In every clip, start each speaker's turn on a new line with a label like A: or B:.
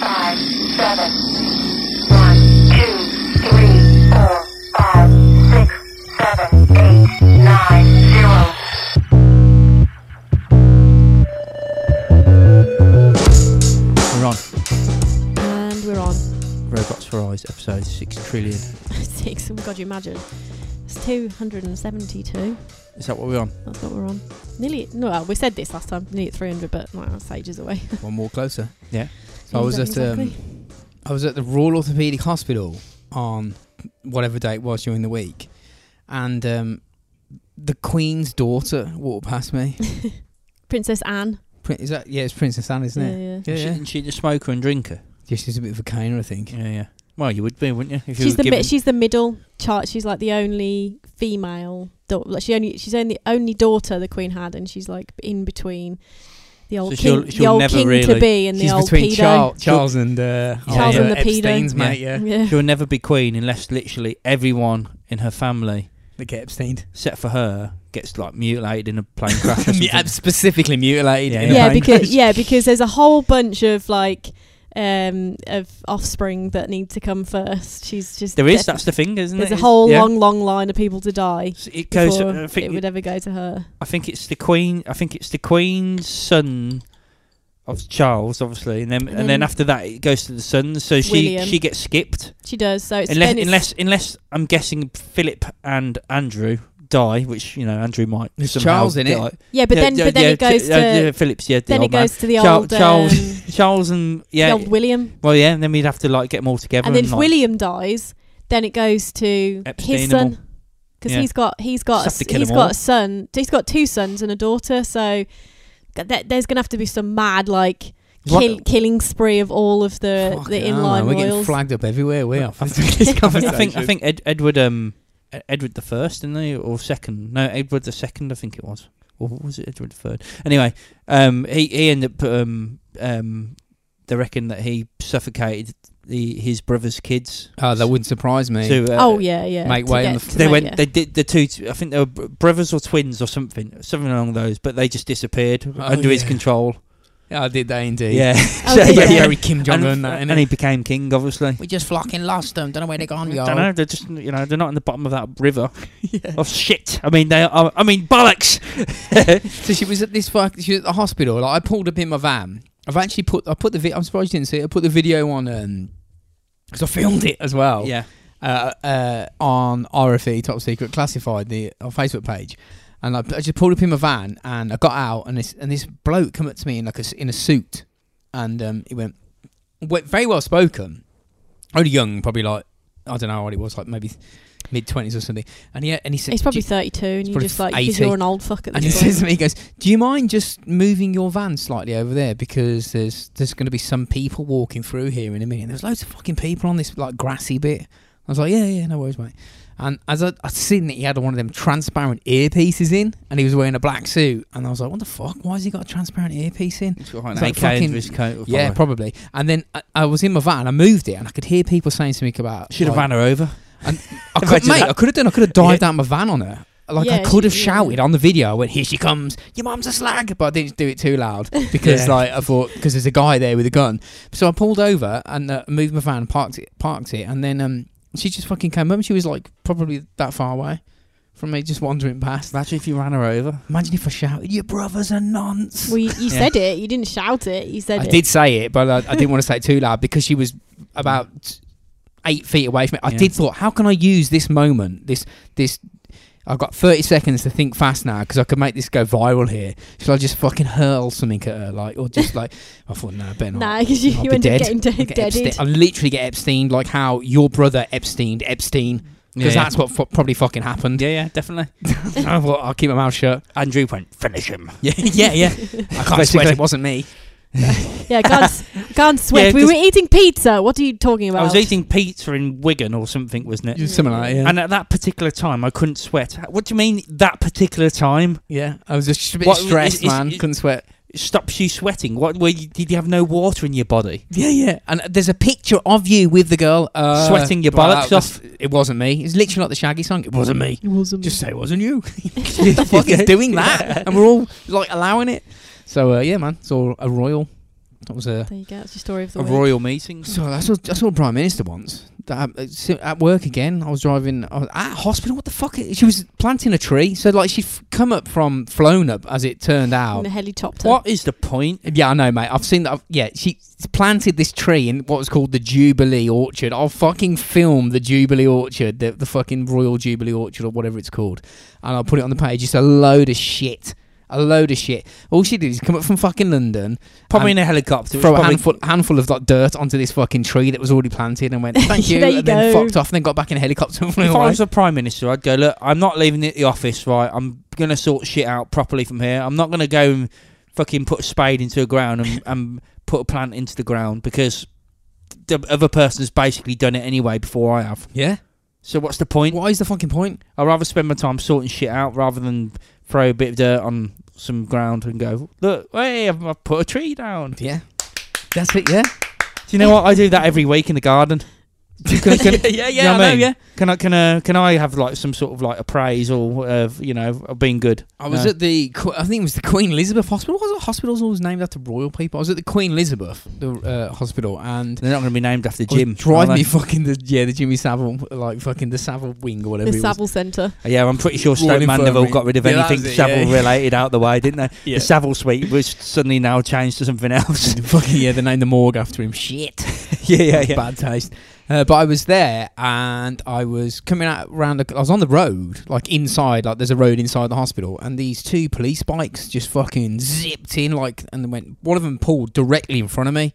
A: five, seven. One, two, three, four, five, six, seven, eight, nine, zero.
B: We're on.
C: And we're on
B: Robots for Eyes, episode 6 trillion.
C: six. Oh, God, you imagine. It's 272.
B: Is that what we're on?
C: That's what we're on. Nearly, no, well, we said this last time, nearly at 300, but no, that's ages away.
B: One more closer. Yeah. So I was
C: Exactly.
B: at um, I was at the Royal Orthopaedic Hospital on whatever day it was during the week, and um, the Queen's daughter walked past me.
C: Princess Anne.
B: Prin- Is that yeah? It's Princess Anne, isn't it?
C: yeah, yeah.
B: Yeah,
D: She-
B: yeah.
D: Isn't she the smoker and drinker?
B: Yeah, she's a bit of a caner, I think.
D: Yeah, yeah. Well, you would be, wouldn't you? If you
C: She's
D: were
C: the mi-
D: given-
C: she's the middle child. She's like the only female. Da- like she only she's only only daughter the queen had, and she's like in between the old
D: So
C: king,
D: she'll-
C: the
D: she'll
C: old
D: never
C: king to
D: really-
C: be and
B: She's
C: the old
B: between
C: pedo.
B: Charles, Charles and uh,
C: Charles
B: Harvey
C: and the pedo.
B: Epstein's
D: Yeah.
B: mate. Yeah,
C: Yeah.
D: She'll never be queen unless literally everyone in her family,
B: they get Epstein.
D: except for her, gets like mutilated in a plane crash. Or something.
B: Yeah, specifically mutilated.
D: Yeah,
B: in a
C: yeah,
B: plane crash.
C: because yeah, because there's a whole bunch of like um of offspring that need to come first. She's just
D: There is.
C: defi-
D: That's the thing, isn't
C: there's
D: it?
C: a whole
D: Yeah.
C: long, long line of people to die
D: So It goes.
C: before
D: I
C: it
D: think.
C: would ever go to her.
D: I think it's the queen. I think it's the queen's son of Charles, obviously, and then and,
C: then-
D: then after that it goes to the son. So she
C: William.
D: she gets skipped.
C: She does. So it's
D: unless
C: then it's-
D: unless unless I'm guessing Philip and Andrew die, which you know Andrew might.
B: There's
D: somehow
B: Charles in it.
D: die.
C: yeah, but
D: Yeah,
C: then
D: yeah,
C: but then
D: yeah,
C: it goes to
D: yeah, yeah, Phillips. Yeah, the
C: then it
D: old man.
C: goes to the
D: Char-
C: old
D: Charles-
C: um,
D: Charles and
C: the
D: yeah.
C: old William,
D: well, yeah, and then we'd have to like get them all together.
C: and then if
D: like,
C: William dies, then it goes to
D: Epstein
C: his
D: and
C: son.
D: all.
C: Because
D: Yeah.
C: he's got he's got
D: Just
C: a,
D: have
C: s-
D: to kill
C: he's
D: 'em
C: got
D: all.
C: a son. He's got two sons and a daughter. So th- th- there's gonna have to be some mad like
D: What-
C: kill, killing spree of all of the
B: Fucking
C: the
B: hell, man,
C: inline
B: We're getting
C: royals.
B: flagged up everywhere. We are.
D: I
B: After this
D: I
B: conversation.
D: think I think Ed, Edward um E- Edward the first, didn't they, or second? No, Edward the second, I think it was, or was it Edward the third? Anyway, um, he he ended up um um they reckon that he suffocated the his brother's kids.
B: Oh, that wouldn't surprise me.
D: To, uh,
C: oh yeah, yeah.
B: Make
C: to
B: way on
C: get-
B: the-
C: to
D: They
C: make-
D: went.
C: yeah.
D: They did the two. I think they were br- brothers or twins or something, something along those. But they just disappeared
B: Oh,
D: under his
B: yeah.
D: control.
B: oh, did they indeed?
D: Yeah,
C: Oh,
D: So,
C: did
D: yeah,
C: they?
D: yeah.
B: Very Kim Jong Un.
D: And,
B: That
D: and
B: innit?
D: he became king, obviously.
B: we just fucking lost them. Don't know where they gone,
D: I don't know. They're just you know they're not in the bottom of that river of shit. I mean they are. I mean bollocks.
B: So she was at this fuck. She was at the hospital. Like, I pulled up in my van. I've actually put. I put the. Vi- I'm surprised you didn't see it. I put the video on. Um, because I filmed it as well.
D: Yeah.
B: Uh, uh, on RFE Top Secret Classified the our Facebook page, and I, I just pulled up in my van and I got out and this and this bloke come up to me in like a s in a suit, and um, he went, went very well spoken, only young, probably like I don't know what he was like maybe mid twenties or something, and he and he said
C: He's probably
B: "Do-
C: 32 and you're
B: probably
C: just like, because
B: 80.
C: you're an old fuck at
B: and he
C: this
B: says
C: point.
B: to me, he goes, "Do you mind just moving your van slightly over there because there's there's going to be some people walking through here in a minute." And there's loads of fucking people on this like grassy bit. I was like, "Yeah, yeah, no worries, mate." And as I I seen that he had one of them transparent earpieces in, and he was wearing a black suit, and I was like, "What the fuck? Why has he got a transparent earpiece in?"
D: It's got an
B: It's like
D: AK under
B: fucking-
D: his coat or
B: Yeah,
D: something.
B: probably. And then I, I was in my van, I moved it, and I could hear people saying something about
D: should have
B: like,
D: ran her over.
B: I could,
D: Imagine
B: mate,
D: that.
B: I could have done. I could have dived out my van on her. Like I
C: Yeah,
B: could have
C: she- yeah.
B: shouted on the video. I went, "Here she comes! Your mum's a slag!" But I didn't do it too loud because,
D: Yeah.
B: like, I thought because there's a guy there with a gun. So I pulled over and uh, moved my van, parked it, parked it, and then um, she just fucking came up. and She was like probably that far away from me, just wandering past.
D: Imagine if you ran her over.
B: Imagine if I shouted, "Your brother's a nonce!"
C: Well, you, you
D: Yeah.
C: said it. You didn't shout it. You said
B: I
C: it.
B: did say it, but I, I didn't want to say it too loud because she was about eight feet away from me. I
D: Yeah.
B: did thought, how can I use this moment? This this. I've got 30 seconds to think fast now because I could make this go viral here. Shall I just fucking hurl something at her, like, or just like? I thought, no, better not.
C: Nah, because you,
B: I'll
C: you
B: be
C: end
B: dead.
C: up getting
B: I'll
C: dead,
B: get
C: deaded.
B: Epstein- I'll literally get Epstein, like how your brother Epstein, Epstein, because that's what fu- probably fucking happened.
D: yeah, yeah, definitely.
B: I thought, I'll keep my mouth shut.
D: Andrew went finish him.
B: Yeah, yeah, yeah. I can't swear it wasn't me.
C: Yeah, can't, s- can't sweat.
D: Yeah,
C: we were
D: 'cause-
C: eating pizza. What are you talking about?
D: I was eating pizza in Wigan or something, wasn't it?
C: Yeah.
B: Something like that, yeah.
D: And at that particular time, I couldn't sweat. What do you mean that particular time?
B: Yeah, I was just a bit
D: What-
B: stressed,
D: is- is-
B: man.
D: is-
B: Couldn't sweat.
D: It stops you sweating. What? Were you, did you have no water in your body?
B: Yeah, yeah. And there's a picture of you with the girl uh,
D: Sweating your
B: well,
D: bollocks
B: that was- It wasn't me. It's literally like the Shaggy song. It wasn't me.
C: It wasn't
B: Just say it wasn't you. what the fuck is doing that? And we're all like allowing it. So uh, yeah, man, it's all a royal That was a.
C: There you go. It's your story of the
D: A
C: week.
D: royal meeting.
B: So I saw, I saw a prime minister once. That, uh, si- at work again, I was driving I was at a hospital. What the fuck? She was planting a tree. So like she would come up from flown up as it turned out.
C: in a helicopter.
D: What is the point?
B: Yeah, I know, mate. I've seen that. I've, yeah, she planted this tree in what was called the Jubilee Orchard. I'll fucking film the Jubilee Orchard, the, the fucking Royal Jubilee Orchard or whatever it's called, and I'll put it on the page. It's a load of shit. A load of shit. All she did is come up from fucking London,
D: Probably
B: And
D: in a helicopter.
B: throw a
D: probably,
B: handful handful of like dirt onto this fucking tree that was already planted, and went thank you,
C: There you
B: and then
C: go.
B: fucked off, and then got back in a helicopter and flew
D: If I
B: away.
D: was the prime minister, I'd go. Look, I'm not leaving it the office. Right, I'm gonna sort shit out properly from here. I'm not gonna go and fucking put a spade into a ground and, and put a plant into the ground because the other person's basically done it anyway before I have.
B: yeah.
D: So what's the point?
B: What is the fucking point?
D: I'd rather spend my time sorting shit out rather than throw a bit of dirt on some ground and go, look, hey, I've I've put a tree down. Do
B: Yeah. That's it. Yeah.
D: you know what? I do that every week in the garden. Can- can-
B: yeah.
D: you know what I mean? Can I can uh, can I have like some sort of like appraisal of you know of being good?
B: I Oh, was
D: No.
B: at the Que- I think it was the Queen Elizabeth Hospital. Was it hospitals always named after royal people? I was at the Queen Elizabeth the uh, hospital and
D: They're not going to be named after
B: I was
D: Jim.
B: driving
D: are
B: me
D: they?
B: fucking the yeah the Jimmy Savile like fucking the Savile wing or whatever.
C: The
B: it was.
C: Savile Centre.
D: yeah, I'm pretty sure
B: Royal
D: Stoke Mandeville
B: Infirmary.
D: got rid of
B: Yeah, that
D: anything
B: was it,
D: Savile
B: yeah.
D: related out the way, didn't they?
B: Yeah.
D: The Savile suite was suddenly now changed to something else.
B: fucking yeah, they named the morgue after him. Shit.
D: yeah, yeah,
B: That's bad taste. Uh, but I was there and I was coming out round. The, I was on the road, like inside, like there's a road inside the hospital, and these two police bikes just fucking zipped in, like, and they went. One of them pulled directly in front of me,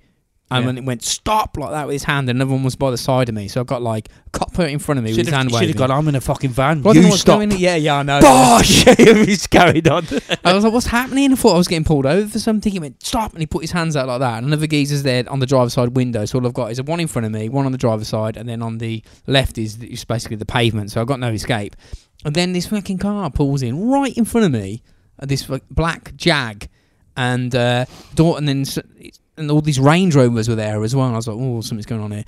B: and
D: Yeah.
B: when it went stop like that with his hand, and another one was by the side of me. So I got like copper in front of me with his hand
D: Should have
B: waving.
D: gone. I'm in a fucking van.
B: Well, I don't know
D: you
B: what's
D: stop.
B: going- Yeah, yeah, I know.
D: Bosh! He's carried on.
B: I was like, what's happening? I thought I was getting pulled over for something. He went, stop. And he put his hands out like that. And another geezer's there on the driver's side window. So all I've got is one in front of me, one on the driver's side, and then on the left is, is basically the pavement. So I've got no escape. And then this fucking car pulls in right in front of me, uh, this fu- black Jag. And uh, door, and then s- and all these Range Rovers were there as well. And I was like, oh, something's going on here.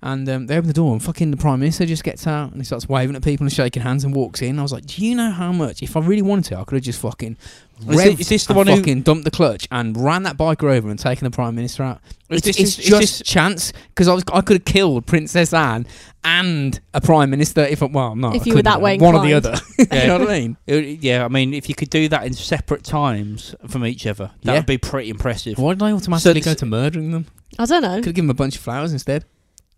B: And um, they open the door, and fucking the prime minister just gets out and he starts waving at people and shaking hands and walks in. I was like, do you know how much? If I really wanted to, I could have just fucking.
D: Is thi-
B: revved
D: is this the
B: and
D: one who-
B: fucking dumped the clutch and ran that biker over and taken the prime minister out?
D: Is
B: It's,
D: this- is-
B: it's
D: is
B: just
D: this-
B: chance because I was I could have killed Princess Anne and a prime minister if I, well no
C: If
B: I
C: you were
B: couldn't
C: that
B: have.
C: way
B: one or the
C: inclined.
B: other. you know what I mean?
D: It would- yeah, I mean, if you could do that in separate times from each other, that
B: Yeah.
D: would be pretty impressive.
B: Why did I automatically
D: So-
B: go to murdering them?
C: I don't know.
B: Could have given them a bunch of flowers instead.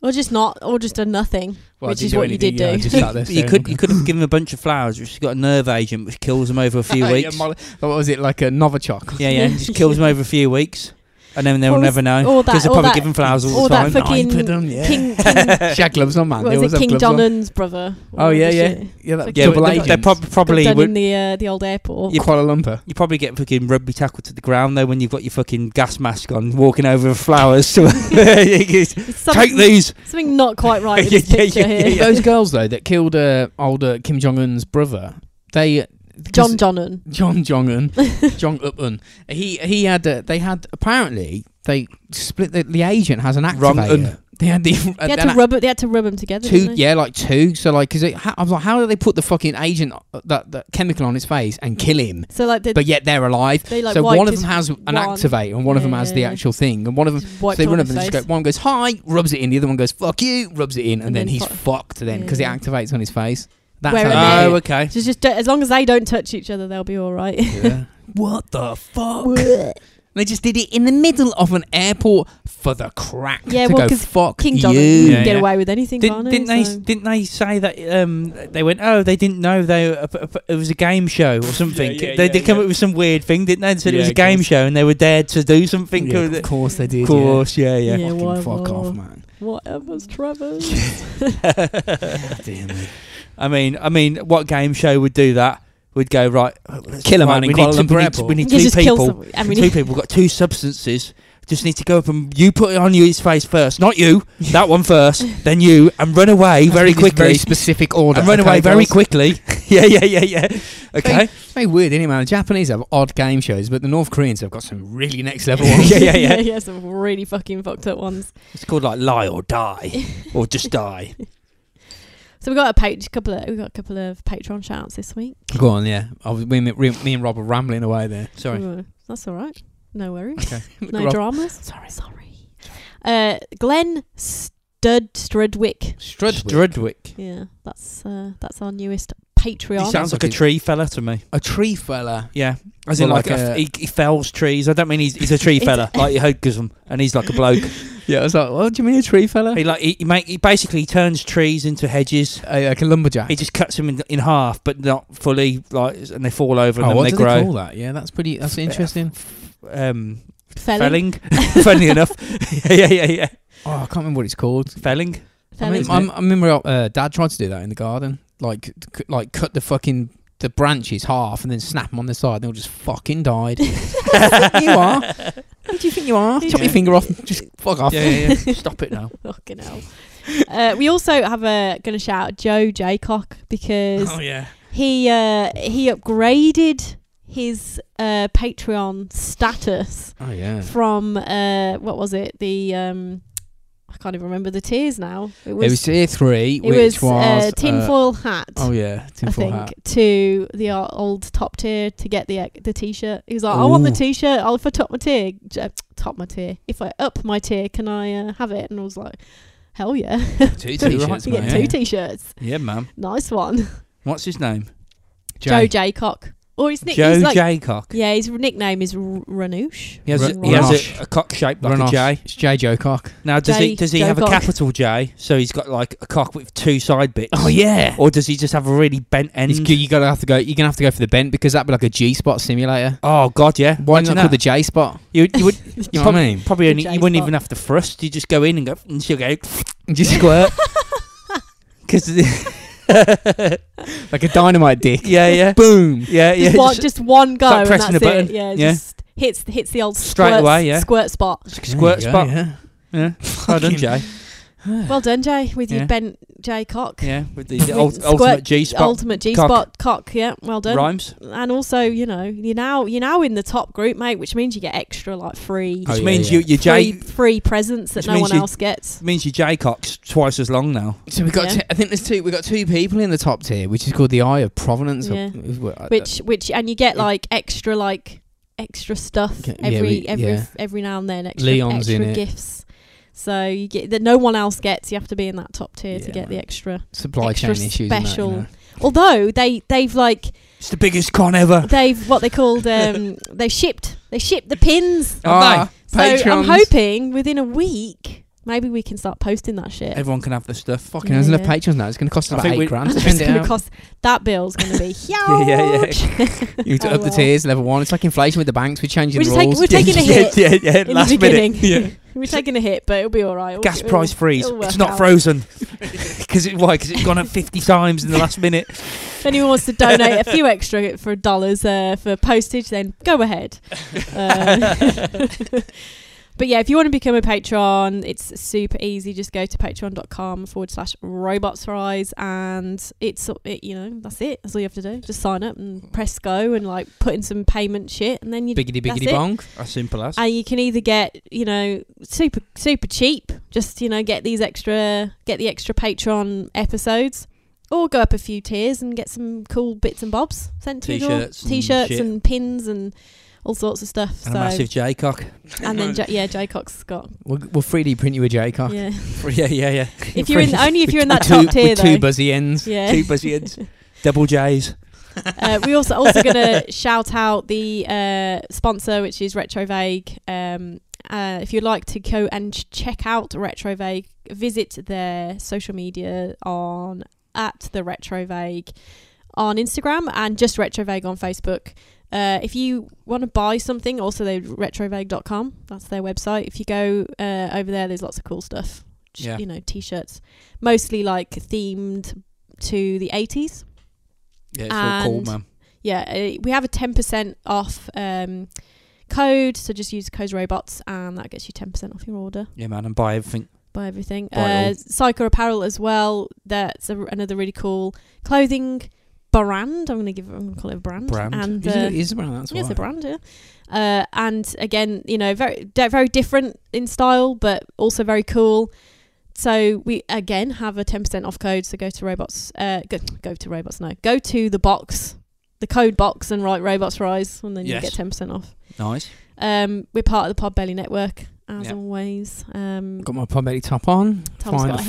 C: Or just not. Or just a nothing.
B: Well, I
C: Which
B: didn't
C: is
B: do
C: what you
B: anything,
C: did
B: yeah, I
C: do.
B: just sat there
D: You
B: staring at
D: could
B: them.
D: you could have given him a bunch of flowers, which has got a nerve agent, which kills him over a few
B: Yeah,
D: weeks.
B: Molly- what was it like a Novichok?
D: Yeah, yeah, just kills him over a few weeks, and then they'll
C: Or
D: never
C: was-
B: oh,
D: know
C: Or
D: because
C: that.
D: they're
C: Or
D: probably
C: that.
D: giving flowers all the
C: or that
D: time.
C: fucking-
B: Nine put 'em, yeah.
C: King, King,
B: She had gloves on, man.
C: what
B: There
C: was it?
B: have
C: King
B: gloves on.
C: Donan's brother. or
B: Oh yeah,
C: whatever
B: yeah,
C: shit
B: yeah. That
D: yeah,
B: double
D: but they,
B: agent.
D: they prob-
C: They've
D: probably
C: done in
D: would.
C: the uh, the old airport.
D: Yeah.
B: Kuala Lumpur.
D: You probably get fucking rugby tackle to the ground though when you've got your fucking gas mask on, walking over with flowers. to-
C: It's
D: Take
C: something,
D: these.
C: something not quite right with this
D: Yeah, yeah,
C: picture
D: yeah,
C: here.
D: yeah,
B: Those girls though that killed uh, older Kim Jong Un's brother, they
C: John Donnan.
B: John Jong Un, Jong Un. He he had uh, they had apparently they split the, the agent has an
D: Wrong
B: activator.
D: un.
B: They had the
C: They had
B: an
C: to rub it. They had to rub them together.
B: two
C: didn't they?
B: yeah like two. So like because I was like how do they put the fucking agent uh, that that chemical on his face and kill him?
C: So like they,
B: But yet they're alive.
C: they like
B: so
C: wiped
B: one of
C: his-
B: them has an
C: one.
B: activator and one of them has the
C: Yeah.
B: actual thing and one of them
C: just wiped
B: So they
C: on
B: run up
C: his
B: and they just
C: face.
B: go, one goes, hi, rubs it in, the other one goes, fuck you, rubs it in, and,
C: And
B: then,
C: then
B: he's
C: fu-
B: fucked then because
C: Yeah.
B: it activates on his face. That's
C: Where
B: how
C: are
B: they
D: Oh,
B: do
D: okay.
C: So just don't- as long as they don't touch each other, they'll be all right.
B: it. Yeah. what the fuck? They just did it in the middle of an airport for the crack.
C: Yeah,
B: to
C: well,
B: go,
C: 'cause
B: fuck
C: King
B: you.
C: John can
D: Yeah,
C: get
D: yeah.
C: away with anything,
D: Did,
C: can't
D: didn't
C: he?
D: they?
C: So-
D: Didn't they say that um, they went? Oh, they didn't know they uh, p- p- it was a game show or something.
B: yeah,
D: they
B: yeah,
D: they come
B: yeah.
D: up with some weird thing, didn't they? And said it
B: Yeah,
D: was a
B: of course.
D: game show, and they were dared to do something.
B: Yeah,
D: with
B: of
D: it.
B: course they did.
D: Of course, yeah, yeah.
B: Yeah.
C: Yeah,
B: Fucking
C: why-
B: fuck
C: why-
B: off, man.
C: Whatever's Trevor's.
B: Damn it.
D: I mean, I mean, what game show would do that? Would go right. uh, let's-
B: Kill a
D: right,
B: man in
D: we need
B: Kuala
D: to- we
B: Lumpur
D: need
B: Airport.
D: We need
C: You
D: two
C: just kill
D: people.
C: someone. I mean,
D: two people got two substances. Just need to go up and you put it on your face first, not you. That one first, then you, and run away very
B: It's Very
D: quickly.
B: specific order.
D: And run
B: okay,
D: away very
B: girls?
D: quickly. yeah, yeah, yeah, yeah. Okay.
B: It's very weird, isn't it, man? The Japanese have odd game shows, but the North Koreans have got some really next level ones.
D: Yeah, yeah, yeah.
C: yeah, some really fucking fucked up ones.
D: It's called like lie or die, or just die.
C: So we got a page, couple of we got a couple of Patreon shouts this week.
B: Oh, Go on, yeah. I was, me, and- me and Rob were rambling away there.
D: Sorry.
C: We were- that's all right. No worries.
D: Okay.
C: No
B: Rob-
C: dramas. Sorry, sorry. Uh, Glenn Stud Strudwick.
B: Strudwick.
D: Strudwick.
C: Yeah, that's uh, that's our newest
D: He
C: Patreon.
D: sounds like a tree fella to me.
B: a tree fella.
D: Yeah, as
B: Well,
D: in like,
B: like
D: a,
B: a-
D: he, he fells trees. I don't mean he's, he's a tree
C: It's-
D: fella like your Hogism, and he's like a bloke.
B: Yeah, I was like, what do you mean a tree fella?
D: he like he, he make he basically turns trees into hedges.
B: Uh, like a lumberjack.
D: He just cuts them in, in half, but not fully, like, and they fall over and
B: oh, what
D: then
B: do
D: they
B: they
D: grow.
B: call that? Yeah, that's pretty. That's
D: Yeah.
B: interesting.
D: Um, felling.
C: Felling.
D: Funny enough, yeah, yeah, yeah, yeah.
B: Oh, I can't remember what it's called.
D: Felling.
B: I, mean,
C: Felling.
B: I'm, I remember uh, Dad tried to do that in the garden, like c- like cut the fucking the branches half and then snap them on the side. and They all just fucking died. Who you are? Who do you think you are? Chop
D: Yeah.
B: your finger off. and Just fuck off.
D: Yeah, yeah, yeah. Stop it now.
C: Fucking hell. uh, we also have a going to shout out Joe Jaycock because
D: Oh, yeah.
C: he uh, he upgraded his uh, Patreon status
B: Oh yeah.
C: from uh, what was it? The um, I can't even remember the tiers now. It
B: It was tier three,
C: it
B: which
C: was, uh,
B: was uh,
C: tinfoil hat.
B: Oh yeah,
C: I
B: tinfoil
C: think
B: hat.
C: to the o- old top tier to get the uh, the t-shirt. He was like, "I want the
D: Ooh.
C: t-shirt. I'll if I top my tier, j- uh, top my tier. If I up my tier, can I uh, have it?" And I was like, "Hell yeah!
B: Two
D: t-shirts,
C: to
D: mate, eh?
C: get
D: yeah.
C: two t-shirts.
D: Yeah, ma'am.
C: Nice one,
D: What's his name?
C: Joe Jaycock. Or his nickname,
D: Joe
C: he's like,
D: Jaycock.
C: yeah, his ranickname is R- Ranouche.
D: He has,
B: Ru-
D: a, he has
B: Runoff.
D: a, a cock shaped like a J.
B: It's J Joe Cock.
D: Now, does
C: Jay-
D: he does he
C: Joe
D: have
C: Cock.
D: a capital J? So he's got like a cock with two side bits.
B: yeah.
D: Or does he just have a really bent end?
B: It's good. You gotta have to go. You're gonna have to go for the bent because that'd be like a G spot simulator.
D: Oh God, yeah.
B: Why
D: Imagine
B: not call the
D: that.
B: J spot?
D: you, you would
B: You know
D: Prob-
B: what I mean?
D: probably only,
C: J
D: you wouldn't
C: spot.
D: even have to thrust. You just go in and go and she'll go
B: Just squirt
D: because
B: like a dynamite dick.
D: yeah, yeah,
B: Boom.
D: yeah, yeah.
C: Just, one, just one go,
D: like
C: and
D: pressing
C: that's
D: a button.
C: it. Yeah,
D: Yeah.
C: just hits hits the old
D: Straight
C: squirt,
D: away, yeah.
C: squirt spot.
D: just squirt spot. Yeah.
B: Yeah.
D: Well done,
B: Fucking-
D: Jay.
C: Well done, Jay, with
D: Yeah.
C: your bent Jay cock.
D: Yeah, with the,
C: With
D: the ult-
C: squirt-
D: ultimate G spot
C: Ultimate G spot cock. Yeah, well done.
D: rhymes,
C: and also you know you're now you're now in the top group mate which means you get extra like free
B: Oh,
D: which
B: yeah,
D: means
B: yeah.
D: you you Jay
C: free, free presents that
D: Which
C: no
D: means
C: one
D: you-
C: else
B: Uh,
C: gets
D: means you Jay cocks twice as long now.
B: So we got.
C: Yeah.
B: T- I think there's two. We got two people in the top tier, which is called the Eye of Provenance. or-
C: Yeah.
B: is what- I-
C: which which and you get
B: uh, Yeah.
C: like extra like extra stuff
B: Okay, yeah,
C: every
B: we-
C: every
B: yeah.
C: every now and then extra
B: Leon's
C: extra
B: in it.
C: gifts so you get that no one else gets you have to be in that top tier to
B: Yeah,
C: get the
B: mate.
C: extra
B: supply chain
C: extra
B: issues. and that, you
C: special-
B: know.
C: although they they've like
D: It's the biggest con ever.
C: they've what they called um they shipped they shipped the pins
B: Ah,
C: so i'm
B: Patreons.
C: hoping within a week maybe we can start posting that shit
D: Everyone can have the stuff.
B: Fucking there's enough
C: Yeah.
B: patrons now. It's going to cost us
D: I
B: about
D: think we-
B: eight grand to
C: it's
B: send it
C: going to
B: out.
C: cost that bill's going to be huge.
D: Yeah, yeah,
B: You need to
C: Oh,
B: up the
C: well.
B: tiers, level one. It's like inflation with the banks. We're changing
C: We're
B: the
C: just taking-
B: rules.
C: we're taking a hit
D: yeah, yeah, yeah.
C: In
D: Last
C: the beginning,
D: minute. Yeah.
C: we're taking a hit, but it'll be all right. We'll-
D: Gas
C: Oh, we'll-
D: price freeze.
C: it'll
D: It's
C: work
D: not
C: out.
D: frozen. Because it, why? Because it's gone up fifty times in the last minute.
C: If anyone wants to donate a few extra for dollars uh, for postage, then go ahead. Um, but yeah, if you want to become a patron, it's super easy. Just go to patreon.com forward slash robots rise, and it's uh, it, you know that's it. That's all you have to do. Just sign up and press go, and like put in some payment shit, and then you
B: Biggity
C: that's
B: biggity
C: it.
B: bong.
D: As simple as.
C: and Uh, you can either get you know super super cheap just you know get these extra get the extra patron episodes or go up a few tiers and get some cool bits and bobs sent to you
D: T-shirts and
C: t-shirts
D: shit.
C: and, pins and all sorts of stuff
D: And
C: so
D: a massive J cock.
C: and then J- yeah jay cox got
B: We'll, we'll 3D print you a J
D: Oh.
B: cock.
C: yeah
D: Yeah, yeah, yeah.
C: if you're in only if you're in that
B: Two,
C: top tier
B: with two
C: though
B: buzzy ends.
C: yeah
D: Two buzzy ends. Double J's.
C: uh, we also also gonna shout out the uh, sponsor, which is Retrovague. Um, uh, if you'd like to go and ch- check out Retrovague, visit their social media on at the Retrovague on Instagram and just Retrovague on Facebook. Uh, if you want to buy something, also they retrovague.com. That's their website. If you go uh, over there, there's lots of cool stuff. Sh-
D: Yeah.
C: You know, t-shirts, mostly like themed to the 80s.
D: Yeah, it's
C: all cool,
D: all cool,
C: And-
D: man.
C: Yeah, uh, we have a 10% off um, code, so just use code robots and that gets you 10% off your order.
D: Yeah, man, and buy everything.
C: Buy everything.
D: Buy all.
C: Uh, Psycho Apparel as well. That's a, another really cool clothing brand. I'm gonna give. I'm gonna call it a brand.
D: Brand.
C: And
B: Is
C: uh,
B: it is around that's
C: yeah, it's
B: why.
C: a brand, yeah. Uh, and again, you know, very di- very different in style, but also very cool. So we again have a ten percent off code. So go to robots. Uh, go, go to robots. No, go to the box, the code box, and write robots rise, and then
D: Yes.
C: you get ten percent off.
D: Nice.
C: Um, we're part of the Podbelly Network, as
D: Yeah.
C: always. Um,
B: Got my Pombetti top on.
C: Tom's
B: find
C: got
B: the
C: a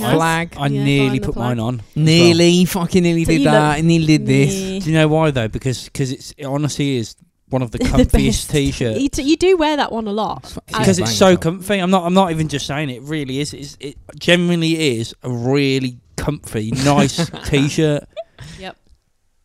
C: flag.
B: flag.
D: I
C: Yeah,
D: nearly
C: find the
D: put
C: flag.
D: mine on. as well.
B: Nearly, fucking nearly
C: So
B: did
C: you look-
B: that. I nearly did this.
C: Yeah.
D: Do you know why though? Because cause it's it honestly is one of the
C: The
D: comfiest
C: best.
D: t-shirts.
C: You, t- you do wear that one a lot. Uh,
B: It's fu-
D: Because
B: a
D: it's
B: banger
D: so
B: top.
D: comfy. I'm not. I'm not even just saying it. Really is. It's, it genuinely is a really comfy, nice t-shirt.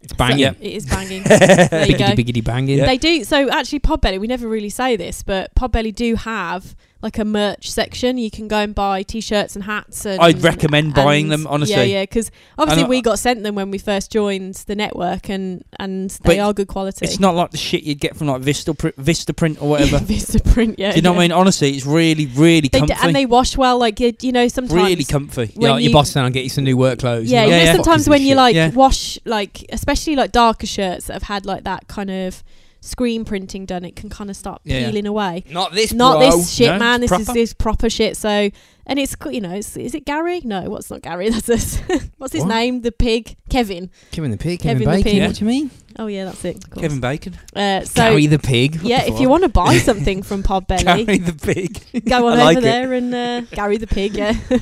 B: It's banging.
D: Yeah.
C: It is banging. there you go.
B: Biggity, biggity banging.
C: They do. So actually, Podbelly, we never really say this, but Podbelly do have like a merch section. You can go and buy t-shirts and hats. And,
D: I'd recommend buying them,
C: and-
D: honestly.
C: Yeah, yeah. Because obviously
D: And I-
C: we got sent them when we first joined the network, and and they
D: But
C: are good quality.
D: It's not like the shit you'd get from like Vista Pr- Vista Print or whatever. Do
C: Vista print. Yeah.
D: you know
C: yeah.
D: what I mean? Honestly, it's really, really
C: They
D: comfy.
C: d- and they wash well. Like you, you know, sometimes
D: really comfy.
B: Yeah,
C: when
B: like
C: you-
B: your boss down, get you some new work clothes.
C: Yeah,
B: You're
C: you
B: like,
C: know,
D: yeah.
B: "Fuck
C: sometimes
B: is this
C: when you
B: shit?"
C: like
D: Yeah.
C: wash, like especially like darker shirts that have had like that kind of screen printing done, it can kind of start
D: Yeah, yeah.
C: peeling away.
B: Not this,
C: Not
B: bro.
C: this shit,
D: No,
C: man. This
D: it's
C: is
D: proper.
C: this proper shit. So, and it's co- you know, it's, is it Gary? No, what's not Gary? That's us. what's his
B: What?
C: name? The pig, Kevin.
B: Kevin the pig,
C: Kevin
B: Kevin,
C: the
B: Bacon.
C: pig.
B: What do you mean?
C: Oh yeah, that's it. of course.
D: Kevin Bacon.
C: Uh, so
B: Carry the pig. What
C: yeah,
B: the
C: if
B: fuck?
C: you want to buy something from Podbelly,
D: Carry the big.
C: go
D: I
C: on
D: like
C: over
D: it.
C: there and uh, Gary the pig. Yeah,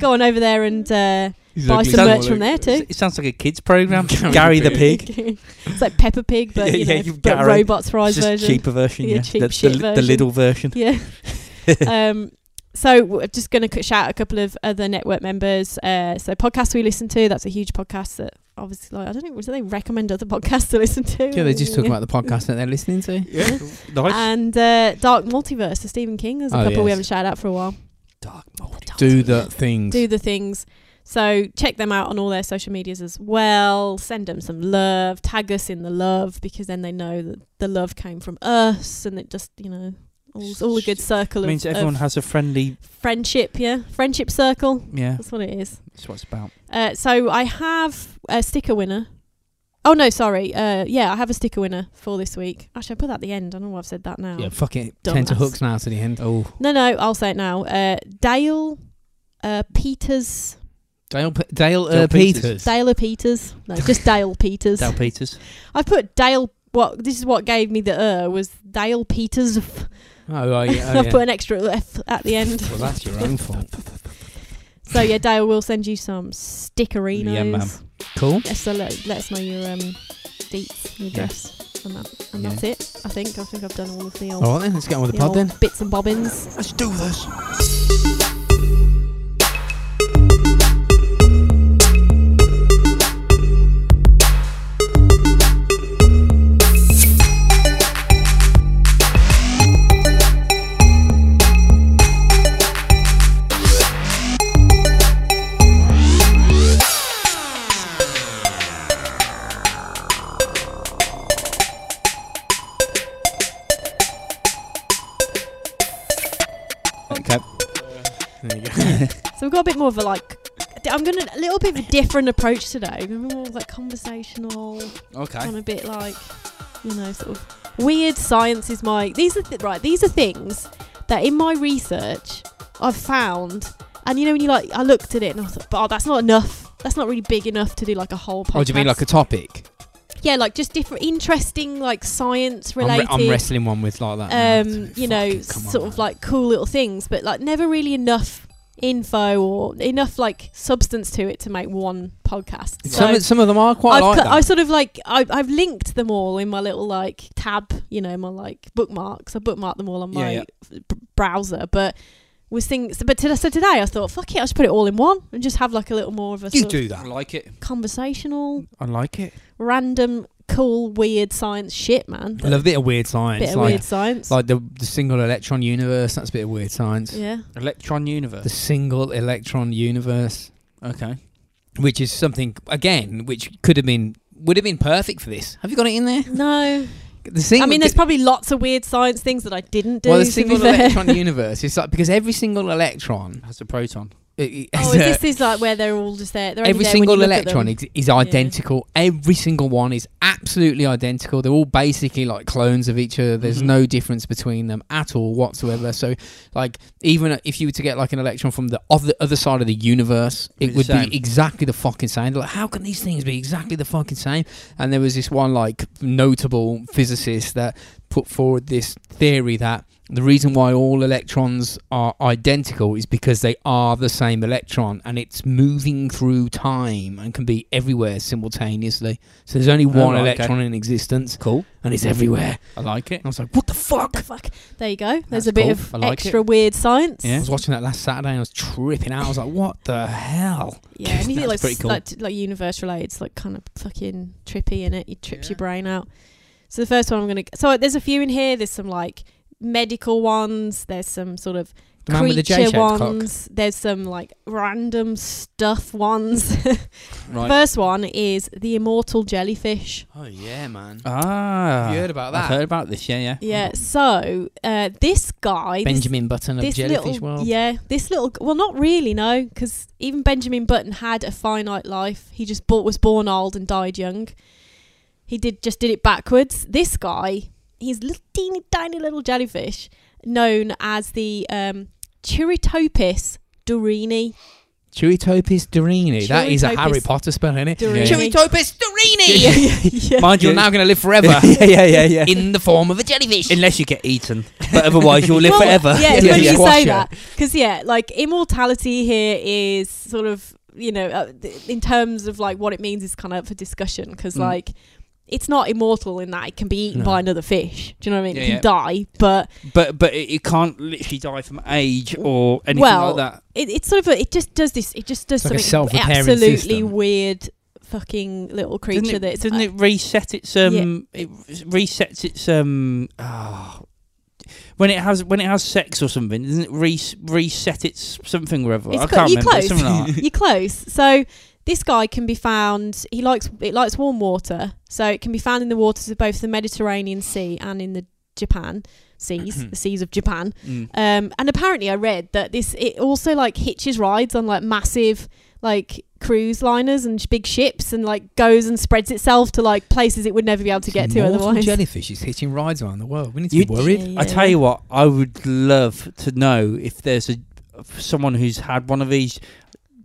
C: go on over there and uh, buy
B: ugly.
C: some
D: Sounds
C: merch from there too.
D: It sounds like a kids' program.
B: Carry the
D: Gary the pig.
C: it's like Peppa Pig, but
D: Yeah,
C: you
D: yeah,
C: know,
D: you've
C: but
D: got it.
C: robots
D: It's
C: fries
D: just
C: version.
D: cheaper version.
C: Yeah,
D: Yeah,
C: cheap
D: the,
C: shit
D: the,
C: version.
D: the little version.
C: Yeah. um, so w- I'm just going to shout a couple of other network members. Uh, so podcasts we listen to. That's a huge podcast that obviously, like, I don't know, do they recommend other podcasts to listen to?
B: Yeah, they just talk about the podcast that they're listening to.
D: Yeah, nice.
C: And uh, Dark Multiverse, the Stephen King. There's a
B: Oh,
C: couple we
B: yes.
C: haven't shouted out for a while.
D: Dark mode.
B: Do the things.
C: Do the things. So check them out on all their social medias as well. Send them some love. Tag us in the love because then they know that the love came from us, and it just you know all, all a good circle of,
D: means
C: of
D: everyone has a friendly.
C: friendship. Yeah, friendship circle.
D: Yeah,
C: That's what it is.
D: that's what it's about.
C: Uh, so I have a sticker winner. Oh no, sorry. Uh, yeah, I have a sticker winner for this week. Actually, I put that at the end. I don't know why I've said that now.
B: Yeah, fuck it. Ten to
C: Dumbass.
B: hooks now to the end. Oh,
C: No, no, I'll say it now. Uh, Dale uh, Peters,
B: Dale, P- Dale,
D: Dale
B: uh,
D: Peters.
B: Peters.
C: Dale Peters. No, just Dale Peters.
D: Dal Peters.
C: I put Dale. What this is what gave me the uh was Dale Peters.
B: Oh, right, yeah, oh,
C: I've
B: yeah.
C: put an extra F at the end.
B: Well, that's your own fault.
C: so yeah, Dale will send you some stickerinos.
D: Yeah, ma'am.
B: Cool.
C: Yeah, so let, let us know your um, dates, your address, and, that, and
B: Yeah.
C: that's it. I think I think I've done all of the old,
B: All right then, let's get on with the
C: the
B: pod then.
C: old bits and bobbins.
D: Let's do this.
B: Okay. There you go.
C: So we've got a bit more of a like. d- I'm gonna a little bit of a different approach today. We're gonna be more like conversational,
D: Okay.
C: on a bit like you know sort of weird science is my. These are th- right. These are things that in my research I've found, and you know when you like I looked at it and I thought, oh, that's not enough. That's not really big enough to do like a whole podcast.
B: oh, do you mean like a topic?
C: yeah, like just different, interesting, like science
B: I'm, re-
C: related,
B: I'm wrestling one with like that. now.
C: um,
B: Fucking
C: you know,
B: come
C: sort
B: on,
C: of
B: man.
C: like cool little things, but like never really enough info or enough like substance to it to make one podcast. So
B: Some, of- some of them are quite
C: I've
B: like
C: cu-
B: that.
C: I sort of like I, I've linked them all in my little like tab, you know, my like bookmarks. I bookmarked them all on
D: Yeah,
C: my
D: yeah.
C: b- browser, but was things. But today, so today I thought, fuck it, I'll just put it all in one and just have like a little more of a
B: you
C: sort of
B: do
D: I
B: that.
D: like it.
C: conversational
D: I like it.
C: random, cool, weird science shit, man.
B: I love a bit of weird science.
C: bit of
B: like,
C: weird science.
B: like the, the single electron universe. That's a bit of weird science.
C: yeah.
D: Electron
B: The
D: Universe.
B: single electron universe,
D: Okay.
B: which is something again, which could have been would have been perfect for this. Have you got it in there?
C: No.
B: The
C: I
B: single.
C: mean, there's probably lots of weird science things that I didn't do.
B: well, the
C: to be
B: single
C: fair.
B: electron universe is like because every single electron.
D: Has a proton.
B: it- it
C: oh,
B: has
C: is
B: a-
C: this is like where they're all just there. They're only
B: every
C: there when you
B: single
C: look at
B: electron
C: them.
B: is, is identical. Every single one is absolutely identical. They're all basically like clones of each other.
C: Mm-hmm.
B: There's
D: Mhm.
B: no difference between them at all whatsoever. So, like, even if you were to get like an electron from the other other side of the universe,
D: Be
B: it
D: the
B: would
D: same.
B: be exactly the fucking same. They're like, how can these things be exactly the fucking same? And there was this one like notable physicist that put forward this theory that the reason why all electrons are identical is because they are the same electron and it's moving through time and can be everywhere simultaneously. So there's only one
D: right, okay.
B: electron in existence
D: Cool.
B: and it's everywhere.
D: I like it.
B: And Mm-hmm. I was like, what the fuck?
C: The fuck? There you go. There's
D: That's
C: a bit
D: cool.
C: of
D: I like it.
C: extra weird science.
D: Yeah.
B: I was watching that last Saturday and I was tripping out. I was like, what the hell?
C: Yeah, anything
B: That's
C: like,
B: pretty
C: s-
B: cool.
C: like t- like universe related, it's like kind of fucking trippy in it. It trips
B: Yeah.
C: your brain out. So the first one I'm gonna. So there's a few in here. There's some like medical ones. There's some sort of
B: The man with the
C: creature
B: J-shaped cock.
C: ones. There's some like random stuff ones.
B: Right.
C: First one is the immortal jellyfish.
B: Oh, yeah, man.
D: Ah.
B: Have you heard about
D: I've
B: that?
D: heard about this. Yeah, yeah.
C: Yeah. So uh, this guy, this-
B: Oh. Benjamin Button of
C: this
B: Jellyfish
C: little,
B: World.
C: Yeah, this little. Well, not really, no, because even Benjamin Button had a finite life. He just bought, was born old and died young. He did just did it backwards. This guy, he's little teeny tiny little jellyfish, known as the um, Chiritopis durini.
B: Chiritopis Dorini. That is a
C: Chiritopis
B: Harry Potter spell, isn't it?
C: Dorini.
B: Chiritopis
C: yeah,
B: Dorini!
C: yeah, yeah.
D: Mind you,
B: You're now going to live forever
D: yeah, yeah, yeah, yeah.
B: in the form of a jellyfish.
D: Unless you get eaten, but otherwise you'll live
C: Well,
D: forever.
C: Yeah,
B: Yeah,
C: it's funny
B: yeah.
C: you
B: Squash
C: say
B: it.
C: that because yeah, like immortality here is sort of you know uh, th- in terms of like what it means is kind of up for discussion because
D: Mm.
C: like it's not immortal in that it can be eaten
B: No.
C: by another fish. Do you know what I mean?
D: Yeah,
C: it can
D: yeah.
C: die, but
D: But but it, it can't literally die from age or anything
C: Well,
D: like that.
C: it, it's sort of a, it just does this. It just does
B: It's like a
C: something
B: self-repairing
C: absolutely
B: system.
C: weird, fucking little
D: Doesn't
C: creature
D: it,
C: that's
D: doesn't it reset its um? It resets its um. ah, when it has when it has sex or something, doesn't it re- reset its something or other?
C: It's
D: I
C: co-
D: can't
C: you're
D: remember.
C: close.
D: Something like that.
C: You're close. So this guy can be found. He likes it likes warm water, so it can be found in the waters of both the Mediterranean Sea and in the Japan
D: Mm-hmm.
C: seas, the seas of Japan.
D: Mm.
C: Um, and apparently, I read that this it also like hitches rides on like massive like cruise liners and sh- big ships, and like goes and spreads itself to like places it would never be able to get to
B: Immortal
C: otherwise.
B: jellyfish is hitching rides around the world. We need to
D: You-
B: be worried.
C: Yeah,
D: I tell
C: yeah.
D: you what, I would love to know if there's a someone who's had one of these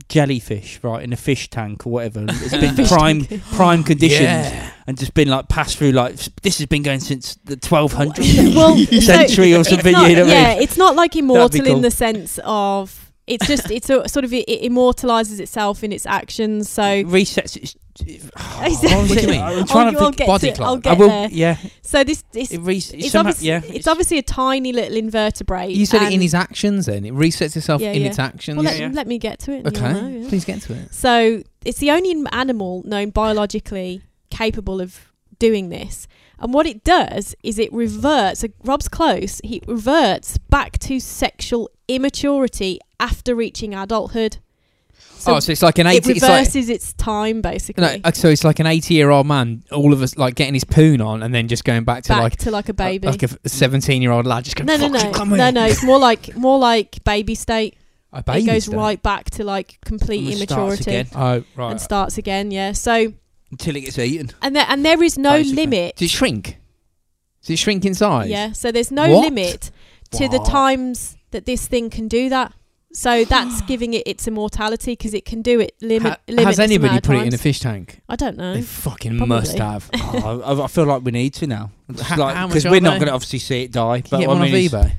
D: jellyfish right in a fish tank or whatever. and It's been
C: Fish
D: prime
C: tank.
D: prime conditions
B: Yeah.
D: and just been like passed through like s- this has been going since the 1200s
C: well,
D: century or
C: it's
D: something.
C: not-
D: you know what I mean?
C: yeah, it's not like immortal
D: cool.
C: in the sense of it's just it's a, sort of it, it immortalizes itself in its actions. So
D: It resets its.
C: Exactly.
B: What do you mean?
D: I'm trying
C: I'll,
D: to
C: I'll
D: think.
C: get
B: body
C: to-
B: clock.
C: I'll
D: I
C: get
D: will.
C: there.
D: Yeah.
C: So this this
D: It res- it's
C: it's,
D: somehow,
C: obviously
D: yeah.
C: it's, obviously a tiny little invertebrate.
B: You said it in
C: and-
B: his actions then. It resets itself
C: Yeah,
B: in
C: yeah.
B: its actions.
C: Well, let,
D: Yeah, yeah.
C: let me get to it. and you'll
B: okay.
C: know, yeah.
B: Please get to it.
C: So it's the only m- animal known biologically capable of doing this. And what it does is it reverts, uh, Rob's close, he reverts back to sexual immaturity after reaching adulthood. So
B: oh, so it's like an
C: it
B: 80 it's like,
C: reverses its time basically.
B: no, uh, so it's like an 80 year old man, all of us like getting his poon on and then just going back to
C: back
B: like
C: to like a
B: a-
C: baby.
B: like a 17 year old lad just going,
C: no, no,
B: "Fuck you,
C: no,
B: come
C: no,
B: here."
C: no. It's more like more like baby state.
B: A baby
C: it goes
B: stage.
C: right back to like complete
D: And it starts
C: immaturity
D: again.
B: Oh, right.
C: and starts again. Yeah. So
D: Until it gets eaten.
C: and there, and there is no
D: Basically.
C: limit.
B: Does it shrink? Does it shrink in size?
C: Yeah, so there's no
B: What?
C: limit to the
B: Wow.
C: times that this thing can do that. So that's giving it its immortality because it can do it limit.
B: Ha-
C: limitless
B: has anybody
C: amount of
B: put it in a
C: times.
B: fish tank?
C: I don't know.
B: They fucking
C: Probably.
B: must have.
D: oh, I, I feel like we need to now.
B: How-
D: Because
B: how much are
D: we're not
B: they?
D: going to obviously see it die.
B: But
D: But
B: Get
D: I
B: one
D: mean,
B: of
D: it's-
B: eBay.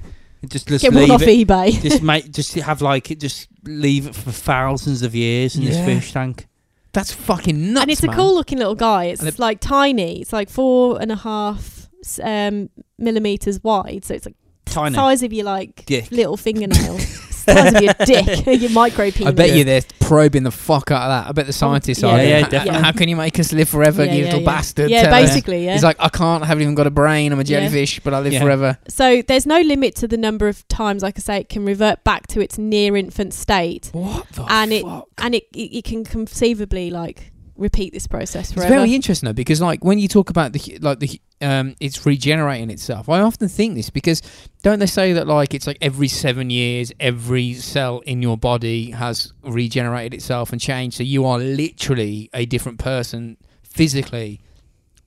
D: just just
C: Get one
D: leave
C: off
D: it.
C: eBay.
D: just make just have like it just leave it for thousands of years in
B: Yeah.
D: this fish tank.
B: That's fucking nuts.
C: and it's
B: man.
C: a cool looking little guy. It's
B: And it-
C: like tiny. It's like four and a half s- um, millimeters wide. So it's like
D: Tiny.
C: size of your like
D: Dick.
C: little fingernail, size of your dick, your micro penis.
B: I bet you they're probing the fuck out of that. I bet the scientists
C: Oh, yeah,
B: are.
D: yeah,
B: How-
D: definitely.
B: How can you make us live forever, you little bastard?
C: Yeah,
B: Tell us.
C: basically. Yeah.
B: He's like, I can't. I haven't even got a brain. I'm a
C: Yeah.
B: jellyfish, but I live
D: Yeah.
B: forever.
C: So there's no limit to the number of times, like I say, it can revert back to its near infant state,
B: What the
C: And it-
B: fuck?
C: and it, it it can conceivably like repeat this process
B: It's
C: forever.
B: very interesting though, because like when you talk about the hu- like the hu- um, it's regenerating itself. I often think this because don't they say that like it's like every seven years, every cell in your body has regenerated itself and changed. So you are literally a different person physically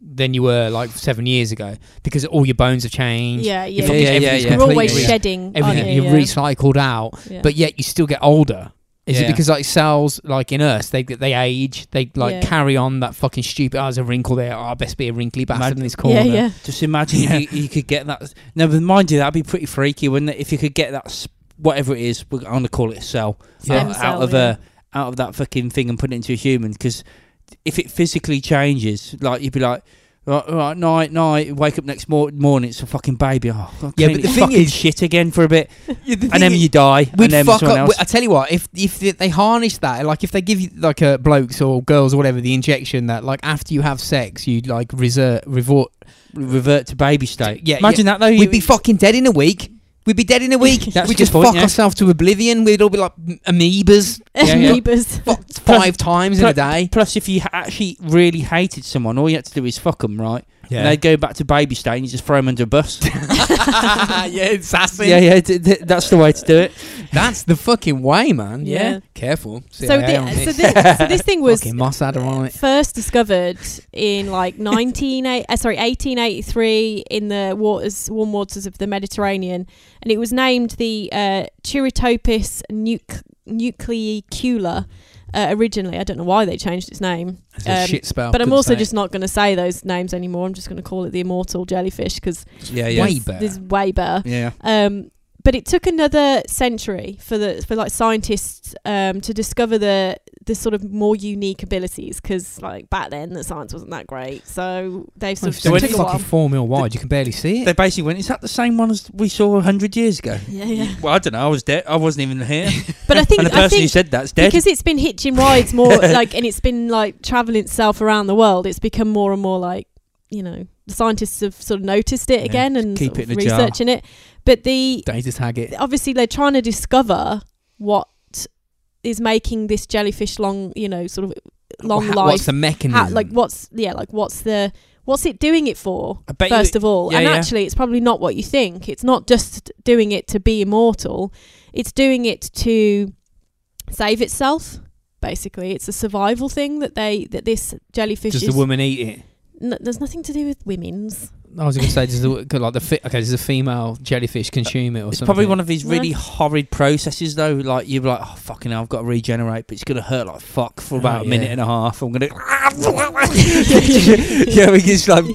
B: than you were like seven years ago because all your bones have changed.
C: yeah,
B: Your
C: yeah.
B: fucking
D: yeah, yeah,
B: everything's
D: yeah.
C: You're always
B: completely-
C: shedding.
B: Everything
C: aren't
B: you're
C: you? Yeah.
B: recycled out,
C: Yeah.
B: but yet you still get older. Is it
D: Yeah.
B: because like cells, like in us, they they age, they like
C: Yeah.
B: carry on that fucking stupid. Oh, there's a wrinkle there. Oh, I best be a wrinkly bastard
D: Imagine-
B: in this corner.
C: yeah, yeah.
D: Just imagine
B: Yeah.
D: if you, you could get that. Now, but mind you, that'd be pretty freaky, wouldn't it? If you could get that, s- whatever it is, we're going to call it a cell,
C: Stem
D: out,
C: cell,
D: out of
C: yeah.
D: a out of that fucking thing and put it into a human. Because if it physically changes, like you'd be like, right, right night, night, wake up next mor- morning, it's a fucking baby. Oh,
B: Yeah,
D: yeah,
B: but
D: but
B: the thing
D: fucking
B: is-
D: shit again for a bit,
B: Yeah, the
D: and then
B: thing
D: you die,
B: We'd
D: and then
B: fuck
D: someone
B: up.
D: else.
B: I tell you what, if if they harness that, like if they give you like uh, blokes or girls or whatever the injection that like after you have sex you like revert revert.
D: revert to baby state.
B: Yeah,
D: imagine that though. you-
B: We'd be fucking dead in a week. We'd be dead in a week.
D: That's a
B: We'd
D: good
B: just
D: point,
B: fuck
D: yeah.
B: ourselves to oblivion. We'd all be like amoebas,
D: Yeah, yeah.
C: Amoebas.
B: fucked five times in a day.
D: Plus, if you ha- actually really hated someone, all you had to do is fuck them, right? And they'd go back to baby state and you just throw them under a bus.
B: yeah, it's assassin.
D: yeah, yeah, d- d- that's the way to do it.
B: That's the fucking way, man. Yeah.
C: Yeah.
B: Careful.
C: So,
B: CIA on
C: the, so,
B: this.
C: thi- so this thing was
B: fucking Mossad are on it.
C: first discovered in like 19 eight- uh, sorry 1883 in the waters warm waters of the Mediterranean and it was named the uh, Chiritopis nuc- nucleicula uh, originally I don't know why they changed its name
B: It's
C: um,
B: a shit spell.
C: but I'm
B: couldn't
C: also
B: say it.
C: just not going to say those names anymore I'm just going to call it the immortal jellyfish because
D: Yeah,
B: yeah. Way better.
C: this is way better
D: Yeah.
C: um, but it took another century for the for like scientists um, to discover the the sort of more unique abilities because like back then the science wasn't that great, so they've
B: Well,
C: sort
B: if
D: So
B: you
D: when
C: of
B: take
C: took a
B: fucking
C: while.
B: four mil wide, you can barely see
D: They
B: it.
D: basically went, is that the same one as we saw 100 years ago?
C: Yeah, yeah.
D: Well, I don't know. I was dead. I wasn't even here.
C: But I think
D: and the
C: I
D: person who
C: think
D: said that's dead.
C: because it's been hitching rides more like and it's been like traveling itself around the world, it's become more and more like you know the scientists have sort of noticed it
D: Yeah,
C: again and
D: keep
C: sort
D: it
C: of
D: in a jar.
C: researching it. But the
B: Data tag it.
C: obviously they're trying to discover what is making this jellyfish long, you know, sort of long
B: Wha- What's
C: life.
B: the mechanism?
C: how, like what's yeah, like what's the what's it doing it for?
D: I bet you
C: First
D: it-
C: of all,
D: yeah,
C: and
D: yeah.
C: actually, it's probably not what you think. It's not just doing it to be immortal; it's doing it to save itself. Basically, it's a survival thing that they that this jellyfish
B: Does
C: is.
B: the woman eat it?
C: n- there's nothing to do with women's.
B: I was going to say, does the, could, like the fi- okay, does the female jellyfish consume it or
D: it's
B: something?
D: probably one of these
C: No.
D: really horrid processes, though. Like, you're like, oh, fucking hell, I've got to regenerate, but it's going to hurt like fuck for about
B: Oh,
D: a minute
B: yeah.
D: and a half. I'm going to. yeah, we just like.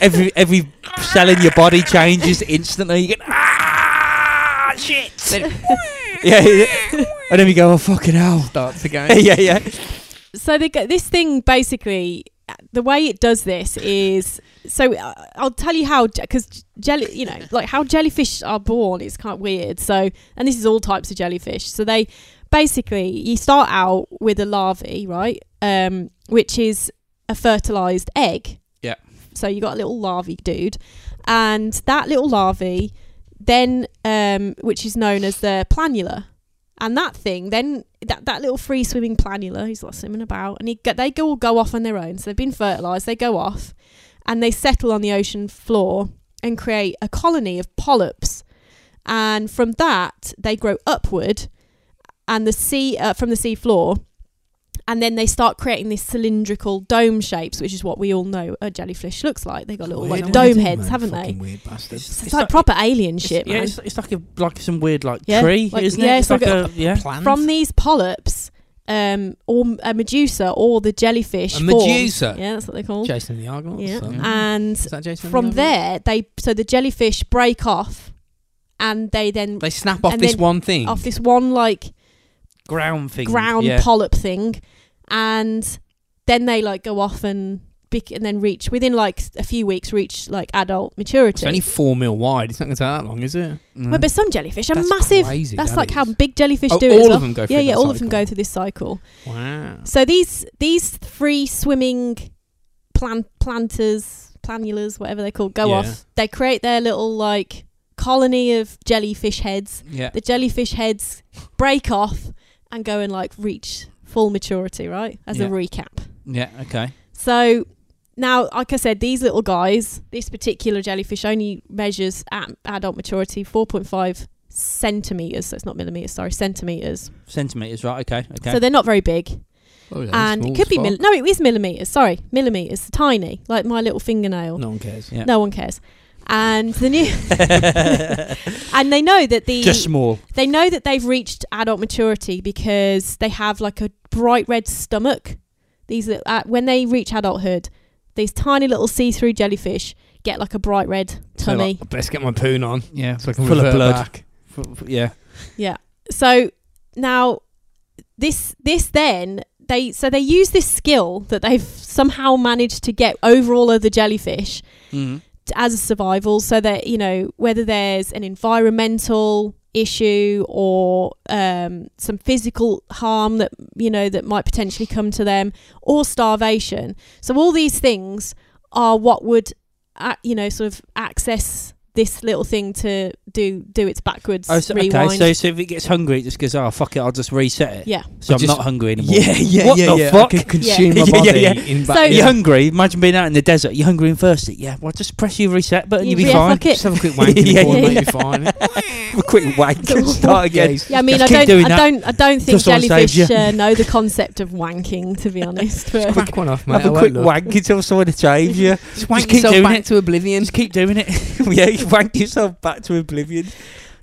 D: every, every cell in your body changes instantly. You get. Ah, shit! yeah, yeah. And then we go, oh, fucking hell.
B: starts again.
D: yeah, yeah.
C: so they go, this thing basically the way it does this is so uh, I'll tell you how because jelly you know like how jellyfish are born is kind of weird so and this is all types of jellyfish so they basically you start out with a larvae right um which is a fertilized egg
D: Yeah.
C: so you got a little larvae dude and that little larvae then um which is known as the planula and that thing, then that, that little free swimming planula, he's like swimming about, and he go, they go all go off on their own. So they've been fertilised, they go off, and they settle on the ocean floor and create a colony of polyps. And from that, they grow upward, and the sea uh, from the sea floor, and then they start creating these cylindrical dome shapes, which is what we all know a jellyfish looks like. They got little like dome heads, haven't they?
B: Weird bastards.
C: It's, like, proper alien
D: it's,
C: shit, man.
D: Yeah, it's, it's like a like some weird like
C: Yeah,
D: tree,
C: like-
D: isn't
C: yeah,
D: it?
C: it's like a-
D: yeah.
C: from these polyps, um, or m- a medusa or the jellyfish.
B: A
C: forms.
B: medusa?
C: Yeah, that's what they're called.
B: Jason the Argonauts.
C: yeah,
B: son.
C: and
B: is that Jason?
C: from
B: the Argonauts?
C: there they so the jellyfish break off, and they then
B: they snap off
C: and
B: this
C: then
B: one thing.
C: off this one like
D: ground thing.
C: ground
D: yeah.
C: polyp thing, and then they like go off and bec- and then reach within like a few weeks reach like adult maturity.
B: It's only four mil wide. It's not going to take that long, is it?
D: Mm.
C: Well, but some jellyfish are
B: That's
C: massive.
B: crazy,
C: that's
B: that
C: like how
B: is.
C: big jellyfish
B: Oh,
C: do it. as
B: all
C: well.
B: of them go.
C: yeah,
B: through
C: yeah,
B: that
C: all of them go
B: cycle.
C: through this cycle.
B: Wow.
C: So these these free swimming plant planters, planulas, whatever they're called, go
B: Yeah.
C: off. They create their little like colony of jellyfish heads.
D: yeah.
C: The jellyfish heads break off and go and like reach full maturity, right? As
D: Yeah.
C: a recap.
D: Yeah. Okay.
C: So now, like I said, these little guys, this particular jellyfish only measures at adult maturity 4.5 centimeters. So it's not millimeters, sorry, centimeters.
D: Centimeters. Right. Okay. Okay.
C: So they're not very big
B: Oh, yeah,
C: and
B: small
C: it could
B: as
C: be
B: fuck.
C: mil- no, it is millimeters. Sorry, millimeters, tiny, like my little fingernail.
B: No one cares.
D: Yeah.
C: No one cares. and the new and they know that the
D: Just small.
C: they know that they've reached adult maturity because they have like a bright red stomach. These are- uh, when they reach adulthood, these tiny little see-through jellyfish get like a bright red
B: So, like,
C: tummy.
B: I best get my poon on
D: Yeah.
B: so I can
D: full of
B: revert
D: blood.
B: back.
D: F- f- yeah.
C: So now this this then they so they use this skill that they've somehow managed to get over all other jellyfish
D: Mm.
C: t- as a survival so that you know whether there's an environmental issue or um, some physical harm that you know that might potentially come to them or starvation so all these things are what would uh, you know sort of access this little thing to do do its backwards
D: Oh, so,
C: rewind
D: okay, so, so if it gets hungry, it just goes, oh, fuck it, I'll just reset it.
C: Yeah.
D: So
B: I
D: I'm
B: just-
D: not hungry anymore.
B: Yeah, yeah,
D: What
B: yeah,
D: the
B: yeah.
D: fuck?
B: I could consume
D: Yeah.
B: my
D: Yeah,
B: body
D: yeah,
B: in
C: So-
B: back.
D: You're
C: Yeah.
D: hungry. Imagine being out in the desert. You're hungry and thirsty. Yeah, well, just press your reset button.
C: You-
D: You'll be
C: yeah,
D: fine.
C: fuck it.
B: Just have a quick wank in
D: Yeah,
B: the corner,
C: yeah,
B: mate, you're fine.
D: Have a quick wank and start again.
B: Yeah,
C: yeah, I mean,
D: Just
C: I
D: keep
C: don't,
D: doing
C: I
D: that.
C: don't, I don't think
D: Just on stage,
C: jellyfish
D: yeah.
C: uh, know the concept of wanking, to be honest. but-
B: Just crack one off, mate.
D: Have a quick wank until someone shaves you.
B: Just wank
D: Just keep
B: yourself
D: doing
B: back
D: it.
B: to oblivion.
D: Just keep doing it. yeah, you wank yourself back to oblivion.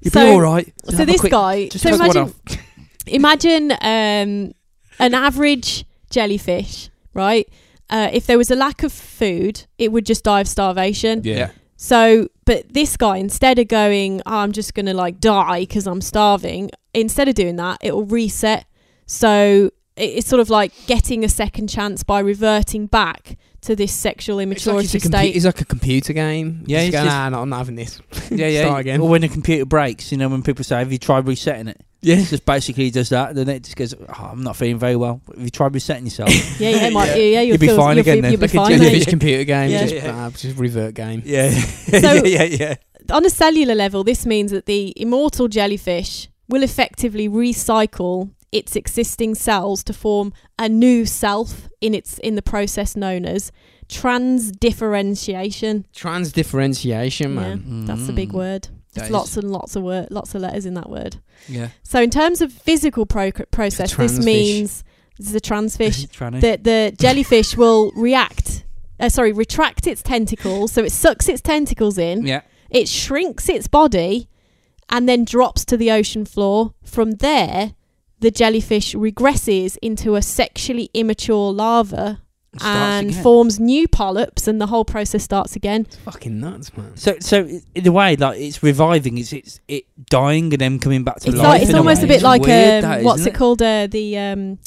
D: You'll
C: So-
D: be all right. Just
C: so
D: have a
C: this
D: quick-
C: guy,
D: just
C: so
D: tug one
C: imagine,
D: off.
C: imagine um, an average jellyfish, right? Uh, if there was a lack of food, it would just die of starvation.
B: Yeah.
C: So, but this guy, instead of going, oh, I'm just going to like die because I'm starving, instead of doing that, it will reset. So it- it's sort of like getting a second chance by reverting back to this sexual
B: It's like,
C: immaturity
B: it's, a compu-
C: state.
B: it's like a computer game.
D: Yeah,
B: Yeah, just
D: it's
B: go,
D: just-
B: nah, nah, I'm not having this.
D: Yeah, yeah.
B: Start again.
D: Or when the computer breaks, you know, when people say, "Have you tried resetting it?"
B: Yeah.
D: It just basically does that. Then it just goes, oh, "I'm not feeling very well." Have you tried resetting yourself?
C: yeah, yeah, it might, yeah,
B: Yeah.
C: yeah, you'll
D: You'll be
C: feel-
D: fine
C: you'll
D: again
C: feel-
D: then.
C: You'll be
D: Like a
C: fine,
D: jellyfish
C: mate.
B: Jellyfish computer game.
C: Yeah.
B: Just,
D: Yeah.
B: nah, just revert game.
D: yeah, yeah,
C: So-
D: yeah, yeah.
C: on a cellular level, this means that the immortal jellyfish will effectively recycle its existing cells to form a new self in its in the process known as transdifferentiation.
B: Trans differentiation, man.
C: Yeah, that's a big
D: Mm.
C: word.
B: That
C: There's
B: is-
C: lots and lots of word, lots of letters in that word.
D: Yeah.
C: So in terms of physical pro- process, this
B: transfish.
C: means this is a transfish
D: Tranny.
C: that the jellyfish will react. Uh, sorry, retract its tentacles. So it sucks its tentacles in
D: yeah.
C: it shrinks its body and then drops to the ocean floor. From there, the jellyfish regresses into a sexually immature larva
D: It starts
C: and
D: again.
C: forms new polyps, and the whole process starts again.
B: It's fucking nuts, man.
D: So, so in a way, like it's reviving, it's it's it dying and then coming back to
C: It's,
D: life.
C: like, it's
D: in a
C: almost
D: way.
C: a bit
D: It's
C: like
D: weird,
C: um,
D: that,
C: what's
D: isn't
C: it called? Uh, the um,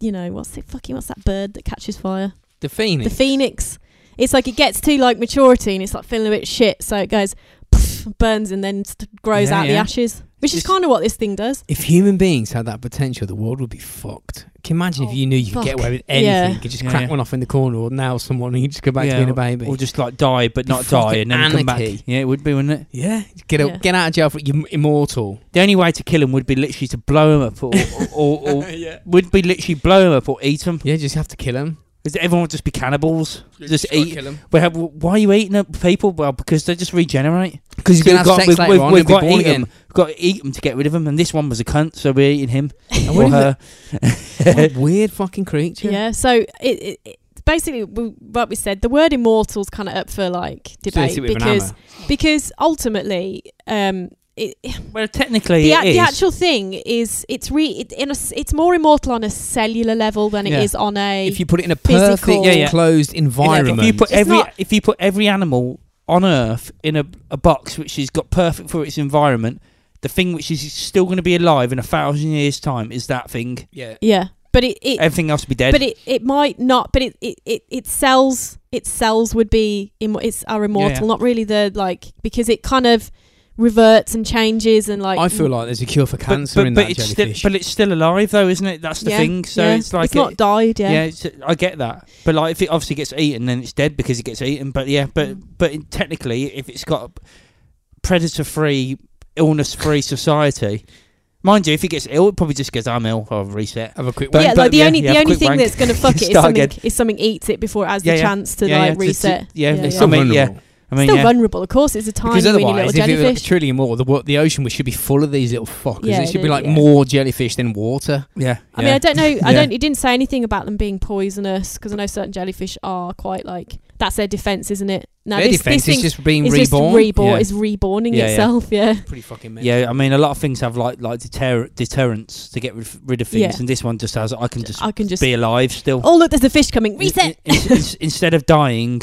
C: you know, what's it fucking? What's that bird that catches fire?
B: The Phoenix.
C: The phoenix. It's like it gets to like maturity and it's like feeling a bit shit, so it goes pff, burns and then st- grows
D: Yeah,
C: out the
D: yeah.
C: ashes, which is
D: It's-
C: kind of what this thing does.
B: If human beings had that potential, the world would be fucked. Can you imagine
C: Oh,
B: if you knew you could get
C: fuck.
B: away with anything?
C: Yeah.
B: You could just
D: Yeah,
B: crack
D: yeah.
B: one off in the corner or nail someone and you just go back
D: Yeah,
B: to being a baby.
D: Or just like die, but
B: Be
D: not die,
B: fucking
D: and then come back.
B: anarchy.
D: Yeah, it would be, wouldn't it?
B: yeah. Get, out,
C: Yeah.
B: get out of jail for you're immortal.
D: The only way to kill him would be literally to blow him up, or or, or, or
B: yeah.
D: would be literally blow him up or eat him.
B: Yeah, just have to kill him.
D: Is it- Everyone would just be cannibals. Just
B: gotta
D: eat-
B: kill him.
D: Well, why are you eating up people? Well, because they just regenerate.
B: Because you're
D: So
B: going to have
D: we've
B: sex
D: got-
B: later
D: we've-
B: on,
D: we've
B: you'll be
D: got to
B: born
D: eat 'em.
B: again.
D: Got to eat him to get rid of him, and this one was a cunt, so we're eating him
B: And
D: or
B: what
D: her.
B: if it- what a weird fucking creature.
C: Yeah, so it, it, it basically w- what we said. The word immortal's kind of up for like
B: So they
C: debate
B: sit with an
C: because
B: hammer.
C: because ultimately, um, it,
D: Well, technically,
C: the,
D: it
C: a- the
D: is.
C: actual thing is it's re it, in a s it's more immortal on a cellular level than
D: Yeah.
C: it is on a
B: if you put it in a
C: physical-
B: perfect
C: Yeah,
D: yeah.
B: closed environment,
D: If you put
C: It's
D: every
C: not-
D: if you put every animal on Earth in a, a box which is got perfect for its environment, the thing which is still going to be alive in a thousand years' time is that thing.
B: yeah,
C: yeah, but it, it
D: Everything else will be dead.
C: but it, it might not but it it, it, it cells its cells would be immo- it's are immortal
D: yeah.
C: not really the like because it kind of reverts and changes and like
B: I feel like there's a cure for
D: But-
B: cancer
D: but,
B: in
D: but
B: that
D: it's
B: jellyfish.
D: Still, but it's still alive though, isn't it? That's the
C: Yeah,
D: thing. So
C: yeah,
D: it's like
C: it's not
D: it-
C: died yeah,
D: yeah, it's, I get that. But like, if it obviously gets eaten, then it's dead because it gets eaten. But yeah, but
C: Mm.
D: but in- technically, if it's got predator-free, illness-free society, mind you, if it gets ill, it probably just goes, "I'm ill. I'll reset."
B: have a quick
D: But-
C: yeah,
D: but
C: like the
D: yeah,
C: only
D: yeah,
C: the only
D: quick
C: thing
D: wank.
C: that's going to fuck it is
D: Start
C: something,
D: again.
C: is something eats it before it has
D: Yeah,
C: the
D: yeah.
C: chance to
D: Yeah, yeah,
C: like
D: to- to-
C: reset.
D: yeah, it's
B: Still
D: I mean, yeah.
B: vulnerable.
D: I mean,
C: Still
D: yeah.
C: vulnerable, of course. It's a tiny,
B: Because
C: weeny little
B: otherwise, if it was
C: jellyfish.
B: truly immortal, the, wa- the ocean should be full of these little fuckers.
C: Yeah,
B: it should
C: it
B: be
C: is,
B: like
C: yeah.
B: more jellyfish than water.
D: Yeah.
C: I mean, I don't know. I
D: Yeah.
C: don't. It didn't say anything about them being poisonous because I know certain jellyfish are quite like that's their defense, isn't it? No,
B: Their
C: this, this
B: defense
C: thing
B: is just being
C: is just
B: reborn.
D: Yeah.
C: reborn. Is reborning
D: Yeah, yeah.
C: itself. Yeah.
B: Pretty fucking mental.
D: Yeah, I mean, a lot of things have like like deter- deterrents to get rid, rid of things,
C: Yeah.
D: and this one just has. I can just,
C: I can just.
D: be alive still.
C: Oh look, there's a fish coming.
D: In-
C: Reset.
D: in- in- in- instead of dying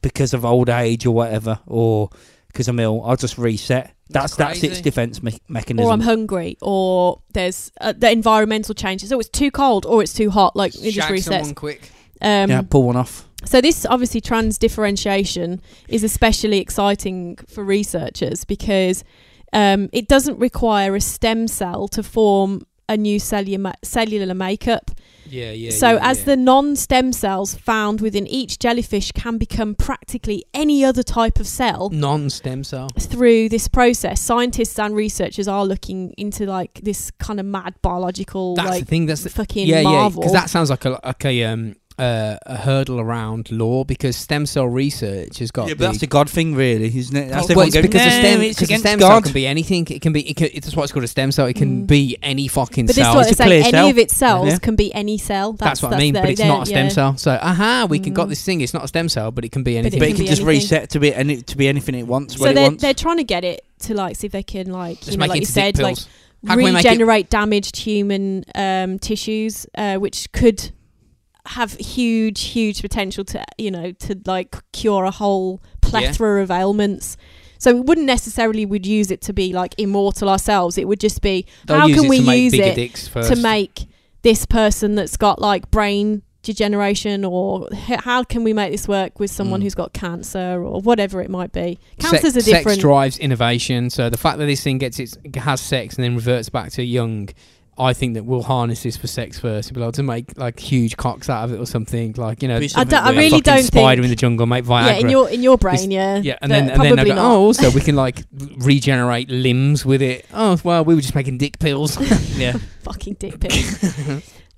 D: because of old age or whatever, or because I'm ill, I'll just reset. That's
B: That's
D: that's its
B: crazy.
D: defense me- mechanism.
C: Or I'm hungry. Or there's uh, the environmental changes. Oh, it's too cold. Or it's too hot. Like it just
B: Shag
C: resets.
B: someone quick.
C: Um,
D: yeah, pull one off.
C: So this obviously trans differentiation is especially exciting for researchers because um, it doesn't require a stem cell to form a new cellular ma- cellular makeup.
B: Yeah, yeah.
C: so as the non-stem cells found within each jellyfish can become practically any other type of cell
B: non-stem cell.
C: through this process, scientists and researchers are looking into like this kind of mad biological
B: That's the
C: like
B: thing. That's the,
C: fucking
B: yeah, yeah.
C: marvel.
B: Because that sounds like a like a um uh, a hurdle around law because stem cell research has got.
D: Yeah, but
B: the,
D: that's the God thing, really, isn't it? That's
B: well,
D: everyone
B: it's
D: going,
B: because a
D: "No,
B: stem,
D: it's
B: because a
D: against
B: stem cell
D: God.
B: can be anything. It can be. It can, it's that's why it's called a stem cell. It can
C: Mm.
B: be any fucking
C: but this is
B: cell.
C: what
D: It's a
C: they're saying.
D: clear
C: Any
D: cell.
C: of its cells
D: Yeah.
C: can be any cell.
B: that's,
C: That's,
B: what I mean.
C: their-
B: but it's
C: their-
B: not a stem
C: yeah.
B: cell. So aha, we can got
C: Mm.
B: this thing. It's not a stem cell, but it can be
C: it
B: anything.
D: but it
C: can
D: can
C: be
D: just
C: anything.
D: reset to be any to be anything it wants
C: So
D: when it
C: they're,
D: wants.
C: they're trying to get it to like see if they can like
B: Just
C: you know
B: make
C: like
B: it
C: you
B: into dick
C: said like
B: pills. How can we make it-
C: regenerate damaged human um, tissues, uh, which could have huge huge potential to you know to like cure a whole plethora of ailments. So we wouldn't necessarily would use it to be like immortal ourselves. It would just be
B: They'll
C: how
B: use
C: can
B: it
C: we
B: to make
C: use
B: bigger
C: it
B: dicks first.
C: to make this person that's got like brain degeneration or h- how can we make this work with someone
D: Mm.
C: who's got cancer or whatever it might be.
B: sex,
C: Cancer's a
B: sex
C: different
B: drives innovation. So the fact that this thing gets its has sex and then reverts back to young, I think that we'll harness this for sex first. We'll be able to make like huge cocks out of it or something. Like you know,
D: Do
B: a
D: something
C: don't- I
D: weird.
C: really
B: fucking
C: don't
B: spider
C: think-
B: in the jungle make Viagra.
C: Yeah, in your in your brain, yeah.
B: yeah, and
C: But
B: then and then they'll
C: probably
B: go,
C: not.
B: oh, also we can like regenerate limbs with it. Oh well, we were just making dick pills.
D: yeah,
C: fucking dick pills.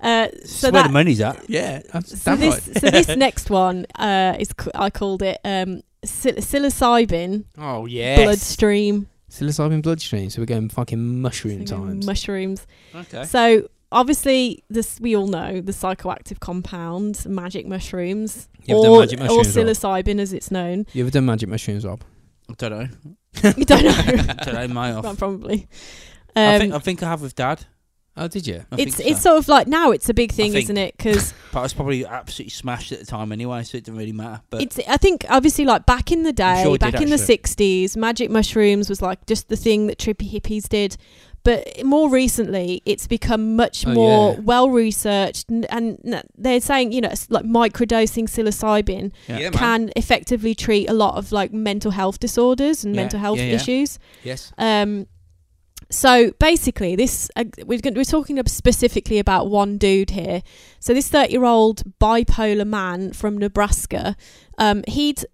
C: uh,
D: so
C: so
D: where the
C: that
D: money's at.
B: yeah, that's
C: so
B: damn
C: this
B: right.
C: so this next one uh, is c- I called it um, psil- psilocybin
B: Oh yeah,
C: bloodstream
B: psilocybin bloodstream. So we're going fucking mushroom times.
C: mushrooms.
D: Okay.
C: So obviously, this we all know the psychoactive compound magic mushrooms
B: You ever done
C: or,
B: magic
C: or
B: mushrooms, Rob?
C: psilocybin as it's known.
B: You ever done magic mushrooms, Rob?
D: I don't know.
C: you don't know,
D: I don't know. My off.
C: Well, probably.
D: I
C: Um,
D: think I think I have with Dad.
B: Oh, did you?
D: I
C: it's
D: think so.
C: it's sort of like now it's a big thing,
D: think-
C: isn't it? Because
D: but I was probably absolutely smashed at the time anyway, so it didn't really matter. But
C: it's i think obviously like back in the
D: I'm
C: day
D: sure it did
C: back in the
D: actually.
C: 60s magic mushrooms was like just the thing that trippy hippies did but more recently it's become much
B: Oh,
C: more
B: yeah.
C: well researched and, and n- they're saying you know it's like microdosing psilocybin
D: Yeah. Yeah,
C: can effectively treat a lot of like mental health disorders and
D: Yeah,
C: mental health
D: yeah, yeah.
C: issues
B: Yes.
C: um so basically this uh, we're, gon- we're talking ab- specifically about one dude here so this 30 year old bipolar man from nebraska um he'd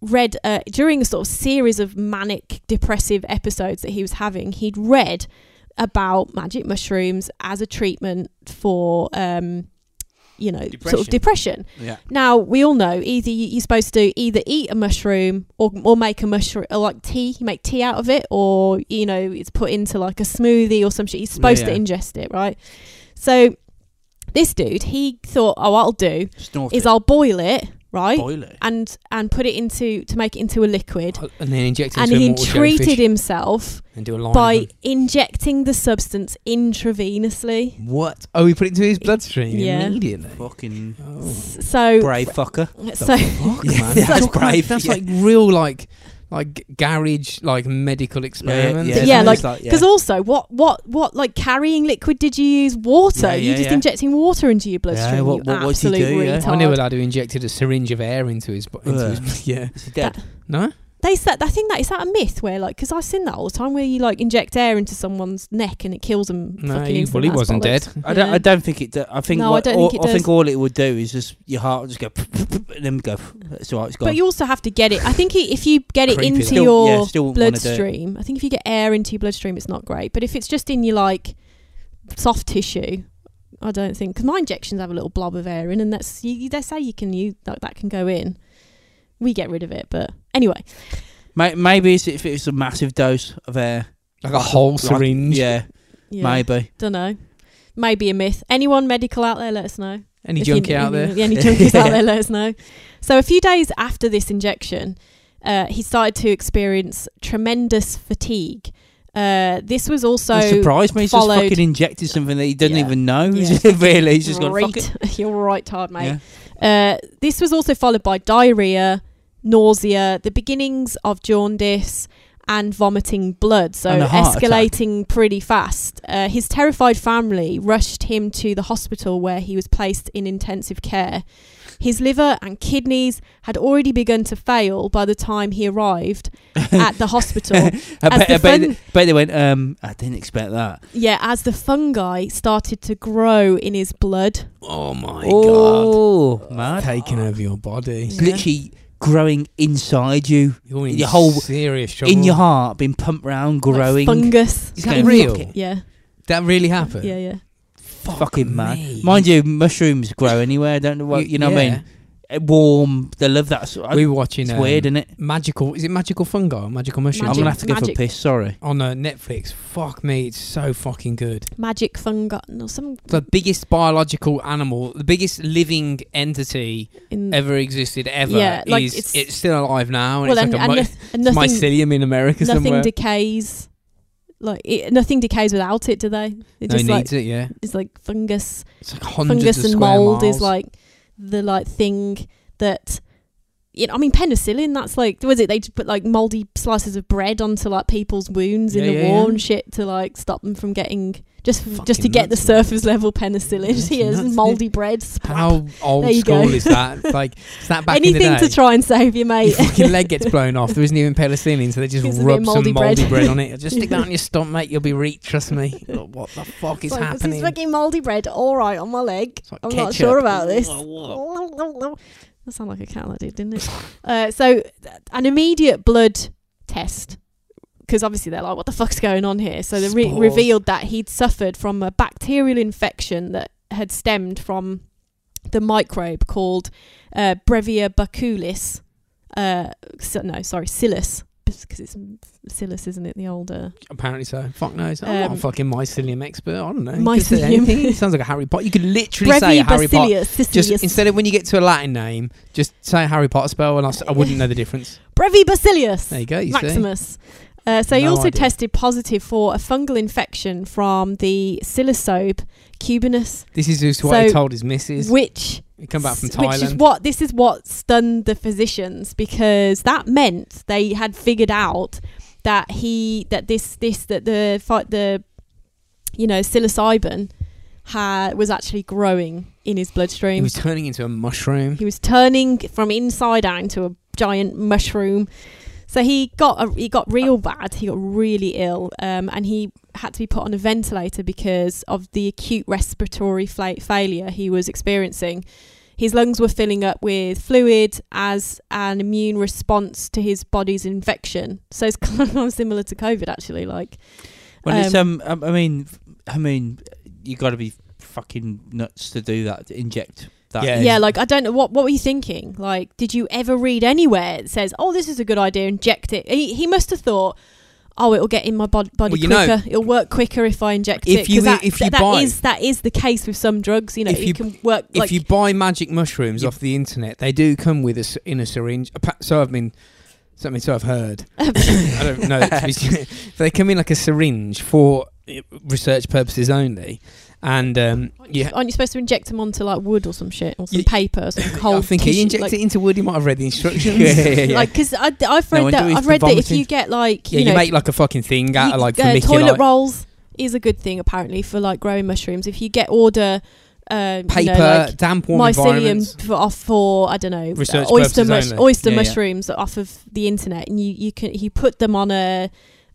C: read uh, during a sort of series of manic depressive episodes that he was having he'd read about magic mushrooms as a treatment for um you know sort
D: Depression.
C: of depression
D: yeah,
C: now we all know either you- you're supposed to either eat a mushroom or or make a mushroom or like tea. You make tea out of it, or you know it's put into like a smoothie or some shit. You're supposed
D: yeah.
C: to ingest it, right? So this dude, he thought, oh, what I'll do
D: snort
C: is
D: it.
C: I'll boil it, right,
D: boil it.
C: and and put it into to make it into a liquid.
B: And then inject it
C: And
B: into a
C: he
B: mortal
C: treated
B: jellyfish Oh,
C: himself
B: and do a line.
C: by injecting the substance intravenously.
B: What? Oh, he put it into his bloodstream
C: Yeah.
B: immediately.
D: Fucking
B: Oh,
C: S- So,
D: brave fucker.
C: so
B: fuck,
D: Yeah, that's
B: man. That's, like-
D: brave,
B: that's
D: yeah.
B: like real, like, like garage, like medical experiment.
C: yeah, yeah, like-
D: it's yeah.
C: Because also, what what what like carrying liquid did you use? Water.
D: Yeah,
C: you
D: yeah,
C: just
D: yeah.
C: injecting water into your bloodstream.
D: what-
C: you
D: what- what'd he
C: absolute
D: do, yeah?
B: I knew a
C: retard.
B: lad who injected a syringe of air into his. bo- Into his yeah.
D: Is he dead?
B: No.
C: They said I think that is that a myth where like because I've seen that all the time where you like inject air into someone's neck and it kills them.
B: No.
C: fucking
B: He, well,
C: instantly.
B: he
C: That's
B: wasn't
C: bollocks.
B: dead.
D: I don't.
C: Yeah.
D: I don't think it. Do, I think.
C: No,
D: what,
C: I don't
D: all,
C: think it
D: I think
C: does.
D: all it would do is just your heart will just go and then go. It's all right. It's gone.
C: But you also have to get it. I think i- if you get it
B: Creepy.
C: into
D: Still-
C: your
D: yeah, still wouldn't wanna do it.
C: bloodstream, I think if you get air into your bloodstream, it's not great. But if it's just in your like soft tissue, I don't think because my injections have a little blob of air in, and that's you, you- they say you can use that, that can go in. We get rid of it, but anyway,
D: May- maybe it's if it's a massive dose of air.
B: Like a whole
D: Like-
B: syringe.
D: Yeah,
C: yeah,
D: maybe.
C: don't know. Maybe a myth. Anyone medical out there, let us know.
B: Any
C: If you-
B: junkie out
C: any-
B: there?
C: Any junkies out there, let us know. So a few days after this injection, uh, he started to experience tremendous fatigue. Uh, this was also
D: it surprised me. He's just
C: followed-
D: fucking injected something that he doesn't
C: Yeah.
D: even know.
C: Yeah.
D: really, he's just gone, fuck it.
C: Right. You're right, hard mate.
D: Yeah.
C: Uh, this was also followed by diarrhea, nausea, the beginnings of jaundice, and vomiting blood. So
D: And a heart attack.
C: escalating pretty fast. Uh, his terrified family rushed him to the hospital where he was placed in intensive care. His liver and kidneys had already begun to fail by the time he arrived at the hospital.
D: I
C: As
D: bet,
C: the
D: I bet,
C: fun-
D: bet they went, um, I didn't expect that.
C: Yeah, as the fungi started to grow in his blood.
B: Oh my
D: oh,
B: god!
D: mad.
B: Taking over your body.
D: It's literally growing inside you,
B: You're in
D: Your whole-
B: serious trouble.
D: in your heart, being pumped round,
C: like
D: growing.
C: fungus.
B: Is
D: It's
B: that
D: gonna
B: real?
D: fuck it.
C: Yeah,
B: That really happened.
C: yeah, yeah.
B: Fuck
D: Fucking
B: me.
D: mad. Mind you, mushrooms grow anywhere. Don't know what you know. What I mean, Uh, warm. They love that. Sort
B: yeah. We were watching.
D: it's
B: um,
D: weird, isn't it?
B: Magical. Is it magical fungi? Or magical mushroom?
D: I'm
C: Magic-
D: gonna have to go for a
C: magic-
D: piss. Sorry.
B: on uh, Netflix. Fuck me, it's so fucking good.
C: Magic fungi or some
B: The biggest biological animal, the biggest living entity
C: in
B: ever existed ever.
C: Mm. Yeah, like,
B: is, it's,
C: it's-
B: still alive now, and
C: well,
B: it's
C: and,
B: like
C: and,
B: a
C: noth- and
B: my,
C: nothing,
B: mycelium in America somewhere.
C: nothing decays. Like it, nothing decays without it, do they? It
B: no, it
C: just like
B: needs it. Yeah,
C: it's like fungus.
B: it's like hundreds
C: Fungus
B: of
C: and
B: square
C: mold
B: miles.
C: is like the like thing that. You know, I mean, penicillin. That's like, was it? They just put like moldy slices of bread onto like people's wounds in
B: Yeah,
C: the
B: yeah,
C: war
B: yeah.
C: and shit to like stop them from getting just just to
B: Fucking
C: get
B: nuts,
C: the
B: man.
C: surface level penicillin. Just
B: Fucking
C: here's
B: nuts, isn't it?
C: moldy bread. splat.
B: how old
C: There you
B: school
C: go.
B: is that? Like, is that back
C: Anything
B: in the day?
C: to try and save you, mate.
B: your fucking leg gets blown off. There isn't even penicillin, so they just
C: Gives a bit
B: rub
C: of
B: some
C: mouldy bread.
B: moldy bread on it. Just stick that on your stump, mate. You'll be reek. Trust me. What the fuck is
C: Like, this
B: happening?
C: is fucking moldy bread. All right, on my leg.
B: It's like
C: I'm not
B: ketchup.
C: sure about this. that sounded like a cat that did, didn't it? uh, so, th- an immediate blood test. Because obviously they're like, what the fuck's going on here? So they re-
B: Spores.
C: revealed that he'd suffered from a bacterial infection that had stemmed from the microbe called uh, Brevia baculis. Uh, so, no, sorry, Silus. Because it's Silus, isn't it? The older.
B: Apparently so. Fuck knows. I'm not a
C: Um,
B: fucking mycelium expert. I don't know. You could say
C: Mycelium.
B: anything. It sounds like a Harry Potter. You could literally say
C: Brevia
B: Harry Potter.
C: bacillus.
B: Just
C: sicilius.
B: instead of when you get to a Latin name, just say a Harry Potter spell, and I, s- I wouldn't know the difference.
C: Brevi bacillus.
B: There you go. You
C: Maximus. Uh, so he
B: No
C: also
B: idea.
C: tested positive for a fungal infection from the psilocybe cubanus,
B: see. This is what he
C: So,
B: told his missus.
C: which
B: He come back from
C: s- Which is
B: Thailand.
C: what this is what stunned the physicians because that meant they had figured out that he that this this that the fi- the you know psilocybin had was actually growing in his
B: He
C: bloodstream.
B: was turning into a mushroom.
C: He was turning from inside out into a giant mushroom. So he got a, he got real bad. He got really ill, um, and he had to be put on a ventilator because of the acute respiratory fla- failure he was experiencing. His lungs were filling up with fluid as an immune response to his body's infection. So it's kind of similar to COVID, actually. Like,
D: Well, it's
C: Um,
D: um, I I mean, I mean, you got to be fucking nuts to do that, to inject that.
B: Yeah.
D: in.
C: yeah, like I don't know what what were you thinking? Like, did you ever read anywhere that says, "Oh, this is a good idea, inject it"? He, he must have thought, "Oh, it'll get in my bod- body
B: Well, you know-
C: quicker. it'll work quicker if I inject
B: If
C: it." 'Cause
B: you-
C: that,
B: if you
C: that
B: buy-
C: is- that is the case with some drugs. You know,
B: If
C: it
B: you-
C: can work
B: if
C: like
B: you buy magic mushrooms
D: You-
B: off the internet, they do come with a s in a syringe. Appa- So I've been, so I mean, so I've heard. I don't know. that to be ser- they come in like a syringe for uh, research purposes only, and um, yeah.
C: aren't you supposed to inject them onto like wood or some shit or some
B: You-
C: paper or some cold?
B: I think
C: tissue,
B: he injects
C: like,
B: it into wood. He might have read the instructions.
D: Yeah, yeah, yeah.
C: Like, because I've
D: No,
C: read
D: and
C: that
D: do it
C: I've
D: for
C: read that if
D: vomiting.
C: you get like
B: Yeah,
C: you
B: you,
C: know
B: make like a fucking thing out
C: You-
B: of like
C: uh,
B: vermiculite.
C: toilet rolls is a good thing apparently for like growing mushrooms. If you get order um,
B: paper,
C: you know, like
B: damp warm environments.
C: mycelium for, off for I don't know uh,
B: Research
C: oyster
B: purposes
C: mush-
B: only.
C: oyster
D: Yeah, yeah.
C: mushrooms off of the internet, and you you can you put them on a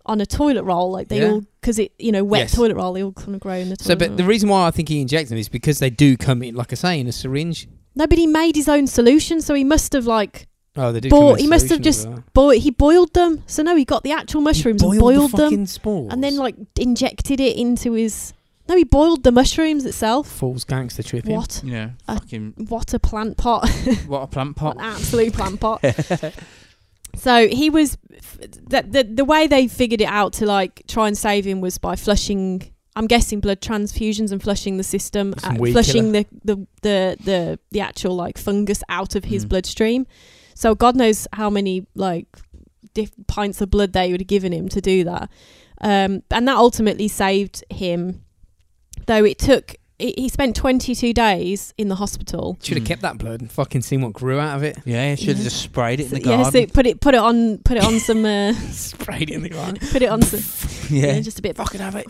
C: on a toilet roll like they
B: Yeah.
C: all because it you know wet
B: Yes.
C: toilet roll they all kind of grow in the toilet.
B: So, but the
C: roll.
B: reason why I think he injects them is because they do come in, like I say, in a syringe.
C: nobody made his own solution, so he must have like
B: Oh, they do.
C: Boil-
B: come in a
C: he must have
B: solution
C: just
B: as well.
C: boi- he boiled them. So no, he got the actual
B: He
C: mushrooms and
B: boiled the
C: boiled them,
B: fucking spores.
C: and then like injected it into his. No, he boiled the mushrooms itself.
B: Falls gangster tripping.
C: What?
D: yeah,
C: Uh,
D: fucking
C: What a plant pot.
D: what a plant pot.
C: An absolute plant pot. so he was the, the the way they figured it out to like try and save him was by flushing. I'm guessing blood transfusions and flushing the system,
B: Some
C: uh,
B: weed
C: flushing the, the the the the actual like fungus out of his
D: Mm.
C: bloodstream. So God knows how many like diff- pints of blood they would have given him to do that, um, and that ultimately saved him. Though it took, he he spent 22 days in the hospital.
B: Should have
D: Mm.
B: kept that blood and fucking seen what grew out of it.
D: Yeah, you should have just sprayed it in the
C: So- yeah,
D: garden.
C: so it put it put it on put it on some uh,
B: Sprayed it in the ground.
C: put it on some
D: yeah.
C: yeah, just a bit
B: Fucking have it.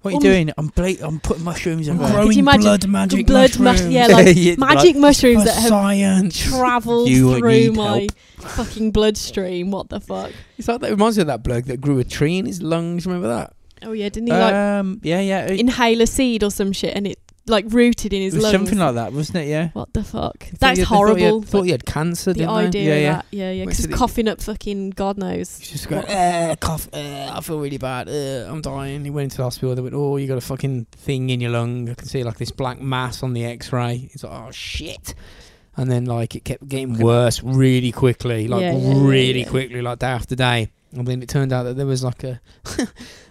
D: What are you
C: Um,
D: doing? I'm bla- I'm putting mushrooms
B: I'm
D: in. there.
C: Could you
B: growing
C: imagine-
B: blood magic
C: blood mush-
B: mushrooms.
C: yeah, like
D: Yeah,
C: magic mushrooms
B: for
C: that have
B: science.
C: travelled
D: You would
C: through
D: need
C: my fucking bloodstream. What the fuck?
B: It's like that reminds me of that bloke that grew a tree in his lungs. Remember that?
C: Oh yeah, didn't he
B: Uh,
C: like
D: Um, yeah, yeah. It,
C: inhale a seed or some shit and it like rooted in his
D: it was
C: lungs?
D: something like that, wasn't it? Yeah.
C: what the fuck?
B: They thought
C: That's
B: he had- they Thought he,
C: horrible.
B: had, thought he had cancer.
C: the
B: didn't
C: idea
B: They?
D: Yeah,
C: of that, yeah, yeah,
B: Wait,
C: because
B: so
C: he's
B: the-
C: coughing up fucking God knows.
B: He's just going, eh, cough, eh, I feel really bad, eh, I'm dying. He went into the hospital. They went, oh, you got a fucking thing in your lung. I can see like this black mass on the X-ray. He's like, oh shit. And then like it kept getting worse really quickly, like
C: Yeah, yeah, yeah,
B: really
C: yeah.
B: quickly, like day after day. And then it turned out that there was like a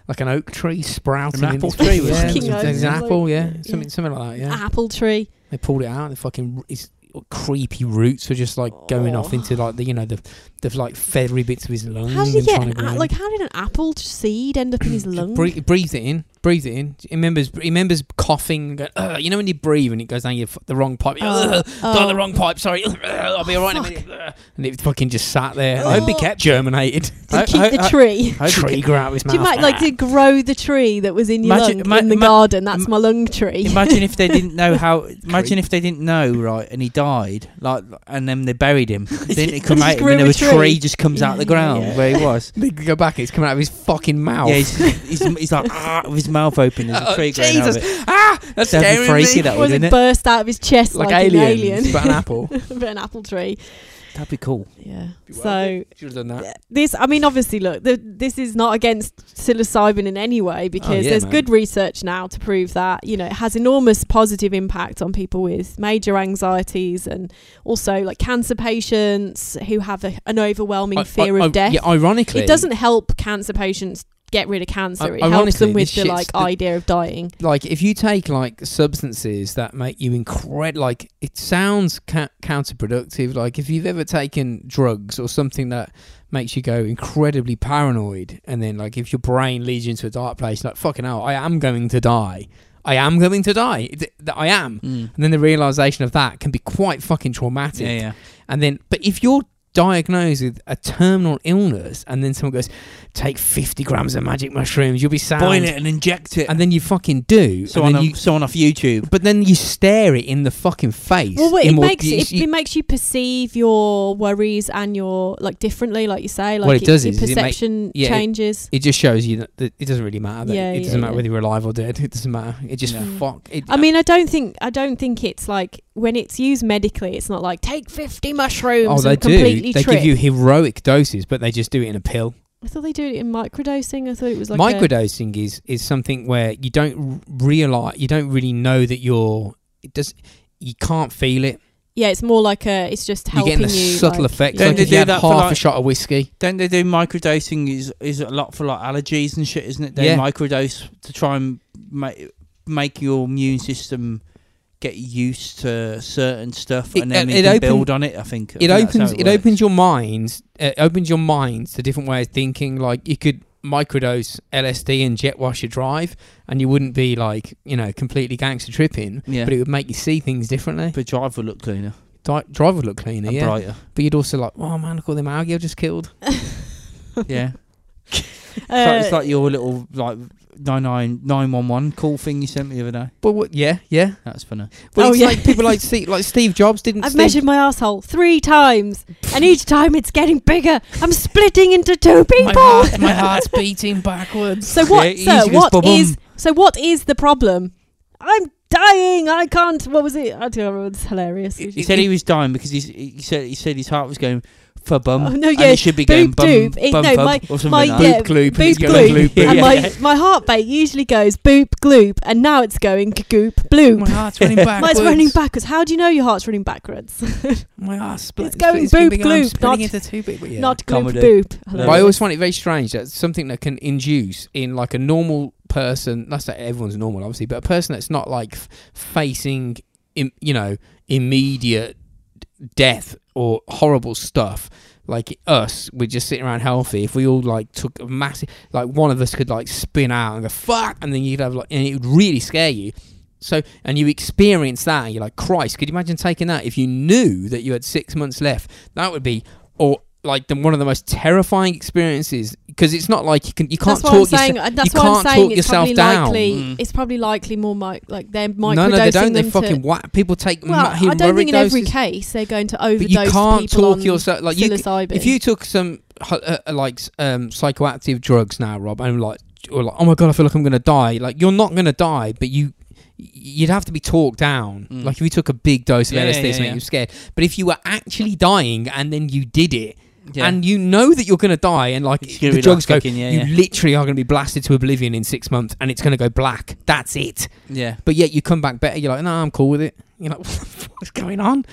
B: like an oak tree sprouting.
D: An
B: in
D: apple
B: his-
D: tree,
B: yeah,
D: wasn't
C: it? Fucking
B: it was an
C: oak.
B: apple, yeah,
C: Yeah.
B: something something like that. Yeah,
C: Apple tree.
B: they pulled it out, and the fucking r- his creepy roots were just like going off
C: Oh.
B: into like the you know the the like feathery bits of his lungs.
C: How did he
B: and
C: get
B: trying
C: an
B: to grow.
C: a- like? How did an apple t- seed end up in his lung?
B: Breathe, breathes it in, breathes it in. He remembers, he remembers coughing. And going, Ugh, you know when you breathe and it goes down your f- the wrong pipe.
C: Oh,
B: Ugh, down
C: oh.
B: the wrong pipe. Sorry, Ugh, I'll be alright in a
C: Fuck.
B: minute. Ugh. And it fucking just sat there. I hope it
C: Oh.
B: kept germinated.
C: Did
D: I-
C: he keep
D: I-
C: the
D: I-
C: tree?
D: I hope it
B: Tree
D: kept-
B: grew out of his
C: Do you
B: mouth.
C: might like to grow the tree that was in your
D: Imagine-
C: lung
D: ma-
C: in the
D: ma-
C: garden? That's
D: im-
C: my lung tree.
D: Imagine if they didn't know how. Imagine if they didn't know, right? And he died, like, and then they buried him. Then it come
C: Just
D: out, and
C: grew
D: then
C: a
D: a
C: tree.
D: tree just comes out the ground
B: Yeah.
D: where he was.
B: They could go back. It's coming out of his fucking mouth.
D: Yeah, he's, he's, he's like ah, with his mouth open. There's a
B: Oh,
D: tree growing out of it.
B: ah, that's
D: That'd be
B: scary.
D: freaky, that
C: it
D: would,
C: was
D: wouldn't
C: it
D: it?
C: burst out of his chest like,
B: like
C: an
B: aliens,
C: alien,
B: but an apple.
C: but an apple tree.
D: That'd be cool.
C: Yeah. So
B: should have done that.
C: this i mean obviously look the, this is not against psilocybin in any way because
B: yeah,
C: there's
B: man.
C: good research now to prove that you know it has enormous positive impact on people with major anxieties and also like cancer patients who have a, an overwhelming
B: I-
C: fear
B: I- I-
C: of death
B: Yeah, ironically,
C: it doesn't help cancer patients get rid of cancer
B: I-
C: it helps
B: ironically,
C: them with
B: this
C: the
B: shit's
C: like
B: the-
C: idea of dying
B: like if you take like substances that make you incred like it sounds ca- counterproductive like if you've ever taken drugs or something that makes you go incredibly paranoid and then like if your brain leads you into a dark place like fucking hell i am going to die i am going to die It- that i am and then the realization of that can be quite fucking traumatic
D: Mm. Yeah, yeah.
B: and then, but if you're diagnosed with a terminal illness, and then someone goes, "Take 50 grams of magic mushrooms, you'll be sound,"
D: Boil it and inject it.
B: and then you fucking do,
D: so
B: and
D: on,
B: then
D: um,
B: you,
D: someone off YouTube.
B: but then you stare it in the fucking face.
C: well, wait,
B: in
C: it
B: more-
C: makes
B: you-
C: it,
B: you-
C: it makes you perceive your worries and your like differently, like you say, like
B: What it does
C: your
B: is it make-
C: perception
B: yeah, it-
C: changes.
B: it just shows you that, that it doesn't really matter. That
C: Yeah,
B: it
C: yeah,
B: doesn't matter
C: yeah.
B: whether you're alive or dead. It doesn't matter. It just
D: No.
B: fuck. It,
C: I mean, I don't think I don't think it's like when it's used medically, it's not like take fifty mushrooms
B: oh, they
C: and
B: do.
C: completely
B: They
C: trip.
B: give you heroic doses, but they just do it in a pill.
C: I thought they do it in microdosing. I thought it was like a-
B: microdosing is is something where you don't realize you don't really know that you're it does you can't feel it
C: yeah, it's more like a. It's just
B: you're
C: helping
B: getting the
C: you.
B: subtle
C: like,
B: effects
D: Don't
B: like
D: they
B: if
D: do
B: you have
D: that
B: half
D: for
B: a
D: like-
B: shot of whiskey
D: Don't they do microdosing? Is is a lot for like allergies and shit, isn't it? They
B: Yeah.
D: microdose to try and make make your immune system get used to certain stuff,
B: It-
D: and then
B: uh,
D: it,
B: it
D: can
B: open-
D: build on it. I think I
B: it
D: think that's
B: opens
D: how
B: it,
D: works.
B: opens your mind it opens your minds to different ways of thinking like you could microdose LSD and jet wash your drive and you wouldn't be like you know completely gangster tripping
D: Yeah,
B: but it would make you see things differently
D: but drive will look cleaner
B: Di- drive would look cleaner
D: and
B: yeah
D: brighter.
B: but you'd also like oh man look all them algae I just killed
D: yeah,
C: uh,
D: it's, like, it's like your little like nine nine nine one one call thing you sent me the other day.
B: but what yeah yeah
D: That's funny.
B: Well,
C: Oh,
B: it's
C: yeah.
B: like people like Steve, like Steve Jobs didn't.
C: I've
B: Steve,
C: measured my asshole three times, and each time it's getting bigger. I'm splitting into two people.
B: my heart's beating backwards.
C: So what?
D: Yeah,
C: so
D: easy, just
C: what
D: bob 'em.
C: is? So what is the problem? I'm dying. I can't. What was it? I don't remember. It's hilarious.
D: He said he was dying because he's, he said he said his heart was going for bum.
C: Oh, no,
D: and
C: yeah,
D: it should be going
C: boob
D: bum
C: doop. It-
D: bum
C: no,
D: bub
C: my-
D: or something
C: my-
D: like
C: yeah,
D: that.
B: Boop gloop.
C: boop
B: it's going
C: gloop.
B: gloop,
C: and
D: Yeah.
B: boop.
C: my, my heartbeat usually goes boop gloop and now it's going goop bloop.
B: heart's running backwards.
C: Mine's running backwards. How do you know your heart's running backwards?
B: My heart's split.
C: It's going
B: gonna
C: boop,
B: be going- I'm
C: gloop,
B: splitting
C: not-
B: into two bit- but yeah.
C: Not gloop
D: comedy.
C: boop.
D: No.
B: But I always find it very strange that something that can induce in like a normal person. That's not everyone's normal, obviously, but a person that's not like f- facing, Im, you know, immediate death or horrible stuff, like us, we're just sitting around healthy. If we all like took a massive, like one of us could like spin out and go fuck, and then you'd have like, and it would really scare you. So, and you experience that, and you're like, Christ, could you imagine taking that? If you knew that you had six months left, that would be, or like the, one of the most terrifying experiences because it's not like you can you can't
C: That's what
B: talk
C: I'm
B: yourse-
C: saying. uh, That's
B: you
C: what I'm
B: can't
C: saying.
B: talk
C: It's
B: yourself
C: probably
B: down.
C: likely.
D: Mm.
C: It's probably likely more mi- like they're microdosing
B: No, no, they don't. They
C: them
B: fucking
C: to.
B: whack. People take
C: Well,
B: ma-
C: I don't think in every
B: doses.
C: case they're going to overdose
B: but you can't
C: people
B: talk
C: on
B: yourself like you. c-
C: psilocybin.
B: If you took some hu- uh, uh, like s- um, psychoactive drugs now, Rob, and like, or like, oh my god, I feel like I'm gonna die. Like you're not gonna die, but you. You'd have to be talked down.
D: Mm.
B: Like if you took a big dose of
D: Yeah, yeah,
B: LSD,
D: yeah,
B: to make
D: yeah.
B: you scared. But if you were actually dying and then you did it,
D: Yeah.
B: and you know that you're going to die, and like
D: It's gonna be
B: the
D: like
B: drugs go,
D: fucking- yeah,
B: you
D: yeah.
B: literally are going to be blasted to oblivion in six months, and it's going to go black. That's it.
D: yeah.
B: But yet you come back better. You're like, no, I'm cool with it. You're like, what's going on?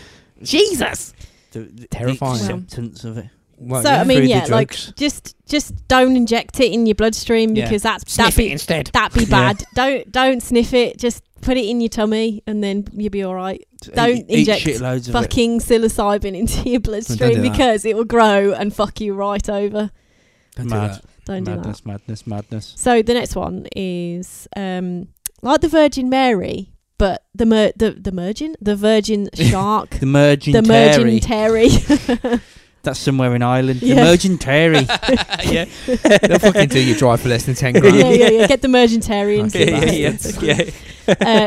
B: Jesus.
D: The, the
B: Terrifying.
D: acceptance of it.
B: Well,
C: so I
D: through
C: mean,
D: the
C: yeah, like
D: drugs.
C: just just don't inject it in your bloodstream
D: Yeah.
C: because that's
B: sniff
C: that'd
B: it
C: be
B: instead.
C: that'd be
D: Yeah.
C: bad. Don't don't sniff it. Just put it in your tummy and then you'll be all right. Don't
D: eat, eat
C: inject
D: shitloads of it.
C: Fucking psilocybin into your bloodstream
B: do that.
C: because it will grow and fuck you right over.
B: Don't do
D: Mad.
B: that.
C: Don't do that.
D: Madness, madness, madness.
C: So the next one is um, like the Virgin Mary, but the mer- the the Virgin the Virgin Shark,
D: The merging
C: the
D: Terry.
C: Virgin Terry.
D: That's somewhere in Ireland.
C: Yeah.
D: The merging Terry.
B: yeah. They'll fucking do you drive for less than 10 grand.
C: yeah, yeah, yeah. Get the Mergentary in.
B: Okay, yeah, yeah,
D: yeah.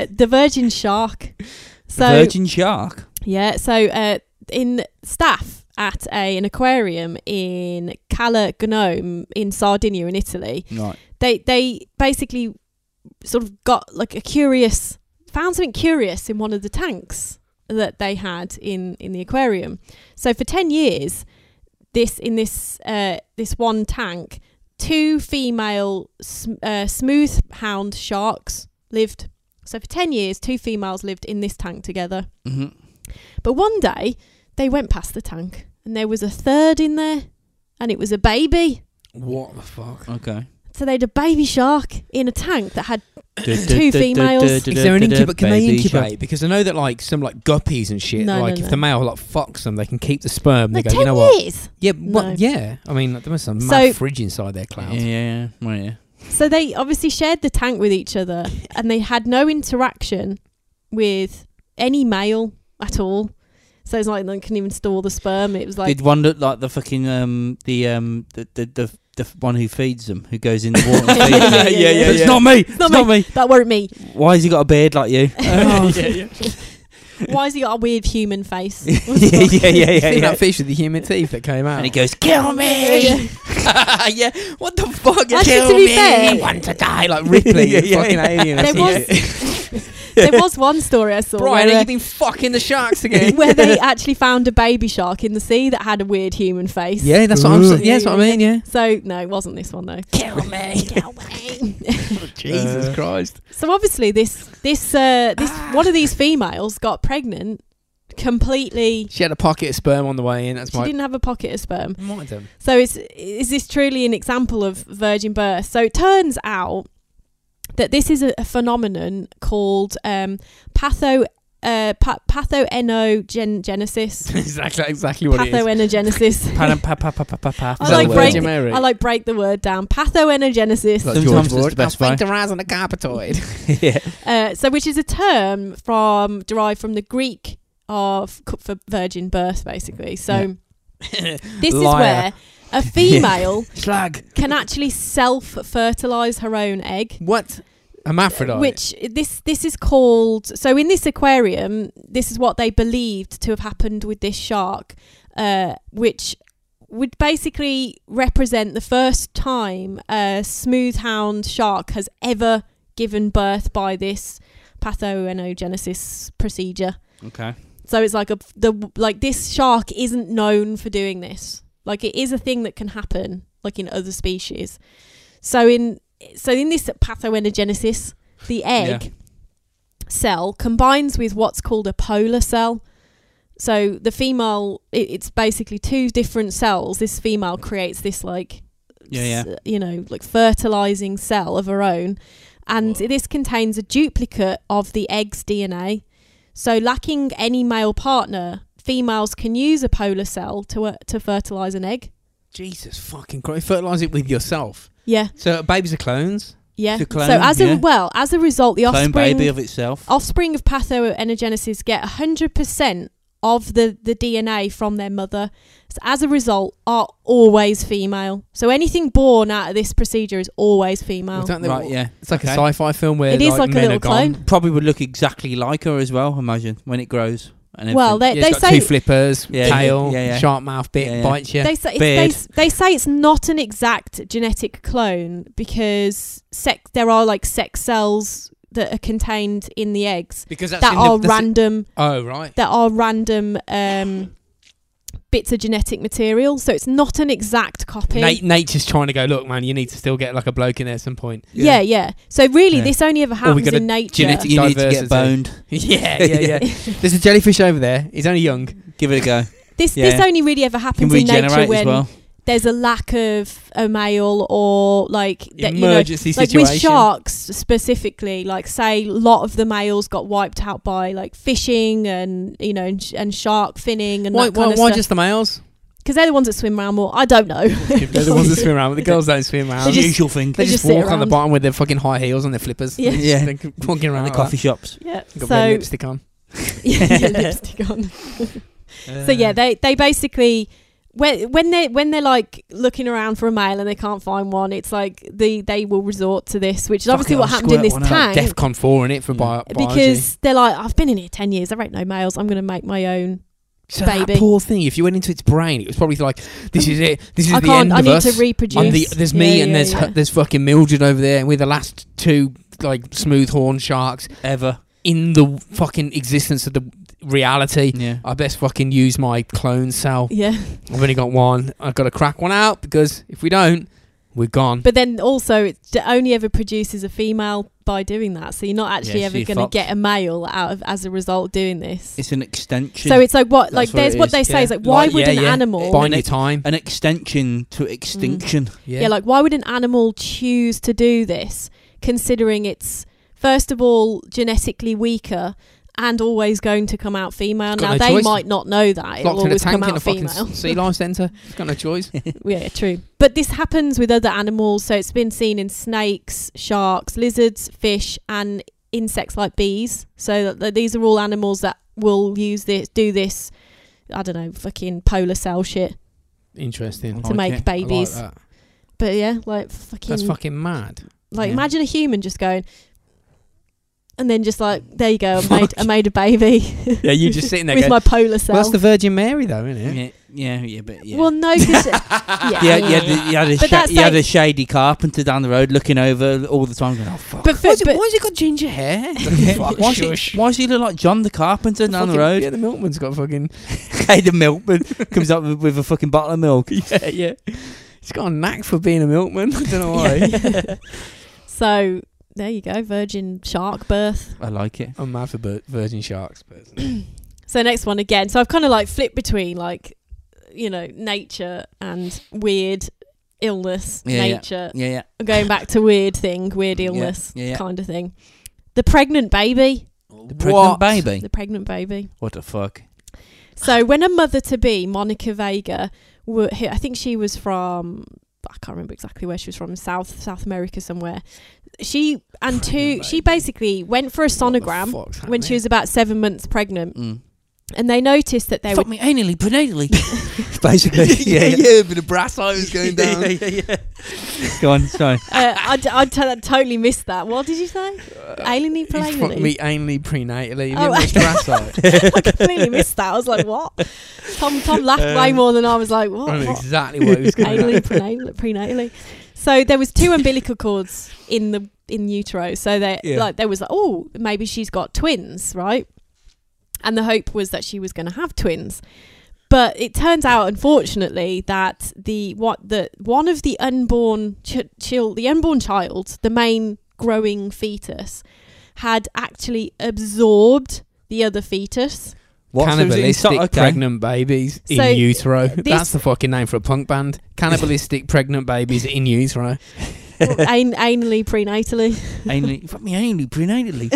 C: Uh, the Virgin Shark. So
D: Virgin shark.
C: yeah, so uh, in staff at a, an aquarium in Cala Gnome in Sardinia in Italy,
D: Right.
C: they they basically sort of got like a curious found something curious in one of the tanks that they had in in the aquarium so for 10 years this in this uh this one tank two female sm- uh, smooth hound sharks lived so for 10 years two females lived in this tank together
D: hmm
C: but one day they went past the tank and there was a third in there and it was a baby
B: What the fuck?
D: Okay.
C: so they had a baby shark in a tank that had Two females.
B: Is there an incubator? Can they
D: Baby
B: incubate?
D: shark.
B: Because I know that like some like guppies and shit,
C: No, no,
B: like if
C: no.
B: the male like fucks them, they can keep the sperm.
C: like
B: they go, you
C: 10
B: know what?
C: years.
B: Yeah, what?
C: No.
B: Yeah, I mean, there was some
C: So-
B: mad fridge inside their
D: Yeah,
B: cloud.
D: yeah, yeah. Well, yeah.
C: So they obviously shared the tank with each other and they had no interaction with any male at all. So it's like they couldn't even store the sperm. It was like,
D: Did one look like the fucking um the um the the the, the one who feeds them, who goes in the water? and feeds them?
C: Yeah, yeah, yeah,
D: It's not me. It's
C: not
D: not me.
C: that weren't me.
D: Why has he got a beard like you?
C: Oh. Why has he got a weird human face?
D: yeah, yeah, yeah,
B: You
D: yeah,
B: seen
D: yeah.
B: that fish with the human teeth that came out.
D: And he goes, "Kill me!"
C: Yeah.
B: yeah, what the fuck?
C: Actually, to be fair-
B: I want to die like Ripley,
D: Yeah,
B: yeah,
D: yeah,
B: fucking
D: yeah.
B: alien. or
C: There
B: some
C: was-
B: shit.
C: there was one story I saw
B: Brian,
C: where,
B: have you been fucking the sharks again?
C: where they actually found a baby shark in the sea that had a weird human face.
B: yeah, that's what I'm.
D: Ooh.
B: saying. Yeah, that's what I mean. Yeah.
C: So no, it wasn't this one though. Kill me, kill me.
D: Jesus
B: Christ.
C: So obviously, this this uh, this one of these females got pregnant completely.
B: She had a pocket of sperm on the way in. That's
C: She
B: my.
C: didn't have a pocket of sperm.
B: Might have done.
C: So is is this truly an example of virgin birth? So it turns out that this is a, a phenomenon called um, patho uh, pa- pathoenogenesis.
B: exactly, exactly what it is.
C: pathoenogenesis.
D: Pan and pa pa pa pa pa pa.
C: I
B: Is that
C: like
B: the
C: break-
B: Virgin Mary.
C: I like break the word down. Pathoenogenesis.
B: Like
D: Sometimes
B: George
D: it's the
B: Ward.
D: best
B: I
D: way.
B: faked a rise on a carpetoid.
D: yeah.
C: Uh, so which is a term from derived from the Greek of for virgin birth, basically. So this is
D: Liar.
C: where a female
B: Slag.
C: can actually self-fertilize her own egg.
B: What? Hermaphrodite.
C: Which this this is called. So in this aquarium, this is what they believed to have happened with this shark, uh, which would basically represent the first time a smooth hound shark has ever given birth by this pathoenogenesis procedure.
D: Okay.
C: So it's like a the like this shark isn't known for doing this. Like it is a thing that can happen, like in other species. So in so in this pathoenogenesis, the egg cell combines with what's called a polar cell. So the female, it, it's basically two different cells. This female creates this like
D: Yeah,
C: s- you know, like fertilizing cell of her own. And
D: Whoa.
C: this contains a duplicate of the egg's DNA. So, lacking any male partner, females can use a polar cell to uh, to fertilize an egg.
B: Jesus fucking Christ! Fertilize it with yourself.
C: Yeah,
B: So babies are clones.
C: yeah.
D: To clone,
C: so as
D: yeah.
C: a well, as a result, the
D: Clone
C: offspring
D: baby of itself.
C: offspring of pathoenergenesis get 100% of the, the DNA from their mother. So as a result, are always female. So anything born out of this procedure is always female.
B: Well, don't they-
D: Right, yeah.
B: It's like a
D: Okay.
B: sci-fi film where
C: Oh. It is like a
B: men
C: little
B: are gone.
C: clone.
D: Probably would look exactly like her as well. Imagine when it grows. And
C: Well,
D: everything.
C: they,
B: Yeah,
C: they
B: it's got
C: say
B: two flippers,
D: Yeah,
B: tail,
D: yeah, yeah.
B: sharp mouth bit,
D: Yeah, yeah.
B: bites you.
C: They say, it's,
D: Beard.
C: they, they say it's not an exact genetic clone because sex, there are like sex cells that are contained in the eggs
B: because that's
C: that
B: in
C: are
B: the, that's in-
C: random
B: Oh right.
C: that are random um, bits of genetic material so it's not an exact copy
B: Nate, nature's trying to go. Look, man, you need to still get like a bloke in there at some point.
C: Yeah, yeah. So really,
D: Yeah.
C: this only ever
B: Or we
C: happens
B: gotta
C: in nature.
D: genetic, you need to
B: Diversity.
D: get boned.
B: yeah, yeah, yeah. There's a jellyfish over there. He's only young.
D: Give it a go.
C: this
D: Yeah.
C: this only really ever
D: Can
C: happens in nature
D: regenerate as
C: when
D: well.
C: there's a lack of a male or like that, you know,
B: Emergency
C: like
B: situation.
C: with sharks specifically. Like say, a lot of the males got wiped out by like fishing and you know and, sh- and shark finning and
B: Why,
C: that kind
B: why,
C: of
B: why
C: stuff.
B: just the males?
C: Because they're the ones that swim around more. I don't know.
B: They're the ones that swim around. The girls don't swim around.
C: They just-
D: Unusual thing.
C: They
B: They
C: just
B: just,
C: sit
B: walk on the
C: around.
B: bottom with their fucking high heels and their flippers.
C: Yeah.
D: Yeah.
B: They're walking around
D: the
B: like
D: coffee shops.
C: yeah.
B: that. Got red
C: So
B: lipstick on.
C: yeah, lipstick on. So yeah, they they basically when when they when they're like looking around for a male and they can't find one, it's like the they will resort to this, which is
D: Fuck
C: obviously
D: it,
C: what
D: I'll
C: happened in
D: squirt
C: this
D: one out.
C: tank
B: DEFCON 4 in it for
D: Mm.
B: bio- biology.
C: because they're like, I've been in here ten years, there ain't no males, I'm gonna make my own.
B: so
C: baby.
B: that poor thing, if you went into its brain, it was probably like, this is it. This is
C: I
B: the
C: can't.
B: end
C: I
B: of
C: need
B: us.
C: to reproduce.
B: I'm the, there's me
C: Yeah,
B: and
C: yeah,
B: there's
C: yeah.
B: there's fucking Mildred over there, and we're the last two like smooth horn sharks
D: Ever.
B: in the fucking existence of the reality.
D: Yeah.
B: I best fucking use my clone cell.
C: yeah.
B: I've only got one. I've got to crack one out because if we don't, we're gone.
C: But then also, it d- only ever produces a female by doing that, so you're not actually
D: Yeah,
C: ever
D: she
C: going to
D: fucked.
C: get a male out of as a result of doing this.
D: It's an extension.
C: so it's like what, like
D: That's what
C: there's
D: it
C: what
D: is,
C: they say
B: yeah.
C: is like, why
B: Like,
C: would
B: yeah,
C: an
B: yeah.
C: animal
B: Buying your time.
D: an extension to extinction.
B: Yeah.
C: Uh, Yeah. like why would an animal choose to do this, considering it's first of all genetically weaker and always going to come out female?
B: It's
C: Now
B: got no
C: they
B: choice.
C: might not know that it'll
B: locked in a
C: always come
B: tank in
C: out
B: a fucking
C: female.
B: s- sea life centre. It's got no choice.
C: yeah, true. But this happens with other animals, so it's been seen in snakes, sharks, lizards, fish, and insects like bees. So that, that these are all animals that will use this, do this. I don't know, fucking polar cell shit
B: Interesting.
C: to
D: Like
C: make
D: it. I like
C: babies.
B: that.
C: But yeah, like fucking
B: That's fucking mad.
C: Like
D: Yeah.
C: imagine a human just going, and then just like there you go, I made I made a baby
B: yeah, you just sitting there.
C: with
B: Going,
C: my polar
B: well, that's
C: cell.
B: the Virgin Mary, though, isn't
D: Yeah.
B: it?
D: Yeah. Yeah. but yeah.
C: Mm. Well, no, 'cause- yeah,
D: yeah, yeah, the- you had a
C: But
D: sha-
C: that's
D: you had a
C: like-
D: shady carpenter down the road looking over all the time. Going, oh fuck!
C: but,
B: Why,
C: for,
B: is it,
C: but
B: why has he got ginger hair?
D: Fuck, why's he, why's he look like John the carpenter down the
B: Fucking-
D: road?
B: Yeah, the milkman's got fucking.
D: Hey, the milkman comes up with, with a fucking bottle of milk.
B: Yeah, yeah. He's got a knack for being a milkman. I don't know why.
C: so there you go, virgin shark birth.
D: I like it.
B: I'm mad for bir- virgin sharks, but
C: So next one again. So I've kind of like flipped between like, you know, nature and weird illness.
D: Yeah, yeah.
C: nature.
D: Yeah, yeah.
C: I'm going back to weird thing, weird
D: Yeah,
C: illness
D: yeah, yeah.
C: kind of thing. The pregnant baby.
D: The pregnant
B: What?
D: baby.
C: The pregnant baby.
D: What the fuck?
C: So when a mother to be, Monica Vega, were, he- I think she was from. I can't remember exactly where she was from, South South America somewhere. She and two, she basically went for a sonogram when she was about seven months pregnant,
D: Mm.
C: and they noticed that they
D: Fuck
C: were
D: me anally, prenatally. Basically, yeah, yeah.
B: but the brass eye was going down.
D: yeah, yeah, yeah. Go on, sorry.
C: uh, I, d- I t- I totally missed that. What did you say? Alienly
B: He's Uh, fucked me
C: plainly.
B: anally prenatally. You
C: Oh,
B: didn't watch brass eye.
C: I completely missed that. I was like, what? Tom Tom laughed way more than I was like,
B: I
C: what?
B: don't know
C: what?
B: exactly what he was going
C: Anally,
B: to
C: prenatally, prenatally. So there was two umbilical cords in the in utero. So they
D: Yeah.
C: like there was like, oh, maybe she's got twins, right? And the hope was that she was going to have twins. But it turns out, unfortunately, that the what the one of the unborn ch- child, the unborn child, the main growing fetus, had actually absorbed the other fetus.
D: What's the- it's
B: Cannibalistic
D: not- okay.
B: pregnant babies in
C: So,
B: utero.
C: this-
B: That's the fucking name for a punk band. Cannibalistic pregnant babies in utero.
C: an- anally, prenatally.
D: Anally, fuck me anally, prenatally.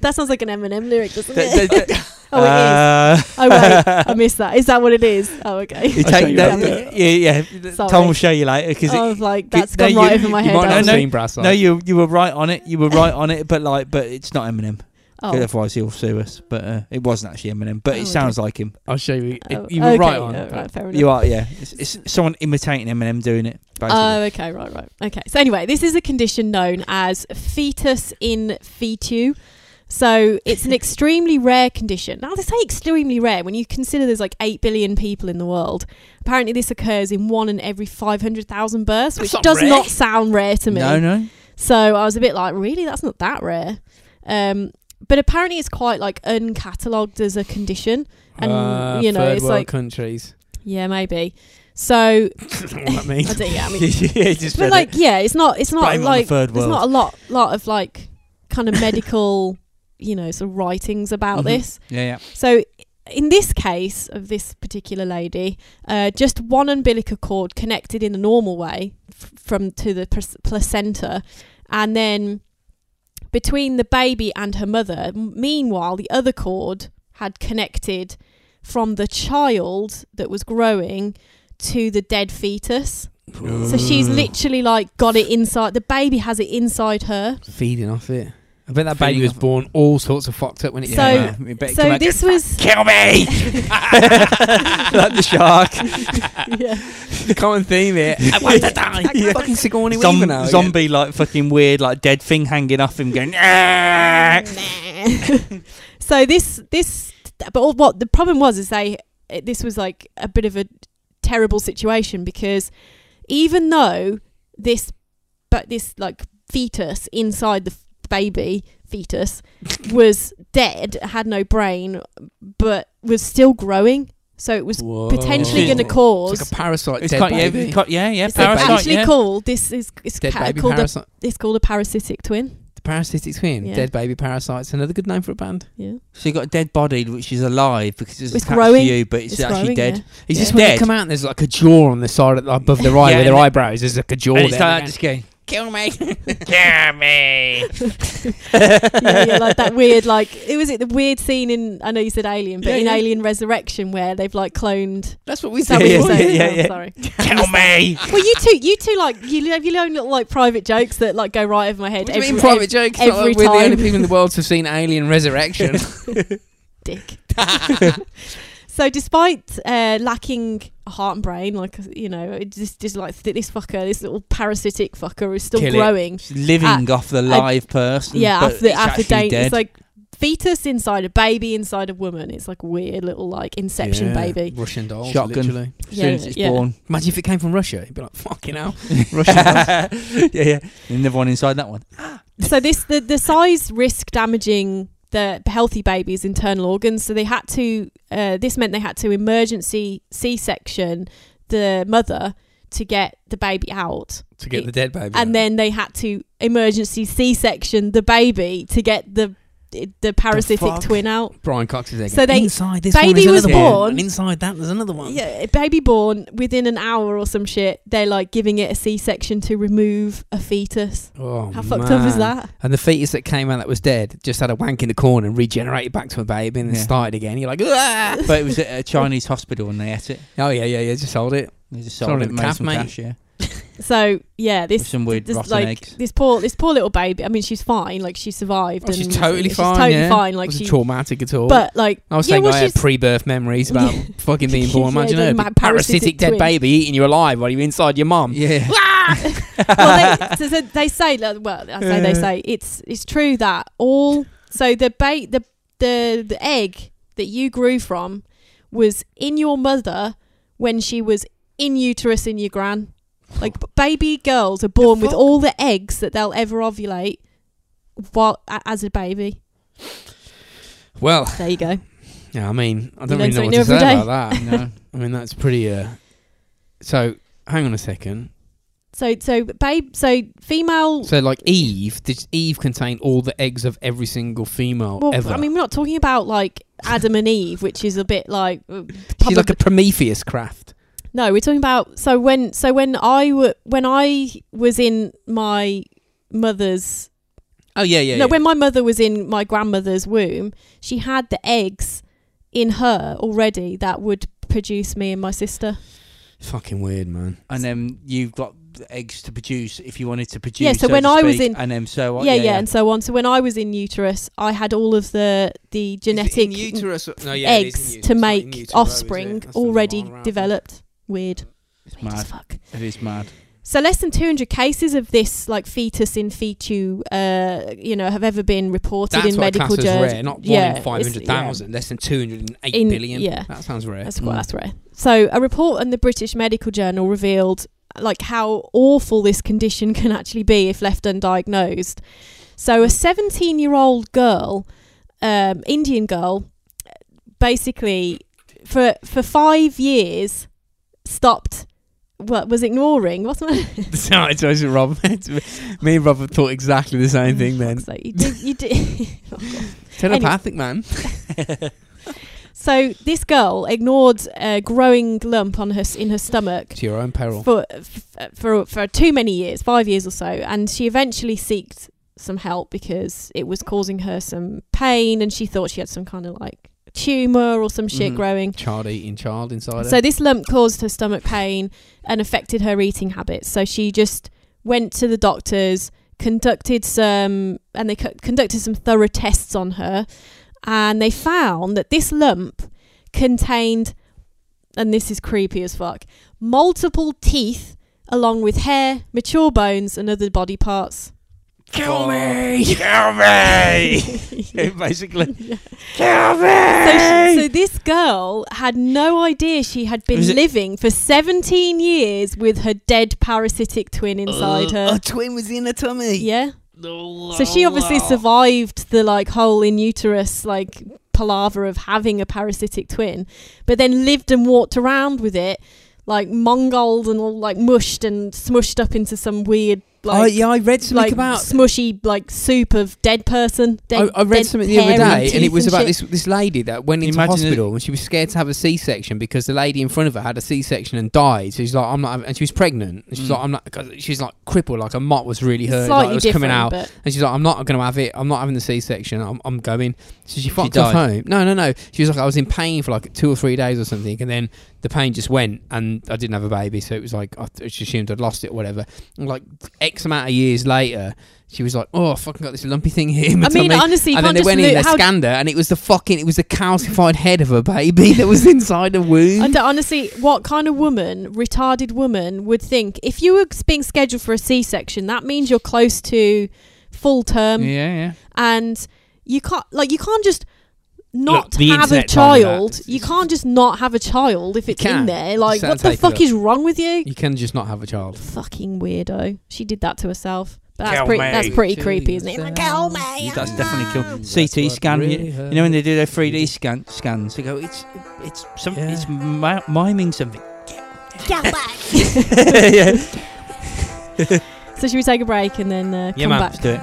C: That sounds like an Eminem lyric, doesn't
D: Th-
C: it?
D: th- th-
C: Oh, it is. Oh wait, I missed that. Is that what it is? Oh, okay.
D: You
E: I'll show
D: take
E: you
D: that,
E: after.
D: yeah, yeah.
C: Sorry.
D: Tom will show you later because
C: I was Oh, like,
D: you-
C: that's
D: no,
C: gone
D: you-
C: right over my
D: you
C: head.
D: might
C: I
D: not
B: I've
C: was
D: know.
C: like,
B: seen brass on.
D: no, you you were right on it. You were right on it, but like, but it's not Eminem. 'cause
C: oh,
D: Otherwise, he'll sue us. But uh, it wasn't actually Eminem. But
C: Oh,
D: it
C: okay.
D: sounds like him.
B: I'll show you. It,
C: oh,
B: you were
C: okay,
B: right on.
C: oh,
B: it,
C: right, fair enough.
D: You are, yeah. It's, it's someone imitating Eminem doing it. Basically.
C: Oh, okay, right, right. Okay. So anyway, this is a condition known as fetus in fetu. So it's an extremely rare condition. Now they say extremely rare when you consider there's like eight billion people in the world. Apparently, this occurs in one in every five hundred thousand births, which
B: That's not
C: does
B: rare.
C: not sound rare to me.
D: no, no.
C: So I was a bit like, really, that's not that rare. Um, but apparently, it's quite like uncatalogued as a condition. And
B: Uh,
C: you know,
B: third
C: it's
B: world
C: like,
B: countries.
C: yeah, maybe. So
B: What that means.
C: I don't, yeah, I mean,
D: yeah, just
C: but
D: said
C: like,
D: it.
C: yeah, it's not, it's not
D: Blame it on the
C: like,
D: third
C: there's
D: world.
C: not a lot, lot of like, kind of medical, you know, sort of writings about
D: Mhm.
C: this.
D: yeah, yeah.
C: So in this case of this particular lady, uh, just one umbilical cord connected in the normal way f- from to the pres- placenta, and then between the baby and her mother. M- Meanwhile, the other cord had connected from the child that was growing to the dead fetus. So she's
B: Mm.
C: literally like got it inside. The baby has it inside her.
B: feeding off it. I bet that
D: Feeding
B: baby was
D: off-
B: born all sorts of fucked up when it
C: So-
B: came out.
D: You better
C: so
D: come back.
C: this was
D: kill me like the shark.
C: yeah.
B: The common theme here. I want to die.
D: Yeah.
B: Fucking Sigourney
D: Zom-
B: Weaver now.
D: zombie like fucking weird like dead thing hanging off him going "Ah."
C: Nah. so this this but all, what the problem was is they it- this was like a bit of a terrible situation because even though this but this like fetus inside the f- baby fetus was dead had no brain but was still growing so it was
B: Whoa.
C: potentially
D: It's
C: going to
D: like a
C: cause
B: It's like a parasite.
D: it's
B: dead
D: quite, yeah,
B: baby.
D: it's quite yeah yeah
C: it's
B: parasite,
C: actually
D: yeah.
C: called this is it's
B: dead
C: ca-
B: baby
C: called a,
B: parasite.
C: it's called a parasitic twin
B: The parasitic twin.
C: Yeah.
B: Dead baby parasites. Another good name for a band.
C: yeah
D: so you got a dead body which is alive because it's,
C: It's
D: attached
C: growing.
D: to you but it's, actually
C: growing,
D: dead
C: yeah.
B: Is this
D: Yeah.
B: when
D: Dead.
B: they come out and there's like a jaw on the side of, above their eye
D: Yeah,
B: where their
D: and it-
B: eyebrows? There's like a jaw
D: and it's
B: there.
D: like just going
B: Kill me.
D: kill me
C: yeah, yeah, like that weird, like it was it the weird scene in I know you said Alien, but
B: Yeah,
C: in
B: yeah.
C: Alien Resurrection where they've like cloned.
B: That's what we
C: Is that
B: said.
C: what
D: Yeah, yeah,
C: you're saying?
D: yeah,
C: Oh,
D: yeah.
C: Sorry.
D: kill me
C: Well, you two, you two, like you have your own little like private jokes that like go right over my head.
B: What do you mean
C: every-
B: private joke? It's not
C: every
B: like we're the only
C: time.
B: people in the world to have seen Alien Resurrection.
C: dick. so despite uh, lacking a heart and brain, like you know, it just, just like th- this fucker, this little parasitic fucker, is still
B: Kill it.
C: growing.
D: It's living off the live person
C: Uh,
D: Mm,
C: Yeah,
D: but
C: after
D: it's
C: after
D: actually
C: date,
D: dead.
C: it's like fetus inside a baby inside a woman. It's like a weird little like Inception baby.
B: Russian dolls.
D: Shotgun.
B: Literally.
D: as soon as it's born
B: Imagine if it came from Russia. You'd be like, fucking hell.
D: yeah yeah another one inside that one
C: so this the, the size risk damaging the healthy baby's internal organs so they had to uh, this meant they had to emergency c-section the mother to get the baby out
B: To get the dead baby.
C: and then they had to emergency c-section the baby to get the the parasitic
B: fuck?
C: twin out
B: Brian Cox is there.
C: So
B: going,
C: they-
B: inside this
C: baby
B: one, there's
C: was
B: another
C: born.
B: One, and inside that, there's another one.
C: yeah baby born within an hour or some shit they're like giving it a c-section to remove a fetus
B: Oh,
C: how fucked up is
B: man.
C: that
B: And the fetus that came out that was dead just had a wank in the corner and regenerated back to a baby and then
D: Yeah.
B: started again. You're like, "Ah!"
D: but it was at a Chinese hospital and they ate it
B: oh yeah, yeah, yeah. Just hold it.
D: they just
B: Sold
D: sold
B: it
D: it
B: to
D: made
B: calf,
D: some
B: mate.
D: cash yeah
C: So yeah,
D: with
C: this
D: some weird
C: this
D: rotten
C: like
D: eggs
C: this poor this poor little baby. I mean, she's fine. Like she survived.
B: Oh, she's
C: and
B: totally
C: she's
B: fine.
C: Totally
B: yeah.
C: fine.
B: it
C: Like
B: wasn't
C: she.
B: traumatic at all.
C: But like
B: I was
C: yeah,
B: saying
C: well,
B: I had
C: she's-
B: pre-birth memories about fucking being
C: Yeah,
B: born. Imagine
C: the
B: her
C: ma-
B: the
C: parasitic
B: parasitic dead
C: twin.
B: baby eating you alive while you're inside your mum.
D: yeah
C: well, they, so, so they say. like, Well, I say they say it's it's true that all. So the bait the the the egg that you grew from was in your mother when she was in uterus in your gran. Like b- baby girls are born with
B: fuck?
C: all the eggs that they'll ever ovulate while a- as a baby.
B: Well,
C: There you go.
B: yeah, I mean, I don't
C: learn
B: really
C: something new
B: know what to
C: every
B: say
C: day.
B: about that.
D: no
B: I mean, that's pretty. Uh, so, hang on a second.
C: So so babe so female
B: So, like Eve, did Eve contain all the eggs of every single female
C: well
B: ever?
C: I mean we're not talking about like Adam and Eve which is a bit like uh,
B: she's
C: probably,
B: like a Prometheus craft.
C: No, we're talking about so when so when I w- when I was in my mother's
B: Oh yeah, yeah.
C: No, when my mother was in my grandmother's womb, she had the eggs in her already that would produce me and my sister.
B: Fucking weird, man.
D: and then you've got the eggs to produce if you wanted to produce.
C: so
D: to
C: when I was
D: speak,
C: in-
D: and then so on.
C: yeah, yeah, and so on. So when I was in uterus, I had all of the the genetic
B: uterus. No, yeah, it is
C: eggs
B: in uterus,
C: to
B: it's not in
C: make
B: utero, is it?
C: offspring
B: That's the
C: already
B: one round.
C: developed. Weird.
D: It's
C: Weird as
D: mad.
C: fuck.
D: It is mad.
C: So less than 200 cases of this, like fetus in fetu, uh, you know, have ever been reported
B: That's
C: in
B: what I class
C: medical
B: as
C: journals.
B: rare. Not one
C: Yeah,
B: in
C: it's-
B: five hundred thousand. Less than two hundred and eight
C: In-
B: billion.
C: yeah.
B: that sounds rare.
C: That's quite
D: Mm.
C: that's rare. So a report in the British Medical Journal revealed like how awful this condition can actually be if left undiagnosed. So a 17-year-old girl, um, Indian girl, basically for for five years stopped. What was ignoring? What's my?
B: No, Mm. it's always Rob. Me and Rob have thought exactly the same thing. Then
C: So you did. You did.
B: telepathic, man.
C: so this girl ignored a growing lump on her s- in her stomach
B: To your own peril.
C: for f- for for too many years, five years or so, and she eventually seeked some help because it was causing her some pain, and she thought she had some kind of like tumor or some shit
D: Mhm.
C: growing.
B: Child eating child inside.
C: So this lump caused her stomach pain and affected her eating habits. So she just went to the doctors, conducted some, and they co- conducted some thorough tests on her, and they found that this lump contained, and this is creepy as fuck, multiple teeth along with hair, mature bones, and other body parts.
B: kill me.
D: Kill me!
C: so,
D: Basically,
B: Kill
C: she,
B: me.
C: so this girl had no idea she had been
D: Was it-
C: living for 17 years with her dead parasitic twin inside her.
B: A twin was in her tummy.
C: Yeah. So she obviously survived the like whole in uterus like palaver of having a parasitic twin, but then lived and walked around with it, like mongold and all like mushed and smushed up into some weird
B: oh,
C: like
B: yeah, I read something
C: like
B: about.
C: smushy like soup of dead person. Dead,
B: I, I read
C: dead
B: something the other
C: hair
B: day, and,
C: teeth
B: it was about
C: shit.
B: this this lady that went into
D: Imagine it-
B: hospital and she was scared to have a C section because the lady in front of her had a C section and died. So she's like, I'm not, having- and she was pregnant. And she's
D: Mm.
B: like, I'm not. 'cause She's like crippled, like a mot was really hurt, like
C: Slightly
B: it was
C: different,
B: coming out.
C: but
B: And she's like, I'm not going to have it. I'm not having the C-section. I'm, I'm going. So she fucked off
D: died.
B: home. No, no, no. She was like, I was in pain for like two or three days or something, and then the pain just went, and I didn't have a baby, so it was like I just assumed I'd lost it or whatever. And like X amount of years later, she was like, Oh, I fucking got this lumpy thing here. in my
C: I mean,
B: tummy."
C: honestly, you
B: and
C: can't
B: then they
C: just
B: went in,
C: look-
B: they
C: how
B: scanned her, and it was the fucking, it was the calcified head of her baby that was inside the
C: I
B: womb.
C: don't- honestly, what kind of woman, retarded woman, would think if you were being scheduled for a C-section, that means you're close to full term,
D: yeah,
C: and you can't like you can't just not
B: Look, the
C: have a
B: internet told me that.
C: child.
B: It's-
C: You
B: it's-
C: can't just not have a child if it's in
B: can.
C: there. Like,
B: Just
C: what the
B: take it
C: fuck
B: up.
C: is wrong with you?
B: You can just not have a child.
C: Fucking weirdo. She did that to herself. But that's
D: Kill
C: pretty.
D: me.
C: That's pretty
B: Kill
C: creepy, isn't it?
B: yourself.
C: Like, kill me.
D: yeah. That's
C: ah.
D: definitely cool.
B: That's
D: CT
B: what
D: scan.
B: really
D: you, you know when they do their three D
B: hurt.
D: scan scans, they go, it's it's some,
B: Yeah.
D: it's mi- miming something.
A: Kill me.
D: yeah,
C: So should we take a break and then uh,
B: Yeah,
C: come
B: man.
C: back?
D: let's do it.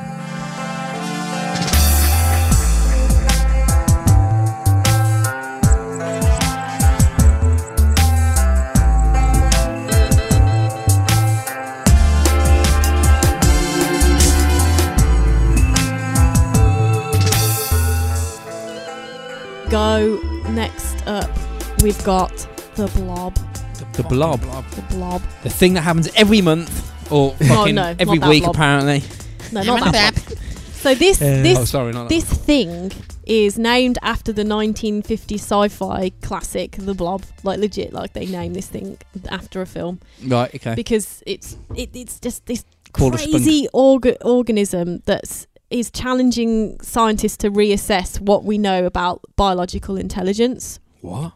C: Go next up. We've got the blob.
D: The blob.
C: The blob.
B: The thing that happens every month or fucking
C: Oh, no,
B: every
C: not that
B: week
C: blob.
B: apparently.
C: No, not that one. So this this
B: oh, sorry, not
C: this thing is named after the 1950 sci-fi classic The Blob. Like legit, like they named this thing after a film
D: Right. Okay.
C: because it's it, it's just this
D: Called a spunk.
C: crazy org- organism that's is challenging scientists to reassess what we know about biological intelligence.
B: that one. What?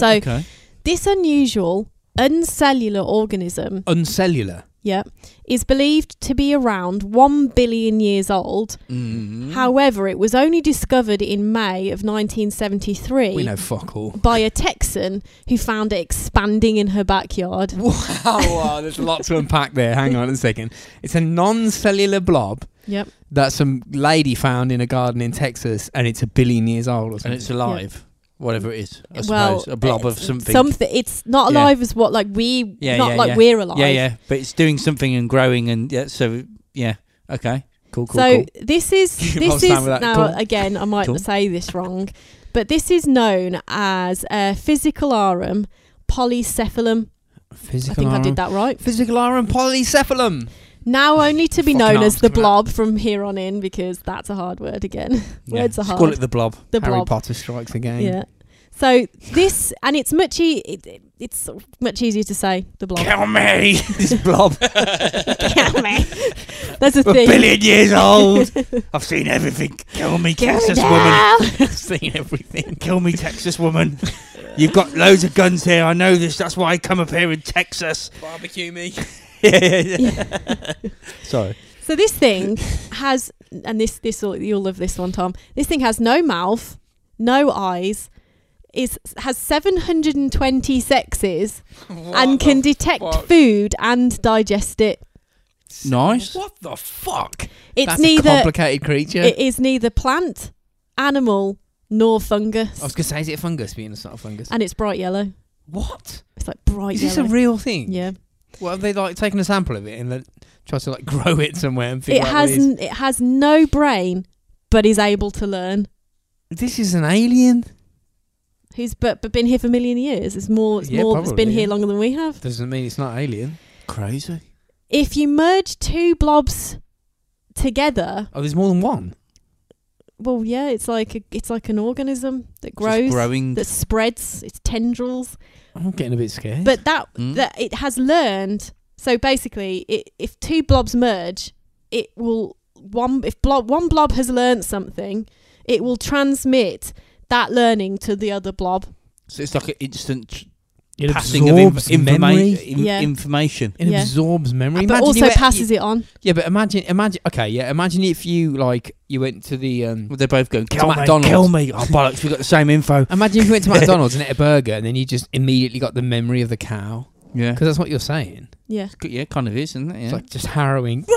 D: Right.
C: so-
D: okay.
C: This unusual uncellular organism
B: Uncellular.
C: yeah, is believed to be around 1 billion years old
D: Mm.
C: However, it was only discovered in May of 1973
B: We know fuck all.
C: by a Texan who found it expanding in her backyard.
B: Wow, wow, there's a lot to unpack there. Hang on a second. It's a non-cellular blob
C: Yep.
B: that some lady found in a garden in Texas, and it's a billion years old or
D: and
B: something.
D: it's alive, whatever it is. I
C: well,
D: suppose a blob of
C: it's
D: something.
C: Something. It's not
D: Yeah.
C: alive as what like we.
D: Yeah,
C: not
D: yeah,
C: like
D: yeah.
C: we're alive.
D: Yeah, yeah. But it's doing something and growing and yeah. So yeah. Okay. Cool. Cool.
C: so
D: cool.
C: this is
B: Well,
C: this
B: Sam,
C: is
B: with that
C: now
B: cool.
C: again. I might
D: Cool.
C: say this wrong, but this is known as uh, physicalarum polycephalum. I
B: Physical
C: think I did that right.
B: Physicalarum polycephalum.
C: Now only to be
D: Fucking
C: known
D: arms
C: as the
D: coming out.
C: blob from here on in because that's a hard word again.
D: Yeah.
C: Words are
D: Just Call
C: hard.
D: it the blob.
C: The
B: Harry
C: blob.
B: Potter strikes again.
C: Yeah. So this and it's much e- it, it's much easier to say the blob.
D: Kill me! this blob.
C: Kill me. There's a
D: A
C: thing.
D: billion years old. I've seen everything. Kill me,
C: Kill me
D: Texas woman.
C: now.
D: I've seen everything. Kill me, Texas woman. You've got loads of guns here. I know this. That's why I come up here in Texas.
B: Barbecue me.
D: yeah, yeah, yeah. Sorry.
C: So this thing has, and this this will, you'll love this one, Tom. This thing has no mouth, no eyes, is has 720 sexes, and can detect
B: fuck?
C: food and digest it.
D: Nice.
B: What the fuck?
C: It's
B: That's a
C: neither
B: complicated creature.
C: it is neither plant, animal, nor fungus,
B: I was gonna say, is it a fungus? Being it's not a fungus.
C: and it's bright yellow.
B: what?
C: It's like bright
B: Is
C: yellow.
B: this a real thing?
C: yeah,
B: What have they like taken a sample of it and then tried to like grow it somewhere and figure
C: it
B: out what
C: has
B: it is?
C: n- it has no brain, but is able to learn.
B: This is an alien.
C: Who's but, but been here for a million years? It's more. It's
B: Yeah,
C: more. it's been
B: probably, yeah.
C: here longer than we have.
B: Doesn't mean it's not alien.
D: Crazy.
C: if you merge two blobs together,
B: Oh, there's more than one.
C: well, yeah, it's like a, it's like an organism that
D: Just
C: grows,
D: growing.
C: that spreads its tendrils.
B: I'm getting a bit scared.
C: But that
D: Mm.
C: that it has learned. So basically, it, if two blobs merge, it will one if blob one blob has learned something, it will transmit that learning to the other blob.
D: so it's like an instant
B: it
D: passing of inf- informa-
B: memory.
D: in-
C: Yeah.
D: information.
B: It
C: Yeah.
B: absorbs memory.
C: But
B: Imagine
C: also
B: you went-
C: passes it on.
B: Yeah, but imagine, imagine. Okay, yeah, imagine if you like you went to the. um
D: Well, they're both going, kill
B: To
D: me,
B: McDonald's.
D: kill me. Oh, bollocks, we got the same info.
B: Imagine if you went to McDonald's and ate a burger, and then you just immediately got the memory of the cow,
D: Yeah.
B: because that's what you're saying.
C: Yeah.
D: Yeah, kind of is, isn't it? Yeah.
B: It's like just harrowing,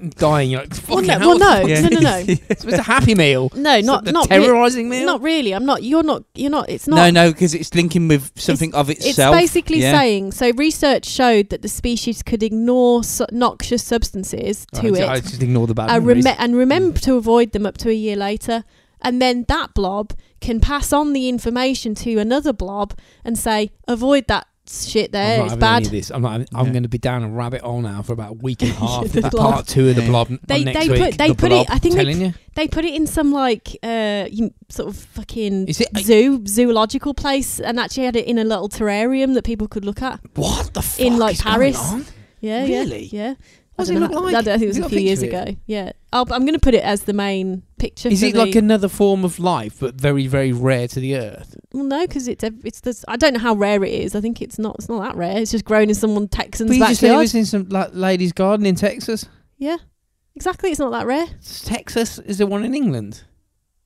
B: and dying. You're like,
C: Well,
B: fucking
C: no,
B: hell,
C: well,
B: what
C: no,
B: the
D: Yeah.
C: no, no, no,
B: fuck- It's a happy meal.
C: no,
B: It's
C: not
B: the
C: not re-
B: terrorizing meal.
C: not really. I'm not. You're not. You're not. It's not.
D: no, no, because it's linking with something of itself.
C: It's basically
D: yeah.
C: saying so. Research showed that the species could ignore su- noxious substances
B: Oh,
C: to
B: I, I
C: it
B: just ignore the bad
C: and,
B: memories.
C: reme- and remember to avoid them up to a year later. And then that blob can pass on the information to another blob and say, avoid that shit
B: I'm
C: there.
B: not
C: It's
B: having any
C: bad.
B: of this. I'm, not, having- I'm
D: Yeah.
B: going to be down a rabbit hole now for about a week and a half.
C: The
B: That
C: blob.
B: part two of the
D: Yeah.
B: blob n-
C: They-
B: on next
C: they
B: week.
C: put- they
B: The
C: put it-
B: blob,
C: I think they
B: telling you.
C: They put it in some like uh, you- sort of fucking
B: Is it- uh,
C: zoo zoological place and actually had it in a little terrarium that people could look at.
B: What the fuck
C: In, like,
B: is going
C: Paris.
B: on?
C: Yeah,
B: Really?
C: yeah, yeah.
B: What does
C: I
B: it
C: don't
B: look
C: know.
B: like?
C: I, don't- I think it was
B: Has it
C: a
B: got a
C: few years
B: picture of
C: ago. Yeah, I'll, I'm going to put it as the main picture.
B: Is
C: for
B: it
C: the,
B: like another form of life, but very, very rare to the earth?
C: Well, no, because it's a- it's this, I don't know how rare it is. I think it's not. It's not that rare. It's just grown in someone Texan's
B: But you just said it
C: backyard.
B: was in some like, lady's garden in Texas.
C: yeah, exactly. It's not that rare.
B: Texas is the one in England.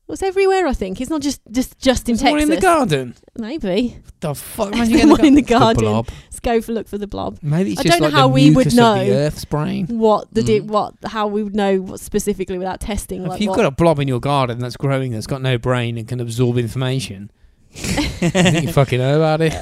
C: Well, It's everywhere. I think it's not just just just in
B: There's one
C: Texas.
B: in the garden.
C: Maybe
B: What the fuck?
C: There's
B: Imagine
C: the
B: you
C: one in the
B: get in the gar-
C: garden.
D: blob.
C: Let's go for look for the blob.
B: Maybe it's
C: I
B: just
C: don't know
B: like
C: how
B: the
C: we would
B: mucus
C: know.
B: of the Earth's brain.
C: What the di-
D: Mhm.
C: what how we would know what specifically without testing.
B: If
C: like
B: you've
C: what-
B: Mm-hmm. got a blob in your garden that's growing that's got no brain and can absorb information, you think you fucking know about it.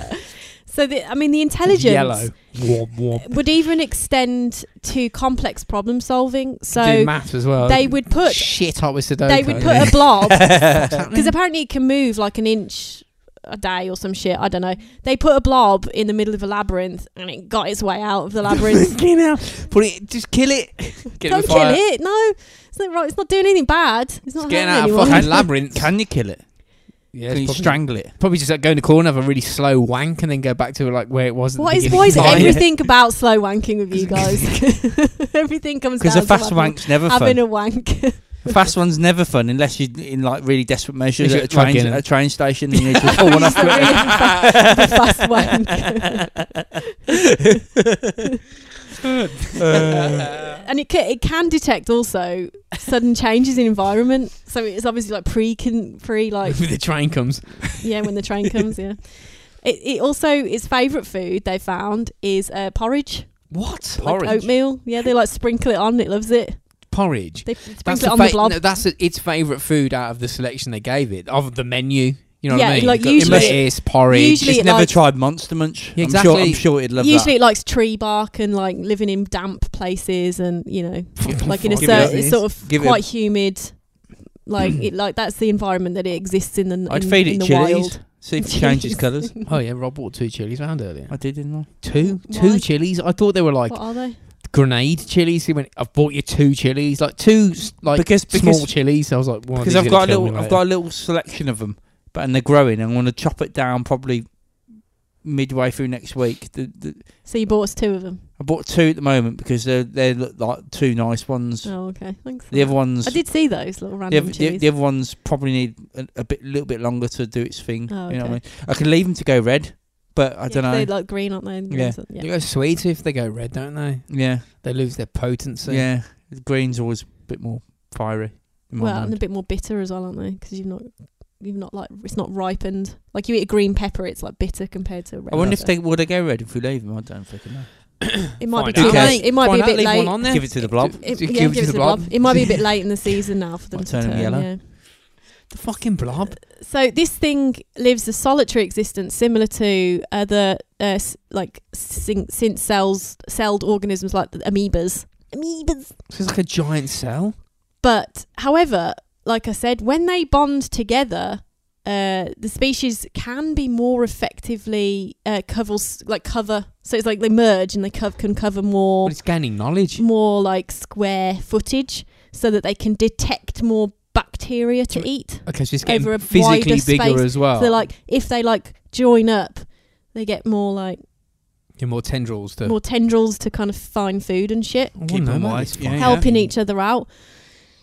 C: so the, I mean the
B: It's
C: intelligence
B: Yellow. Warm, warm.
C: would even extend to complex problem solving. So
B: Do maths as well.
C: they would put-
B: shit up with Sudoku.
C: they would put a blob because
B: Because
C: apparently it can move like an inch a day or some shit. I don't know. They put a blob in the middle of a labyrinth and it got its way out of the labyrinth.
B: Fucking hell. Put it. Just kill it. Get
C: don't kill it. No, it's not right. It's not doing anything bad. It's not
B: It's getting out
C: harming
B: of
C: anyone.
B: fucking labyrinth.
D: Can you kill it?
B: yeah,
D: Can you
B: probably-
D: strangle it?
B: Probably just like go in the corner, have a really slow wank, and then go back to like where it was. At
C: What
B: the
C: is
B: beginning.
C: why is
B: Fine.
C: everything about slow wanking with you guys? everything comes down
D: Because a
C: to
D: fast
C: having-
D: wank's never
C: having
D: fun.
C: a wank.
D: A fast one's never fun unless you're in like really desperate measures at
B: You
D: a
B: should plug
D: train at
B: in and-
D: a train station and you just pull one off.
C: Really fa- the fast wank. and it can, it can detect also sudden changes in environment. So it's obviously like pre can pre like
B: the train comes.
C: yeah when the train comes yeah. It, it also its favourite food they found is uh, porridge,
B: What
C: like oatmeal. Yeah, they like sprinkle it on. It loves it.
B: porridge.
C: They sprinkle
B: That's
C: it
B: the
C: on
B: fa-
C: the blob.
B: no, that's a, its favorite food out of the selection they gave it of the menu. You know what
C: Yeah,
B: I mean?
C: like
B: You've
C: usually-
B: got lettuce, porridge.
C: usually
D: Just
C: it
D: never
C: likes-
D: tried Monster Munch.
B: Yeah,
D: I'm sure, I'm
B: exactly.
D: sure it'd love
C: Usually, it likes tree bark and like living in damp places and you know
B: Fucking
C: like in a
B: fuck.
D: Give it up.
C: certain it's sort of
D: Give it
C: quite
D: up.
C: humid Like it, like that's the environment that it exists in. The,
D: I'd
C: in,
D: feed
C: in
D: it
C: the
D: chilies.
C: wild.
D: See if it changes colours.
B: Oh yeah, Rob bought two chilies round earlier.
D: I did, didn't I?
B: Two,
C: Why?
B: two chilies. I thought they were like
C: what are they?
B: grenade chilies. He went, "I've bought you two chilies, like two s- like
D: Because-
B: small
D: because-
B: chilies." I was like, "One
D: Because
B: of these
D: I've
B: is
D: got
B: gonna
D: a
B: kill me
D: little, I've
B: later."
D: got a little selection of them, but and they're growing. I'm going to chop it down probably midway through next week. The, the,
C: So you bought us two of them.
D: I bought two at the moment because they they look like two nice ones.
C: Oh, okay. Thanks.
D: The other ones,
C: I did see those
D: the,
C: little random
D: other, the,
C: chilies.
D: the other ones probably need a, a bit, little bit longer to do its thing.
C: Oh,
D: You know what I
C: okay.
D: mean? I could leave them to go red, but I
C: Yeah,
D: don't
C: 'cause
D: know.
C: They like green, aren't they? And
D: Yeah.
C: those are-
B: They go sweet if they go red, don't they?
D: yeah,
B: They lose their potency.
D: yeah. The green's always a bit more fiery. In my
C: Well,
D: mind.
C: and a bit more bitter as well, aren't they? Because you've not, you've not like it's not ripened. Like you eat a green pepper, it's like bitter compared to a red.
D: I wonder if
C: pepper.
D: they would they go red if we leave them. I don't fucking know.
C: It might be
B: Find
C: too
B: out.
C: late. It might be
B: Find
C: a
B: out,
C: bit
B: leave
C: late.
B: One on there.
D: Give it to the blob.
C: It,
B: Just
C: yeah, give it to the blob. It might be a bit late in the season now for them
D: Might
C: to
D: turn
C: turn.
D: them yellow.
C: yeah.
B: The fucking blob.
C: So this thing lives a solitary existence, similar to other uh, s- like sin- since cells celled organisms like the amoebas. Amoebas.
B: So it's like a giant cell.
C: But however, like I said, when they bond together, uh, the species can be more effectively uh, covers like cover. So it's like they merge and they cov- can cover more
B: But it's gaining knowledge.
C: more like square footage, so that they can detect more bacteria to
B: So-
C: eat.
B: Okay, so it's
C: Over a
B: getting physically
C: wider
B: bigger
C: space.
B: as well.
C: So they're like if they like join up, they get more like
B: yeah, more tendrils to
C: more tendrils to kind of find food and shit.
B: Oh,
D: Keep
B: no,
D: them
B: man,
D: wide,
B: it's
D: yeah,
B: fine.
D: yeah.
C: helping each other out.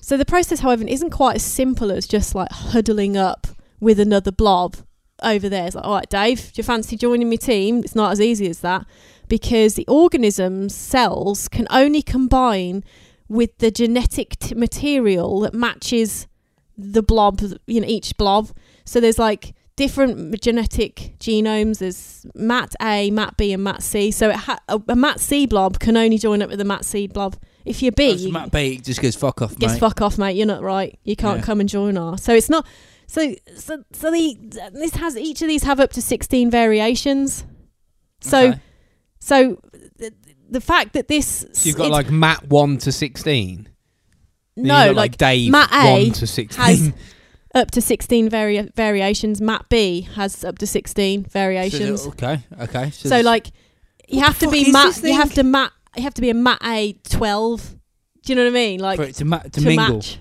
C: So the process, however, isn't quite as simple as just like huddling up with another blob over there. It's like, all right, Dave, do you fancy joining my team? It's not as easy as that because the organism's cells can only combine with the genetic t- material that matches the blob, you know, each blob. So there's like different genetic genomes. There's MAT A, MAT B, and MAT C. So it ha- a, a MAT C blob can only join up with a MAT C blob. If you're
B: Oh,
C: B,
D: That's
C: you-
D: Matt Bate just goes fuck off,
C: Guess
D: mate.
C: fuck off, mate. You're not right. You can't
D: Yeah.
C: come and join us. So it's not. So so so the this has each of these have up to sixteen variations. So
D: Okay.
C: so the, the fact that this
B: So you've got
C: it's-
B: like Matt one to sixteen. Then
C: no
B: you've got,
C: like,
B: Dave
C: Matt A
B: one to
C: has
B: sixteen.
C: up to sixteen vari- variations. Matt B has up to sixteen variations.
D: So, okay, okay.
C: So,
D: there's-
C: like you
B: oh, What
C: have to
B: the fuck
C: be
B: is
C: Matt.
B: this
C: You
B: thing?
C: have to Matt. You have to be a Matt A twelve. Do you know what I mean? Like
D: for it to, ma- to,
C: to
D: mingle.
C: match.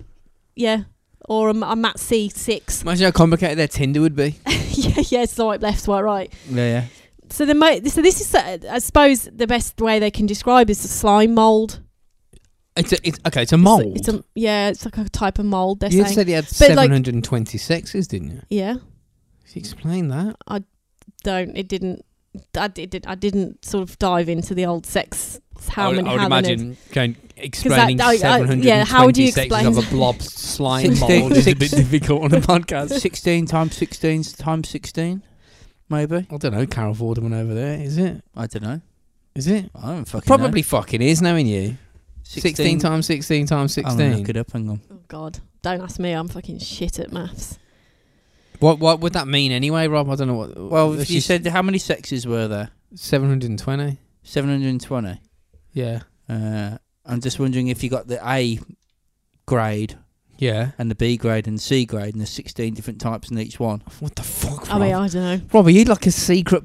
C: Yeah. Or a, a Matt C six.
B: Imagine how complicated their Tinder would be.
C: yeah, yeah, swipe left, swipe right.
D: Yeah, yeah.
C: So the mo- so this is uh, I suppose the best way they can describe is the slime mold.
B: It's a, it's okay.
C: It's
B: It's a
C: a-
B: mold.
C: It's a, yeah, it's like a type of mold. They're
B: you
C: saying.
B: said he had
C: But, like-
B: seven hundred and twenty sexes, didn't you?
C: yeah,
B: Explain that.
C: don't it didn't. I did. I didn't sort of dive into the old sex. How
B: I would,
C: many?
B: I would
C: how many-
B: imagine going, explaining
C: I- I-
B: seven hundred
C: yeah,
B: and
C: how would you
B: twenty sexes
C: explain-
B: of a blob slime
D: Sixteen-
B: mold is a bit
D: six-
B: difficult on a podcast.
D: 16 Uh, times 16 times 16, maybe.
B: I don't know, Carol Vorderman over there, is it?
D: I don't know.
B: Is it?
D: I don't fucking
B: Probably fucking is, knowing you.
D: know.
B: 16, times 16 times
D: I'm gonna
B: 16.
D: look it up. Hang on.
C: Oh God! Don't ask me. I'm fucking shit at maths.
B: What what would that mean anyway, Rob? I don't know what.
D: Well,
B: if
D: if you said how many sexes were there?
B: 720.
D: 720.
B: Yeah.
D: Uh, I'm just wondering if you got the A grade
B: Yeah.
D: and the B grade and C grade, and there's 16 different types in each one.
B: What the fuck,
C: I
B: Rob?
C: mean, I don't know.
B: Rob, are you like a secret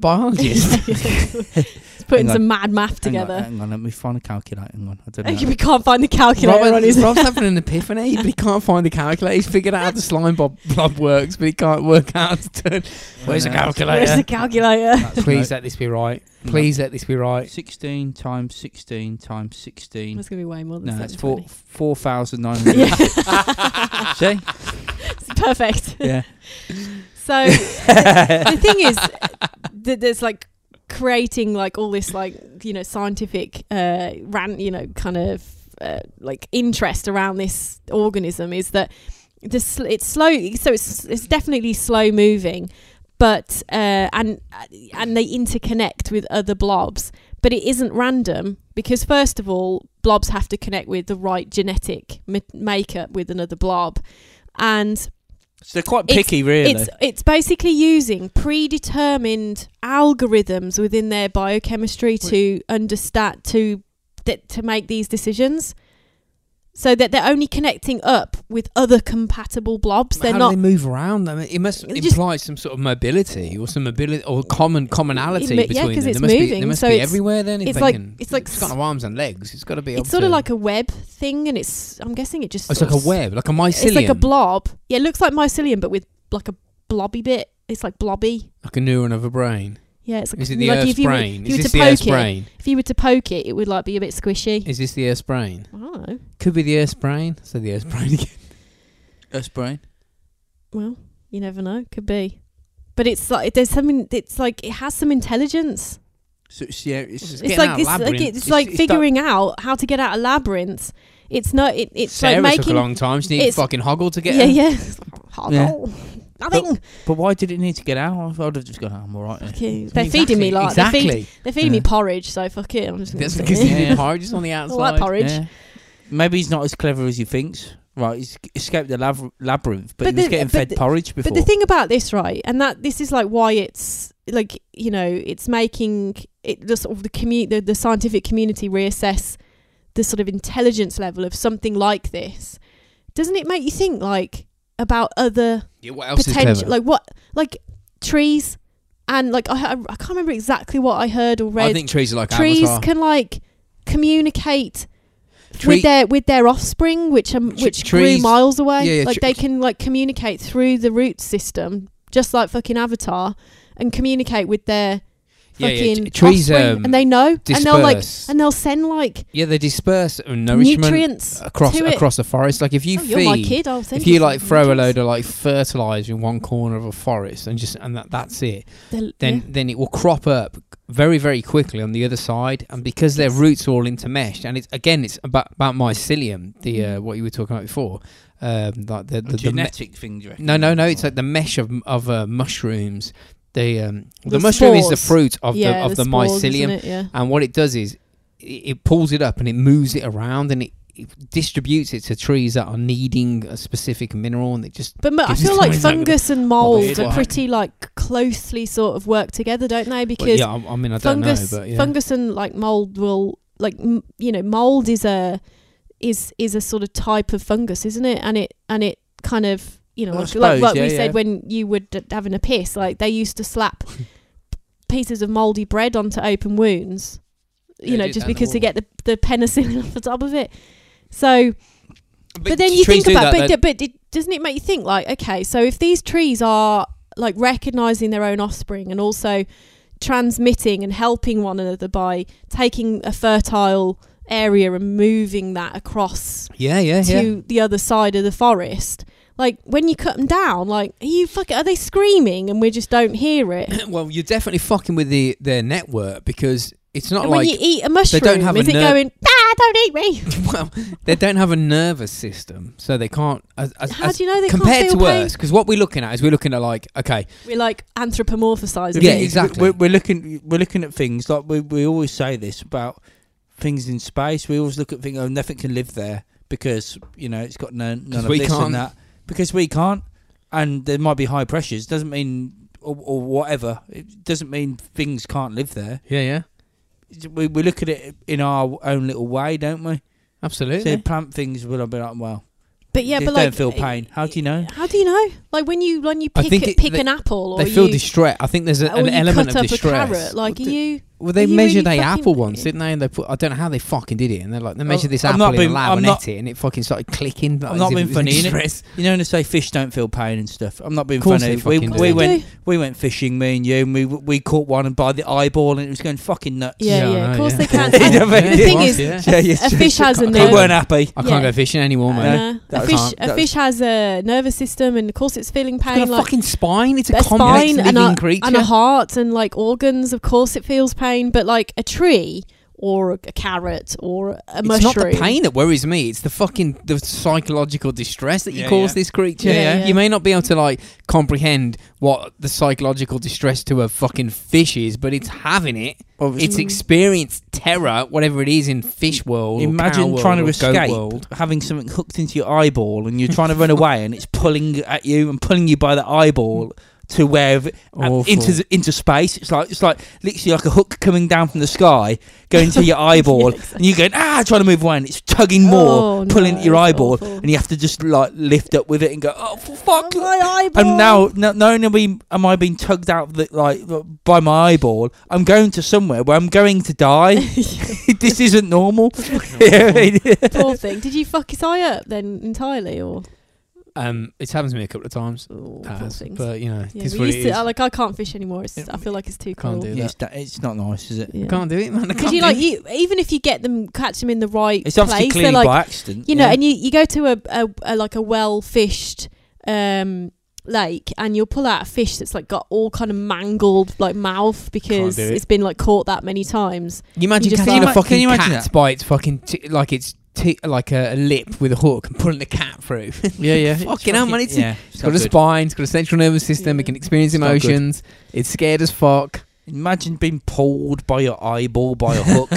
B: biologist?
C: It's putting
D: Hang on.
C: some mad math
D: Hang on, uh,
C: together.
D: Hang on, let me find a calculator. Hang on. I don't know.
C: We can't find the calculator
B: Rob,
C: on his.
B: Rob's having an epiphany, but he can't find the calculator. He's figured out how the slime bob blob works, but he can't work out how to turn. Where's the
D: Uh,
C: Where's
B: calculator?
C: the calculator?
D: that's
B: Please
D: no-
B: let this be right.
D: no.
B: Please let this be right.
D: 16 times 16 times 16.
C: That's gonna be way more than
D: No,
C: that.
D: it's four four thousand nine hundred.
C: Yeah.
D: See,
C: It's perfect.
D: yeah,
C: So the thing is that there's like creating like all this like you know scientific uh rant you know kind of uh, like interest around this organism is that the sl- it's slow so it's it's definitely slow moving but uh and and they interconnect with other blobs but it isn't random because first of all blobs have to connect with the right genetic ma- makeup with another blob and
D: so they're quite
C: It's-
D: picky, really.
C: it's it's basically using predetermined algorithms within their biochemistry to understand to that to make these decisions. so that they're only connecting up with other compatible blobs. They're
B: How
C: not
B: do they move around? I mean, it must
C: They just-
B: imply some sort of mobility or some mobility or common commonality
C: It mo- yeah,
B: between
C: 'cause
B: them.
C: it's
B: there must be,
C: moving,
B: there must
C: so
B: be
C: it's-
B: everywhere then. if
C: it's
B: they
C: like-
B: can-
C: it's like
B: it's got
C: s-
B: no arms and legs. It's got to be. able
C: it's sort
B: to- Oh,
C: of like a web thing, and it's I'm guessing it just
B: It's
C: sort
B: like a
C: of-
B: web, like a mycelium.
C: It's like a blob. Yeah, it looks like mycelium, but with like a blobby bit. It's like blobby.
B: like a neuron of a brain.
C: Yeah, it's like,
B: Is it the
C: like
B: Earth's
C: if you were-
B: brain?
C: if you
B: Is
C: were
B: this
C: to
B: the Earth's
C: poke it-
B: brain?
C: if you were to poke it, it would like be a bit squishy.
B: Is this the Earth's brain?
C: I don't know.
B: Could be the Earth's brain. So the Earth's brain again.
D: Earth's brain.
C: Well, you never know. Could be. But it's like there's something. It's like it has some intelligence.
D: So it's, yeah, it's
B: It's
D: just,
C: It's
B: getting
C: like
B: out
C: this,
B: of
C: like
B: labyrinth.
C: it's, like
D: it's that-
C: figuring out how to get out of labyrinths. It's not. It, it's
B: Sarah
C: like
B: took a
C: making.
B: long time. She needed
C: it's-
B: fucking hoggle to get.
C: yeah,
B: her.
C: yeah.
D: Yeah.
C: Hoggle. Nothing.
D: but why did it need to get out? I'd have just gone. "Oh, I'm all right. now."
C: Okay,
B: I
C: They're
B: mean,
C: feeding me
B: exactly-
C: like
B: exactly.
C: they're, feed, they're feeding me
D: Yeah.
C: porridge, so fuck it. I'm just gonna
B: That's
C: eat
B: because
C: it.
B: you
D: Yeah.
B: need porridge is on the
C: I
B: outside.
C: like porridge.
D: Yeah. Maybe he's not as clever as you thinks. Right, he's escaped the lav- labyrinth, but,
C: But
D: he was
C: the-
D: getting
C: but
D: fed
C: the-
D: porridge before.
C: But the thing about this, right, and that this is like why it's like you know it's making it the sort of the commu- the, the scientific community reassess the sort of intelligence level of something like this. Doesn't it make you think like about other
B: Yeah, what else is
C: potential,
B: clever?
C: like what like trees and like I, I I can't remember exactly what I heard or read.
B: I think trees are like
C: trees
B: Avatar.
C: can like communicate
B: Tree-
C: with their with their offspring, which um,
B: Tre-
C: which
B: trees-
C: grew miles away.
B: yeah, yeah,
C: like
B: tre-
C: they can like communicate through the root system, just like fucking Avatar, and communicate with their
B: Yeah,
C: fucking
B: yeah, t- trees,
C: offspring,
B: um,
C: and they know, and they'll like
B: disperse.
C: and they'll send like
B: yeah, they disperse uh, nourishment
C: nutrients
B: across
C: to it.
B: across a forest. Like if you
C: oh,
B: feed,
C: you're my kid. I'll send
B: if you
C: some
B: like throw a
C: nutrients.
B: load of like fertilizer in one corner of a forest and just and that that's it,
C: They'll-
B: then
C: yeah.
B: then it will crop up very very quickly on the other side. And because their roots are all intermeshed, and it's again it's about about mycelium, the
C: Mm.
B: uh, what you were talking about before, um, like the,
D: A
B: the, the me-
D: genetic thing, do you reckon? Oh.
B: no no no, it's like the mesh of of uh, mushrooms. The um, the,
C: The
B: mushroom is the
C: spores.
B: fruit of
C: yeah,
B: the of the,
C: spores,
B: mycelium,
C: isn't it? Yeah.
B: and what it does is it, it pulls it up and it moves it around and it, it distributes it to trees that are needing a specific mineral, and it just
C: But mo- I
B: Gives you
C: feel like
B: something like
C: fungus and mold
B: Motherfucker.
C: are pretty like closely sort of work together, don't they?
B: well,
C: Because
B: yeah, I, I mean I
C: fungus,
B: don't know, but yeah.
C: fungus and like mold will like m- you know mold is a is is a sort of type of fungus, isn't it? And it and it kind of you know
D: Well, I
C: like, like
D: suppose,
C: what
D: yeah,
C: we
D: yeah.
C: said when you were d- having a piss, like they used to slap pieces of moldy bread onto open wounds, you
B: They
C: know,
B: did
C: just
B: that in the
C: because to
B: war.
C: get the the penicillin off the top of it. So but, then you think
B: trees do
C: about
B: that,
C: but, but it, doesn't it make you think like okay so if these trees are like recognizing their own offspring and also transmitting and helping one another by taking a fertile area and moving that across
B: yeah yeah yeah.
C: to the other side of the forest like when you cut them down like are you fuck are they screaming and we just don't hear it
B: well, you're definitely fucking with the their network because it's not
C: and
B: like
C: when you eat a mushroom
B: don't have a
C: is it
B: nerve-
C: going ah don't eat me
B: well they don't have a nervous system, so they can't. As, as,
C: how
B: as
C: do you know they
B: compared
C: can't
B: to
C: feel pain
B: us, because what we're looking at is we're looking at like okay,
C: we're like anthropomorphizing
B: Yeah,
C: it.
B: ex- exactly.
D: We're, we're looking, we're looking at things like we, we always say this about things in space. We always look at things. Oh, nothing can live there because you know it's got no, none
B: 'Cause
D: of
B: we
D: this
B: can't.
D: and that. Because we can't, and there might be high pressures. Doesn't mean or, or whatever. It doesn't mean things can't live there.
B: yeah yeah,
D: We, we look at it in our own little way, don't we?
B: absolutely.
D: So plant things will be like, well,
C: but yeah
D: they
C: but
D: don't
C: like eh,
D: feel pain. How do you know?
C: How do you know? Like when you when you
B: I
C: pick
B: think
C: a-
B: it-
C: pick
B: they-
C: an apple, or
B: they feel
C: you,
B: distress. I think there's a,
C: or
B: an
C: you
B: element
C: cut
B: of
C: up
B: distress.
C: A carrot. Like are you?
B: Well, they
C: Are you
B: measured
C: really
B: a
C: fucking-
B: apple once, didn't they? And they put I don't know how they fucking did it, and they're like they measured this
D: I'm
B: apple
D: not
B: in a
D: being-
B: lab
D: I'm
B: and
D: not-
B: ate it, and it fucking started clicking. Like,
D: I'm not
B: as if
D: being
B: it was in
D: funny, innit?
B: distress.
D: You know, when they say fish don't feel pain and stuff, I'm not being
B: Of course
D: funny.
B: they
D: We,
B: fucking
C: Of course
D: we
C: they
D: went,
C: do.
D: we went fishing, me and you, and we we caught one and by the eyeball, and it was going fucking nuts.
C: Yeah,
B: Yeah, I
C: yeah. Of
B: know,
C: course
B: yeah.
C: they can.
D: You know
C: And
D: what I mean?
C: the thing
B: Yeah.
C: is,
B: Yeah.
D: Yeah, yeah,
C: a fish has a
B: I
D: They
B: can't-
C: nerve.
D: weren't happy.
B: I
C: Yeah.
B: can't go fishing anymore,
D: No.
B: mate.
C: No.
D: that
C: a
D: was
C: fish,
D: hard.
C: a
D: That
C: fish has a nervous system, and of course it's feeling
B: It's
C: pain.
B: got a
C: Like
B: fucking spine. It's a
C: a
B: complex
C: spine
B: living
C: and a,
B: creature.
C: and a heart and like organs. Of course it feels pain, but like a tree or a carrot or a
B: it's
C: mushroom.
B: not the pain that worries me. It's the fucking the psychological distress that you
D: Yeah,
B: cause
D: yeah.
B: this creature.
C: Yeah, yeah.
B: You may not be able to like comprehend what the psychological distress to a fucking fish is, but it's having it. It's
C: Mm.
B: experienced terror, whatever it is in fish world. or cow
D: Imagine
B: world
D: trying to
B: or goat
D: escape,
B: world.
D: having something hooked into your eyeball, and you're trying to run away, and it's pulling at you and pulling you by the eyeball to where v- and
B: Awful.
D: into the- into space. It's like it's like literally like a hook coming down from the sky, going to your eyeball, and you're going ah, trying to move away, and it's tugging more,
C: Oh,
D: pulling
C: no,
D: at your
C: it's
D: eyeball,
C: awful.
D: and you have to just like lift up with it and go oh for fuck.
C: my eyeball.
D: and now, no- not only am I- am I being tugged out of the, like by my eyeball, I'm going to somewhere where I'm going to die. this isn't normal. Yeah, I mean,
C: Poor thing. Did you fuck his eye up then entirely, or
B: Um, it's happened to me a couple of times.
C: oh,
B: That
C: poor
B: has,
C: things?
B: but you know,
C: yeah,
B: it's
C: we
B: what
C: used
B: it
C: to.
B: is.
C: I, like I can't fish anymore. It's, I feel like it's too
B: Can't
C: cold.
B: do
D: Yeah, it's, not- it's not nice, is it?
C: Yeah.
B: Can't do it, man. I
C: Because
B: can't
C: you
B: do
C: like
B: it.
C: you, even if you get them, catch them in the right
D: It's obviously
C: place, they're
D: clearly
C: like
D: by accident.
C: you know,
D: yeah.
C: and you, you go to a, a, a like a well fished um lake and you'll pull out a fish that's like got all kind of mangled like mouth because
B: do it.
C: it's been like caught that many times.
B: You imagine
C: just
B: catching
C: like-
B: a
D: Can you ima- can
B: fucking
D: you imagine
B: cat
D: that?
B: by its fucking t- like its t- like a, a lip with a hook and pulling the cat through.
D: yeah, yeah. It's
B: Fucking hell, man, it's-
D: yeah,
B: it's got a spine. It's got a central nervous system.
C: Yeah.
B: It can experience
D: not good.
B: emotions. It's scared as fuck.
D: Imagine being pulled by your eyeball by a hook.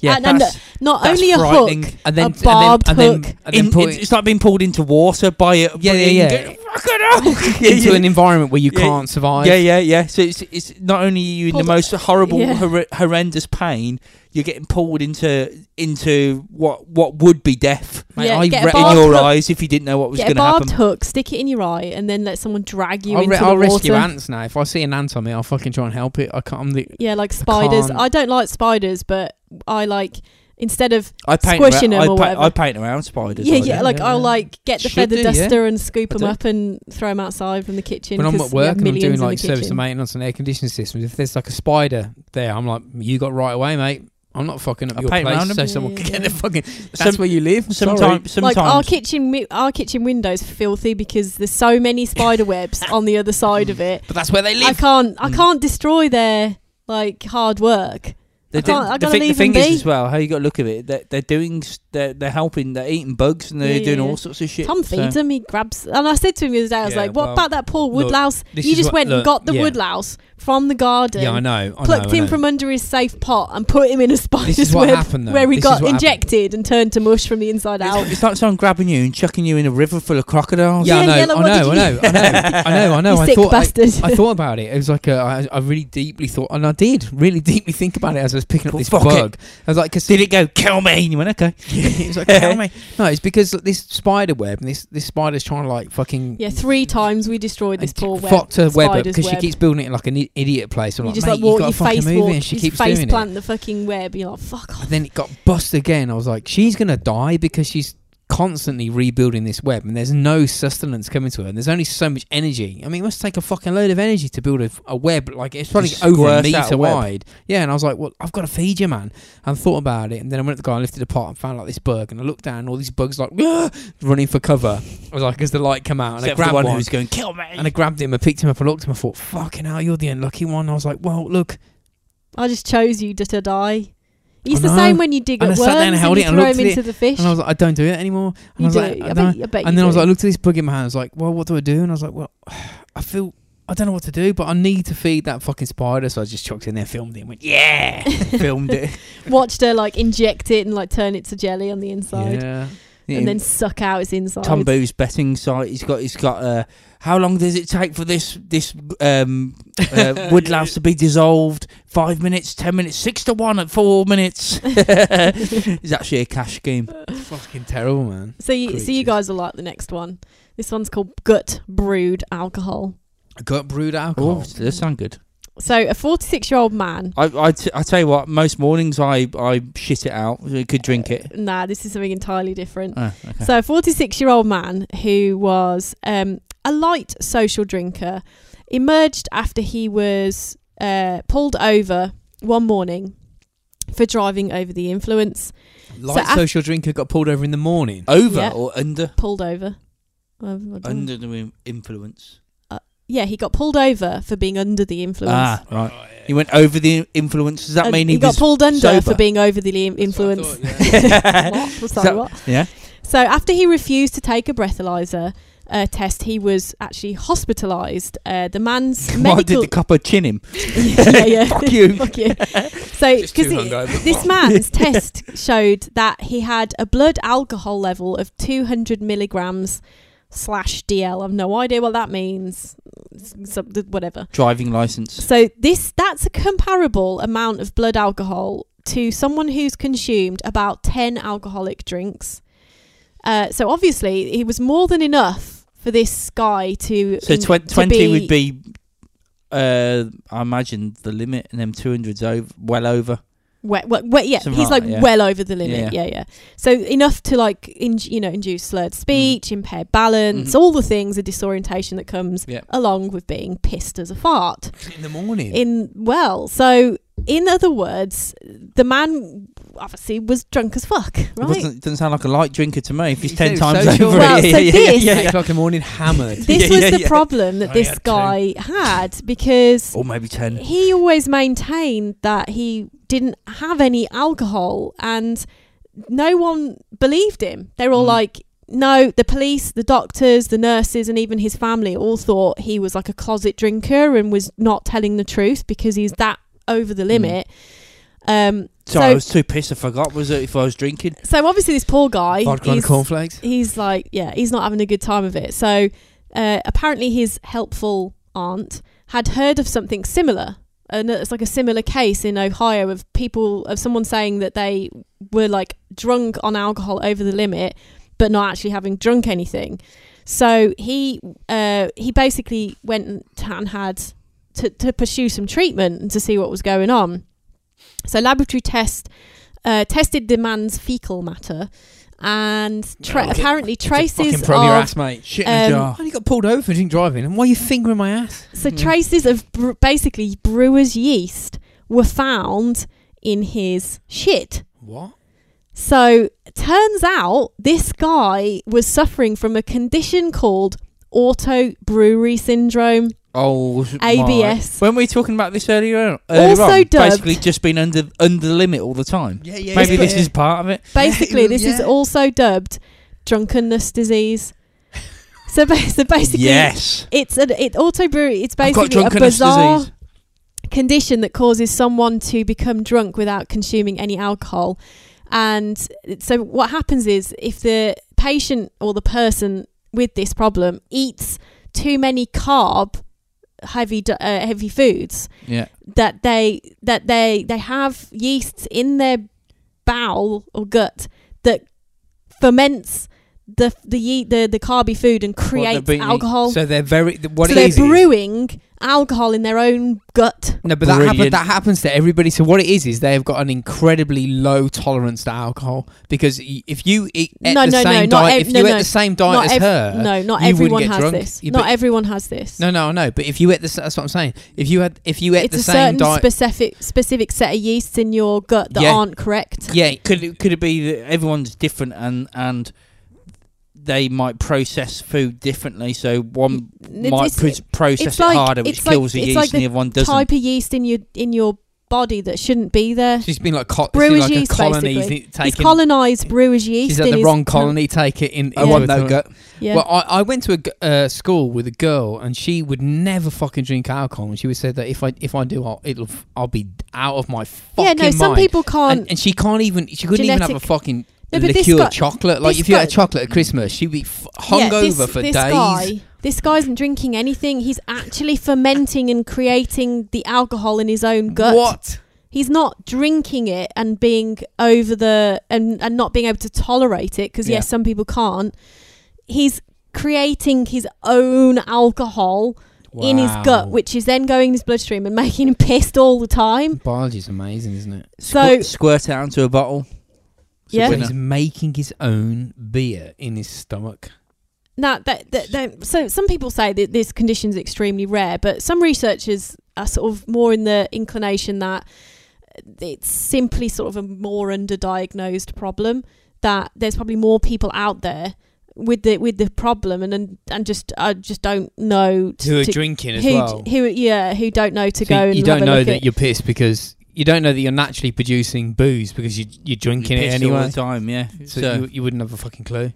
D: yeah,
C: And- and
D: that's,
C: Not
D: that's
C: only a
D: frightening.
C: hook.
B: And then
C: A barbed
B: and then, and
C: hook.
B: then, and then
D: In-
B: put
D: it's, it's like being pulled into water by a by
B: Yeah, yeah,
D: a-
B: yeah.
D: Fucking hell. yeah,
B: into
D: yeah.
B: an environment where you
D: Yeah.
B: can't survive.
D: yeah, yeah, yeah. So it's it's not only are you in
C: Pulled-
D: the most horrible,
C: yeah.
D: horre- horrendous pain, you're getting pulled into into what what would be death
B: Mate,
C: Yeah,
B: I
C: get a
B: re-
D: in
C: Barbed
D: your
C: hook.
D: eyes if you didn't know what was
C: Get a
D: going to
C: barbed
D: happen.
C: hook, stick it in your eye, and then let someone drag you
B: I'll,
C: into
B: re-
C: the
B: I'll
C: water.
B: rescue ants now. If I see an ant on me, I'll fucking try and help it. I can't. I'm the,
C: Yeah, like spiders.
B: can't.
C: I don't like spiders, but I like instead of
D: I paint
C: Squishing 'em
D: I,
C: or
D: pa-
C: whatever.
D: I paint around spiders.
C: yeah,
D: I
C: yeah,
D: do.
C: like
B: yeah,
C: I'll
B: yeah.
C: like get the
D: Should
C: feather
D: do, yeah.
C: duster and scoop
D: I
C: them
D: do.
C: up and throw them outside from the kitchen.
B: when I'm
C: 'cause
B: at
C: we have
B: work and I'm
C: millions
B: doing
C: in the
B: like service
C: kitchen.
B: and maintenance and air conditioning systems, if there's like a spider there, I'm like, you got right away, mate. I'm not fucking up
D: I
B: your
D: paint
B: place,
D: around 'em.
B: so
C: Yeah,
B: someone can
C: yeah,
B: get
C: yeah.
B: the fucking. That's
D: Some-
B: where you live. Sorry.
D: sometimes sometimes
C: Like our kitchen, wi- our kitchen windows filthy because there's so many spider webs on the other side of it.
B: but that's where they
C: I
B: live.
C: can't, I
D: Mm.
C: can't destroy their like hard work. I
D: do-
C: can't- I gotta
D: thi-
C: leave 'em
D: thing
C: be.
D: is as well, how you got to look at it. They're, they're doing, s- they're, they're helping, they're eating bugs and they're
C: Yeah,
D: doing
C: yeah, yeah.
D: all sorts of shit.
C: Tom
D: so-
C: feeds him. He grabs, and I said to him the other day, I was
B: uh, Yeah,
C: like, "What
B: well,
C: about that poor
B: look,
C: woodlouse?
B: this
C: You
B: is
C: just
B: what-
C: went and
B: look,
C: got the
B: yeah.
C: woodlouse from the garden."
B: Yeah, I know. I
C: Plucked
B: know, Oh, I
C: him
B: know.
C: from under his safe pot and put him in a
B: This
C: spider's
B: is what
C: web
B: happened, though.
C: where he
B: This
C: got
B: is what happened.
C: injected and turned to mush from the inside
D: It's,
C: out.
D: like- it's like someone grabbing you and chucking you in a river full of crocodiles.
B: Oh, Yeah,
C: Yeah, yeah,
B: I know.
C: like, what
B: I
C: did
B: know. I know.
C: you-
B: I know. I know. I know.
C: you
B: I
C: sick
B: thought. I,
C: bastard.
B: I thought about it. It was like a, I, I really deeply thought, and I did really deeply think about it as I was picking up
D: Well,
B: this
D: fuck it.
B: bug. I was like, because
D: Did it go kill me? And you went okay.
B: it was like, "Tell me." No, it's because this spider web and this this spider's trying to like fucking
C: yeah, three times we destroyed this
B: and
C: poor web.
B: fucked her web
C: spider's
B: because she
C: web.
B: keeps building it like an i- idiot place. I'm
C: you
B: like,
C: just
B: mate,
C: like walk
B: you got
C: your
B: to fucking
C: face
B: move
C: walk,
B: it. And she
C: you
B: keeps
C: face
B: doing
C: plant the fucking web. You're like, fuck
B: it.
C: off.
B: And then it got bust again. I was like, she's gonna die because she's constantly rebuilding this web and there's no sustenance coming to her and there's only so much energy i mean it must take a fucking load of energy to build a, a web like it's probably
D: Just
B: over a
D: squirt out
B: meter
D: a web.
B: wide yeah and i was like well i've got to feed you man and thought about it and then i went to the guy and lifted apart and found like this bug and i looked down and all these bugs like "Ah!" running for cover i was like as the light come out and
D: Except
B: i
D: for the one
B: grabbed one
D: who's going kill me.
B: and I grabbed him, I picked him up, I looked at him, I thought, fucking hell, you're the unlucky one. I was like, well, look.
C: I just chose you to, to die. It's
B: I
C: the
B: know.
C: same when you dig
B: And
C: at
B: I sat
C: worms
B: there and
C: and,
B: held
C: you
B: it
C: throw
B: and looked
C: them
B: at it
C: into the fish.
B: And I was like, I don't do it anymore. And I
C: you
B: was
C: do.
B: like, I
C: I
B: don't-
C: bet, I bet you
B: and then I was
C: do.
B: like, I looked at this bug in my hand, I was like, well, what do I do? And I was like, well, I feel, I don't know what to do, but I need to feed that fucking spider. So I just chucked it in there, filmed it, and went, yeah, filmed it.
C: watched her like inject it and like turn it to jelly on the inside
B: yeah.
C: and then suck out its inside.
D: Tom Boo's betting site. He's got. He's got. Uh, how long does it take for this this um, uh, woodlouse to be dissolved? Five minutes, ten minutes, six to one at four minutes. it's actually a cash game.
B: Fucking terrible, man.
C: so you so you
B: creatures.
C: guys will like the next one. This one's called gut brewed alcohol.
B: I got brewed
D: Oh,
B: alcohol.
D: does sound good.
C: So a 46 year old man.
D: I I, t- I tell you what. Most mornings I I shit it out. I could drink it.
C: uh, Nah, this is something entirely different.
D: Oh, okay.
C: So, a 46 year old man who was um, a light social drinker emerged after he was uh, pulled over one morning for driving over the influence.
B: Light
C: so af-
B: social drinker got pulled over in the morning.
D: Uh, Over
C: Yeah.
D: or under?
C: Pulled over. Um, I don't-
D: Under the im- Mm. influence.
C: yeah, he got pulled over for being under the influence.
D: Ah, right. He went over the influence. Does that
C: And
D: mean
C: he,
D: he,
C: got
D: was?
C: pulled under
D: sober?
C: for being over the im- influence? What? Sorry,
D: that-
C: what?
D: yeah.
C: So after he refused to take a breathalyzer uh, test, he was actually hospitalised. Uh, the man's
D: Why did
C: medical
D: the copper chin him?
C: yeah, yeah.
D: Fuck you.
C: Fuck you. So,
B: Just too
C: because
B: hungover.
C: this man's test showed that he had a blood alcohol level of 200 milligrams. slash DL. I've no idea what that means. S- some- whatever.
D: Driving license.
C: So this that's a comparable amount of blood alcohol to someone who's consumed about 10 alcoholic drinks. Uh, so obviously it was more than enough for this guy to
D: So
C: to
D: tw- twenty would be, uh, I imagine the limit, and then two hundreds over, well over.
C: we- we- we- yeah,
D: Something
C: he's
D: like
C: like
D: that, yeah.
C: well over the limit.
D: Yeah. Mm.
C: Yeah, yeah. So enough to like in, you know induce slurred speech, impaired balance,
D: Mhm.
C: all the things, the disorientation that comes
D: Yeah.
C: along with being pissed as a fart.
B: in the morning.
C: in well so in other words the man obviously was drunk as fuck
D: It
C: right
D: wasn't, doesn't sound like a light drinker to me. If he's
B: He
D: ten
B: said
D: times
B: social-
D: over,
C: Well,
D: it.
C: so this-
B: yeah, eight o'clock in the morning, hammered.
C: this
D: Yeah,
C: was
D: yeah,
C: the
D: yeah.
C: problem that
B: I
C: this
B: had two.
C: guy had because
D: or maybe ten.
C: he always maintained that he didn't have any alcohol and no one believed him they were all
D: Mm.
C: like no the police the doctors the nurses and even his family all thought he was like a closet drinker and was not telling the truth because he's that over
D: Mm.
C: the limit um
D: So, I
C: so-
D: was too pissed. I forgot. Was it if I was drinking?
C: so obviously this poor guy
B: Vodka and
C: he's-
B: cornflakes.
C: he's like, yeah, he's not having a good time of it. So uh, apparently, his helpful aunt had heard of something similar. And it's like a similar case in Ohio of people, of someone saying that they were like drunk on alcohol over the limit, but not actually having drunk anything. So he uh, he basically went and t- and had to, to pursue some treatment and to see what was going on. So laboratory test uh, tested the man's fecal matter and tra-
B: Oh, okay.
C: apparently traces
B: from your
C: of
B: ass, mate. Shit
C: in a um, jar.
B: Only got pulled over for drink driving. And why are you fingering my ass?
C: so
D: Mhm.
C: traces of br- basically brewer's yeast were found in his shit.
B: What?
C: So turns out this guy was suffering from a condition called auto brewery syndrome
D: Oh,
C: ABS.
D: When we were talking about this earlier, on- earlier
C: Also
D: on,
C: dubbed-
D: basically just been under under the limit all the time.
B: Yeah, yeah.
D: Maybe
C: yeah,
D: this is part of it.
C: Basically, this is
B: Yeah.
C: also dubbed drunkenness disease. So, ba- so basically,
D: yes,
C: it's an it auto brewery. It's
D: I've got
C: basically a
D: drunkenness
C: bizarre
D: disease.
C: condition that causes someone to become drunk without consuming any alcohol. And so, what happens is if the patient or the person with this problem eats too many carb heavy d- uh, heavy foods,
D: Yeah,
C: that they that they they have yeasts in their bowel or gut that ferments the the ye- the, the carby food and creates
D: beating it.
C: alcohol. Oh. So,
B: So they're very. th- What it
C: they're
B: is is-
C: brewing alcohol in their own gut.
B: No, but that, happen,
D: Brilliant.
B: that happens to everybody. So what it is is they've got an incredibly low tolerance to alcohol because y- if you eat ate
C: No,
B: the
C: no, no,
B: same
C: not
B: diet,
C: ev-
B: if
C: no,
B: you ate
C: no.
B: the same diet
C: not
B: as
C: ev-
B: her,
C: no, not
B: you wouldn't
C: everyone
B: get
C: has
B: drunk.
C: this.
B: You-
C: not
B: but-
C: everyone has this.
B: no, no, no. But if you ate the, s- that's what I'm saying. If you had, if you ate
C: it's
B: the
C: a
B: same
C: certain
B: diet,
C: specific specific set of yeasts in your gut that
B: Yeah.
C: aren't correct.
B: yeah,
D: could it, could it be that everyone's different and and they might process food differently? So one
C: It's-
D: might
C: it's-
D: pro- process
C: it's
D: it
C: like-
D: harder, which
C: it's like-
D: kills the
C: it's
D: yeast,
C: like
D: and
C: the
D: the other one doesn't.
C: type of yeast in your in your body that shouldn't be there.
B: she's been like, co- she's
C: Brewer's
B: like
C: yeast,
B: a colony
C: basically.
B: th-
C: He's
B: taken.
C: colonised brewer's yeast.
B: She's at
C: in
B: the
C: his
B: wrong
C: tongue.
B: colony. Take it in.
C: I
B: into
C: want
B: her
D: no
B: tongue.
D: gut.
C: Yeah.
B: Well, I, I went to a g- uh, school with a girl, and she would never fucking drink alcohol. And she would say that if I if I do, I'll it'll f- I'll be out of my fucking
C: yeah, no,
B: mind.
C: some people can't.
B: and, and she can't even she couldn't even have a
C: Genetic-
B: fucking
C: No, but this
B: liqueur
C: guy-
B: chocolate. Like
C: this
B: if you had
C: guy-
B: a chocolate at Christmas, she'd be f-
C: yeah,
B: hungover
C: this-
B: for
C: this
B: days.
C: Guy, this guy isn't drinking anything. He's actually fermenting and creating the alcohol in his own gut.
B: What?
C: He's not drinking it and being over the and and not being able to tolerate it because
D: Yeah.
C: yes, some people can't. He's creating his own alcohol in his gut,
B: Wow.
C: which is then going in his bloodstream and making him pissed all the time.
B: Biology's amazing, isn't it?
C: So-
D: Squ- squirt it out into a bottle. It's a
C: Yeah.
B: When
D: winner.
B: he's making his own beer in his stomach.
C: Now, that, that, that, so some people say that this condition is extremely rare, but some researchers are sort of more in the inclination that it's simply sort of a more underdiagnosed problem. That there's probably more people out there with the with the problem, and and, and just I just don't know to,
B: Who are
C: to-
B: drinking as
C: who,
B: well?
C: who yeah who don't know to
B: So
C: go.
B: you-
C: and
B: you don't
C: have a
B: know
C: look
B: that
C: at-
B: you're pissed because you don't know that you're naturally producing booze because you you're drinking
D: You're
B: it
D: pissed all
B: anyway.
D: the time. Yeah.
B: So,
D: So-
B: you, you wouldn't have a fucking clue.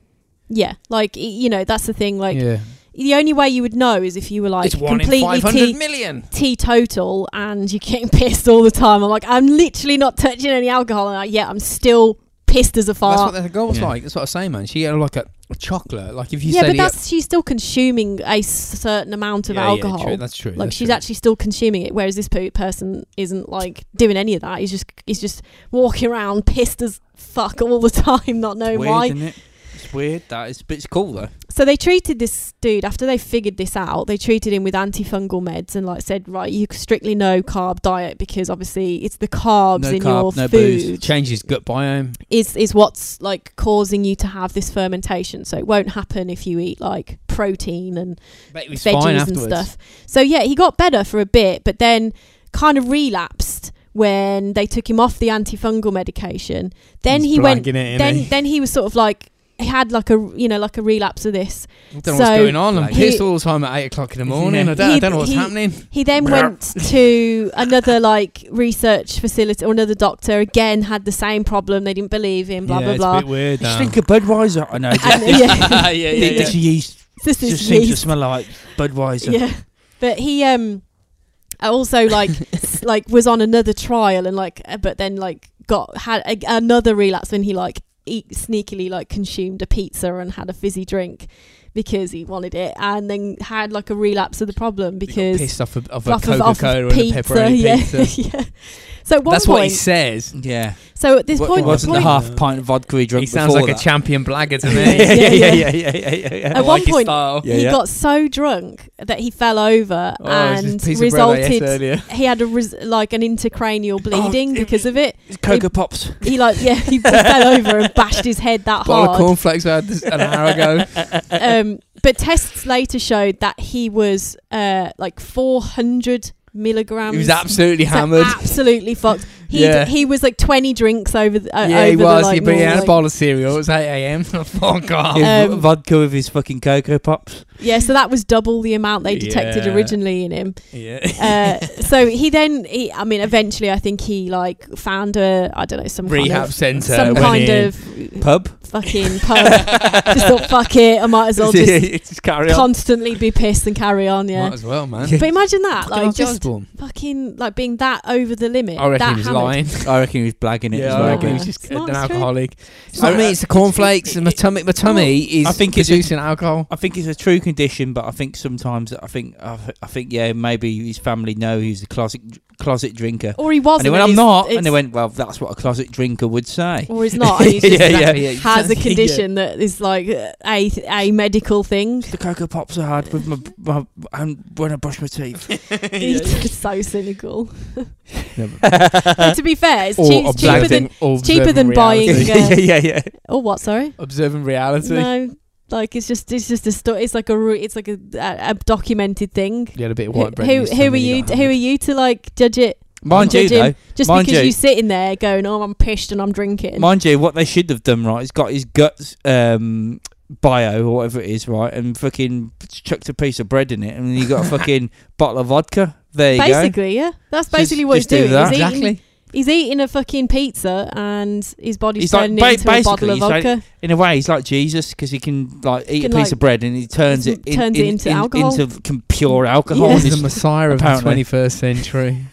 C: yeah like y- you know that's the thing like
B: yeah.
C: the only way you would know is if you were like
B: it's one in
C: completely
B: five
C: te-
B: hundred million.
C: teetotal and you're getting pissed all the time. I'm like, I'm literally not touching any alcohol, and I, yet I'm still pissed as a
B: That's
C: fart.
B: what the girl was
D: Yeah.
B: like. That's what I say, man. She had like a chocolate. Like if you
C: Yeah,
B: said
C: but
B: he-
C: that's she's still consuming a certain amount of
B: Yeah, yeah, true,
C: alcohol.
B: that's true.
C: like
B: that's
C: she's
B: true.
C: actually still consuming it, whereas this pe- person isn't like doing any of that. He's just he's just walking around pissed as fuck all the time, not knowing
D: weird,
C: why.
D: isn't it? It's weird. That is, but it's cool though.
C: So they treated this dude after they figured this out. They treated him with antifungal meds and like said, right, you strictly no carb diet because obviously it's the carbs
D: No
C: in
D: carb,
C: your
D: no booze.
C: food
B: changed his gut biome.
C: is is what's like causing you to have this fermentation. So it won't happen if you eat like protein and
B: But it was fine
C: veggies and
B: afterwards.
C: stuff. So yeah, he got better for a bit, but then kind of relapsed when they took him off the antifungal medication. Then
B: He's
C: he went.
B: blanking it, isn't
C: Then
B: he?
C: then he was sort of like he had like a you know like a relapse of this.
B: I don't know what's
C: so
B: going on. I'm
D: he-
B: pissed all the time at eight o'clock in the morning. I, don't, I
C: He-
B: don't know what's
C: he-
B: happening.
C: He then went to another like research facility or another doctor again had the same problem. They didn't believe him. Blah
B: yeah,
C: blah
B: it's
C: blah.
B: a bit weird.
D: Just
B: now.
D: think of Budweiser. I know.
C: And-
D: yeah,
C: yeah.
D: yeah, yeah, This yeast
C: So this is
D: just seems to
C: yeast.
D: smell like Budweiser.
C: Yeah, but he um also like s- like was on another trial and like uh, but then like got had a, another relapse when he like eat, sneakily like consumed a pizza and had a fizzy drink because he wanted it and then had like a relapse of the problem
B: He got
C: because
B: pissed off of, of a
C: off of-
B: Coca
C: off
B: Cola
C: of
B: and a pepperoni
C: yeah,
B: pizza.
C: yeah. So at one
B: That's what he
C: point,
B: says.
D: Yeah.
C: so at this
D: What-
C: point, the
D: wasn't
C: point
D: the half pint of vodka he drank
B: He sounds
D: before
B: like a
D: that.
B: champion blagger to
C: Yeah,
B: me.
C: yeah, yeah.
D: yeah, yeah, yeah, yeah.
B: I
C: At
B: like
C: one
B: his
C: point-
B: style.
D: Yeah,
C: he
D: yeah.
C: got so drunk that he fell over
B: Oh, it was
C: and
B: this piece of bread I ate
C: resulted.
B: earlier. Oh,
C: He had a res- like an intracranial bleeding
D: it
C: because
D: was-
C: of it.
D: Coca Pops.
C: He like yeah, he fell over and bashed his head that
B: Bottle of
C: hard.
B: cornflakes I had this an hour ago.
C: Um, but tests later showed that he was uh, like 400 milligrams.
B: he was absolutely
C: so
B: hammered.
C: absolutely fucked. He
B: Yeah.
C: he was like 20 drinks over. The, uh,
B: yeah,
C: over
B: he was.
C: The, like,
B: yeah, but he had a
C: normal, like-
B: bowl of cereal. It was 8 a.m. Fuck off.
D: His v-
C: Um,
D: vodka with his fucking Cocoa Pops.
C: yeah, so that was double the amount they detected
B: Yeah.
C: originally in him.
B: Yeah.
C: Uh, so he then, he, I mean, eventually, I think he like found a I don't know some
B: Rehab
C: kind of,
B: centre.
C: some
B: went
C: kind
B: in.
C: of
D: Pub.
C: fucking pub. just thought, fuck it, I might as well just
D: just carry on.
C: constantly be pissed and carry on, yeah.
B: Might as well, man.
D: Yeah.
C: But imagine that,
B: Fucking
C: like
B: Ozzy
C: just
B: Osbourne.
C: fucking like being that over the limit.
B: I reckon
C: that
B: he was
C: hammered.
B: lying.
D: I reckon he was blagging it
B: Yeah,
D: as
B: I
D: well.
B: reckon he's
C: Yeah.
B: just
C: It's
B: an
C: not- it's true.
B: alcoholic.
D: It's
B: I
D: not-
B: mean, it's the cornflakes and my tummy. My tummy
D: I
B: is
D: think it's a-
B: producing alcohol.
D: I think it's a true condition, but I think sometimes I think I, th- I think yeah maybe his family know he's a closet closet drinker.
C: Or he
D: and
C: wasn't.
D: they went, I'm
C: it's-
D: not.
C: it's-
D: And they went, well, that's what a closet drinker would say.
C: or he's not. And he's just
D: Yeah,
C: like,
B: yeah.
C: has a condition that is like uh, a a medical thing.
D: The cocoa pops are hard with my, my and when I brush my teeth.
C: He's just so cynical.
D: yeah,
C: But to be fair, it's, cheap, it's cheaper than it's cheaper than buying.
B: reality.
D: yeah,
C: Uh,
D: yeah.
C: oh, what? Sorry.
B: observing reality.
C: No, like it's just it's just a sto- It's like a ru- it's like a, a, a documented thing.
B: You had a bit of
C: Who
B: white bread.
C: who, who are you? Who are you to like judge it?
D: Mind you,
C: Judge him.
D: though,
C: Just
D: Mind
C: because
D: you-
C: you. are sitting there going, "Oh, I'm pissed and I'm drinking."
D: mind you, what they should have done, right? He's got his guts um, bio or whatever it is, right, and fucking chucked a piece of bread in it, and you got a fucking bottle of vodka. There you go.
C: basically, yeah. That's basically what
D: just
C: he's
D: do
C: doing.
D: that.
C: He's, eating,
B: Exactly.
C: he's eating a fucking pizza and his body's
D: He's like,
C: turning
D: ba-
C: into a
D: basically,
C: bottle of
D: he's like-
C: vodka.
D: In a way, he's like Jesus because he can like eat
C: Can,
D: a piece
C: like,
D: of bread and he turns
C: just
D: it, in,
C: turns it
D: in,
C: into
D: in-
C: alcohol.
D: into com- pure alcohol.
C: Yeah.
D: and
B: He's the
D: he's-
B: messiah of the
D: Apparently.
B: twenty first century.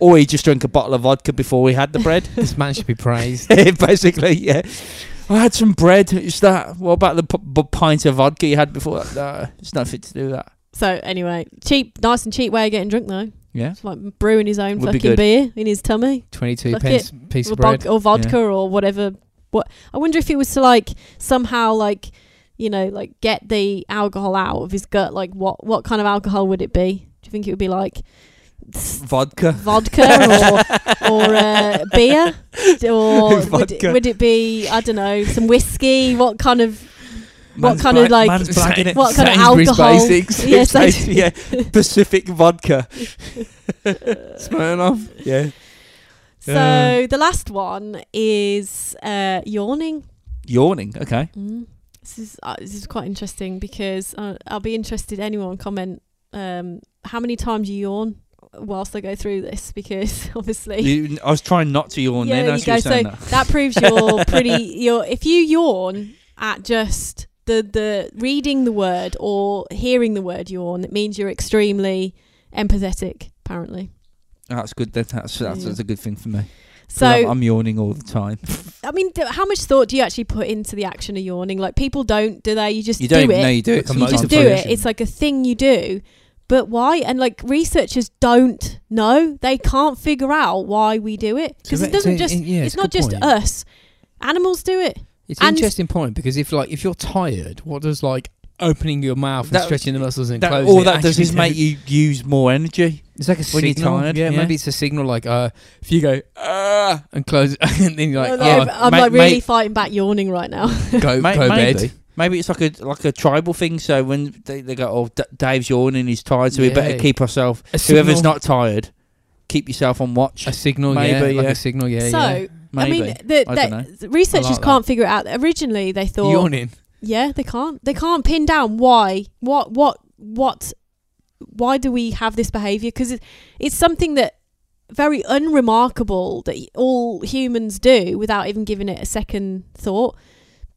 D: or he just drank a bottle of vodka before he had the bread.
B: this man should be praised.
D: Basically, yeah. I had some bread. It's that. What about the p- b- pint of vodka you had before? that? No, it's nothing to do with that.
C: so anyway, cheap, nice and cheap way of getting drunk though.
D: Yeah.
C: It's like brewing his own
D: Would be
C: fucking
D: good.
C: beer in his tummy,
B: Twenty two
C: Fuck
B: pence piece
C: or,
B: of bread.
C: vodka- or vodka or whatever. What I wonder if it was to like somehow like you know like get the alcohol out of his gut. Like what what kind of alcohol would it be? Do you think it would be like? s-
D: Vodka.
C: vodka or, or uh, beer? Or would it,
D: Vodka.
C: would it be, I don't know, some whiskey? What kind of. What
D: Man's
C: kind of,
D: blag-
C: like-
D: Man's blagging it.
C: What kind of
B: Sainsbury's
C: alcohol?
B: Basics.
C: Yes, I do.
D: yeah. Pacific vodka.
B: Smirnoff.
D: Yeah.
C: uh, So the last one is uh, yawning.
D: Yawning. Okay.
C: Mm. This is uh, this is quite interesting because uh, I'll be interested. Anyone comment um, how many times you yawn whilst I go through this? Because obviously,
D: You, I was trying not to yawn then. As you were
C: So
D: saying
C: that.
D: that.
C: proves you're pretty. You're if you yawn at just the the reading the word or hearing the word yawn, it means you're extremely empathetic. Apparently,
D: That's good. Then. That's, that's,
C: Yeah.
D: that's a good thing for me.
C: So
D: I'm, I'm yawning all the time.
C: I mean, do, how much thought do you actually put into the action of yawning? Like people don't, do they? You just
D: You don't
C: do
D: even
C: it.
D: know you do it.
B: Like a
C: you
D: sometimes.
C: just do it. It's like a thing you do. But why? And like researchers don't know. They can't figure out why we do it because it doesn't just.
B: yeah,
C: it's
B: a
C: not
B: good
C: just
B: point.
C: us. Animals do it.
B: It's an
C: and-
B: interesting point because if like if you're tired, what does like opening your mouth and
D: That-
B: stretching the muscles and
D: That-
B: closing
D: all
B: it
D: that does
B: actually
D: is make you use more energy.
B: It's like a
D: when you're
B: signal.
D: tired,
B: yeah,
D: yeah.
B: maybe it's a signal like uh, if you go uh, and close and then you're
C: Like,
B: like, oh,
C: I'm- I'm
D: mate-
C: like really
D: mate-
C: fighting back yawning right now.
B: go
D: May-
B: go
D: maybe.
B: bed.
D: Maybe it's like a like a tribal thing. So when they, they go, oh, D- Dave's yawning, he's tired, so we better
B: Yeah.
D: keep ourselves.
B: A
D: Whoever's
B: signal-
D: not tired, keep yourself on watch.
B: a signal,
D: Maybe,
B: yeah, like
D: yeah.
B: a signal, yeah.
C: so
B: yeah.
C: I
D: Maybe
C: mean, the,
D: I
C: the-
D: dunno.
C: the researchers
B: I like
C: can't figure it out. Originally, they thought
B: yawning.
C: Yeah, they can't. They can't pin down why. What? What? What? Why do we have this behaviour? Because it, it's something that very unremarkable that all humans do without even giving it a second thought.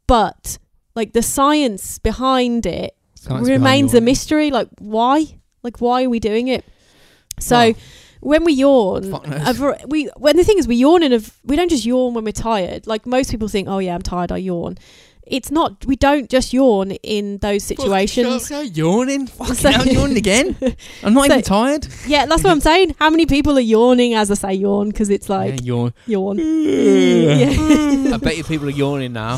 C: But like the science behind it
B: Science behind
C: remains a
B: yawning.
C: mystery. Like why? Like why are we doing it? So
B: Well,
C: when we yawn,
B: fuck knows.
C: a var- we when the thing is we yawn and we don't just yawn when we're tired. Like most people think, oh yeah, I'm tired, I yawn. It's not. We don't just yawn in those situations.
B: Fucking shit, yawning. Fucking
C: So-
B: hell, yawning again. I'm not
C: So-
B: even tired.
C: yeah, that's what I'm saying. How many people are yawning as I say yawn because it's like
B: yeah, yawn.
C: yawn.
B: I bet you people are yawning now.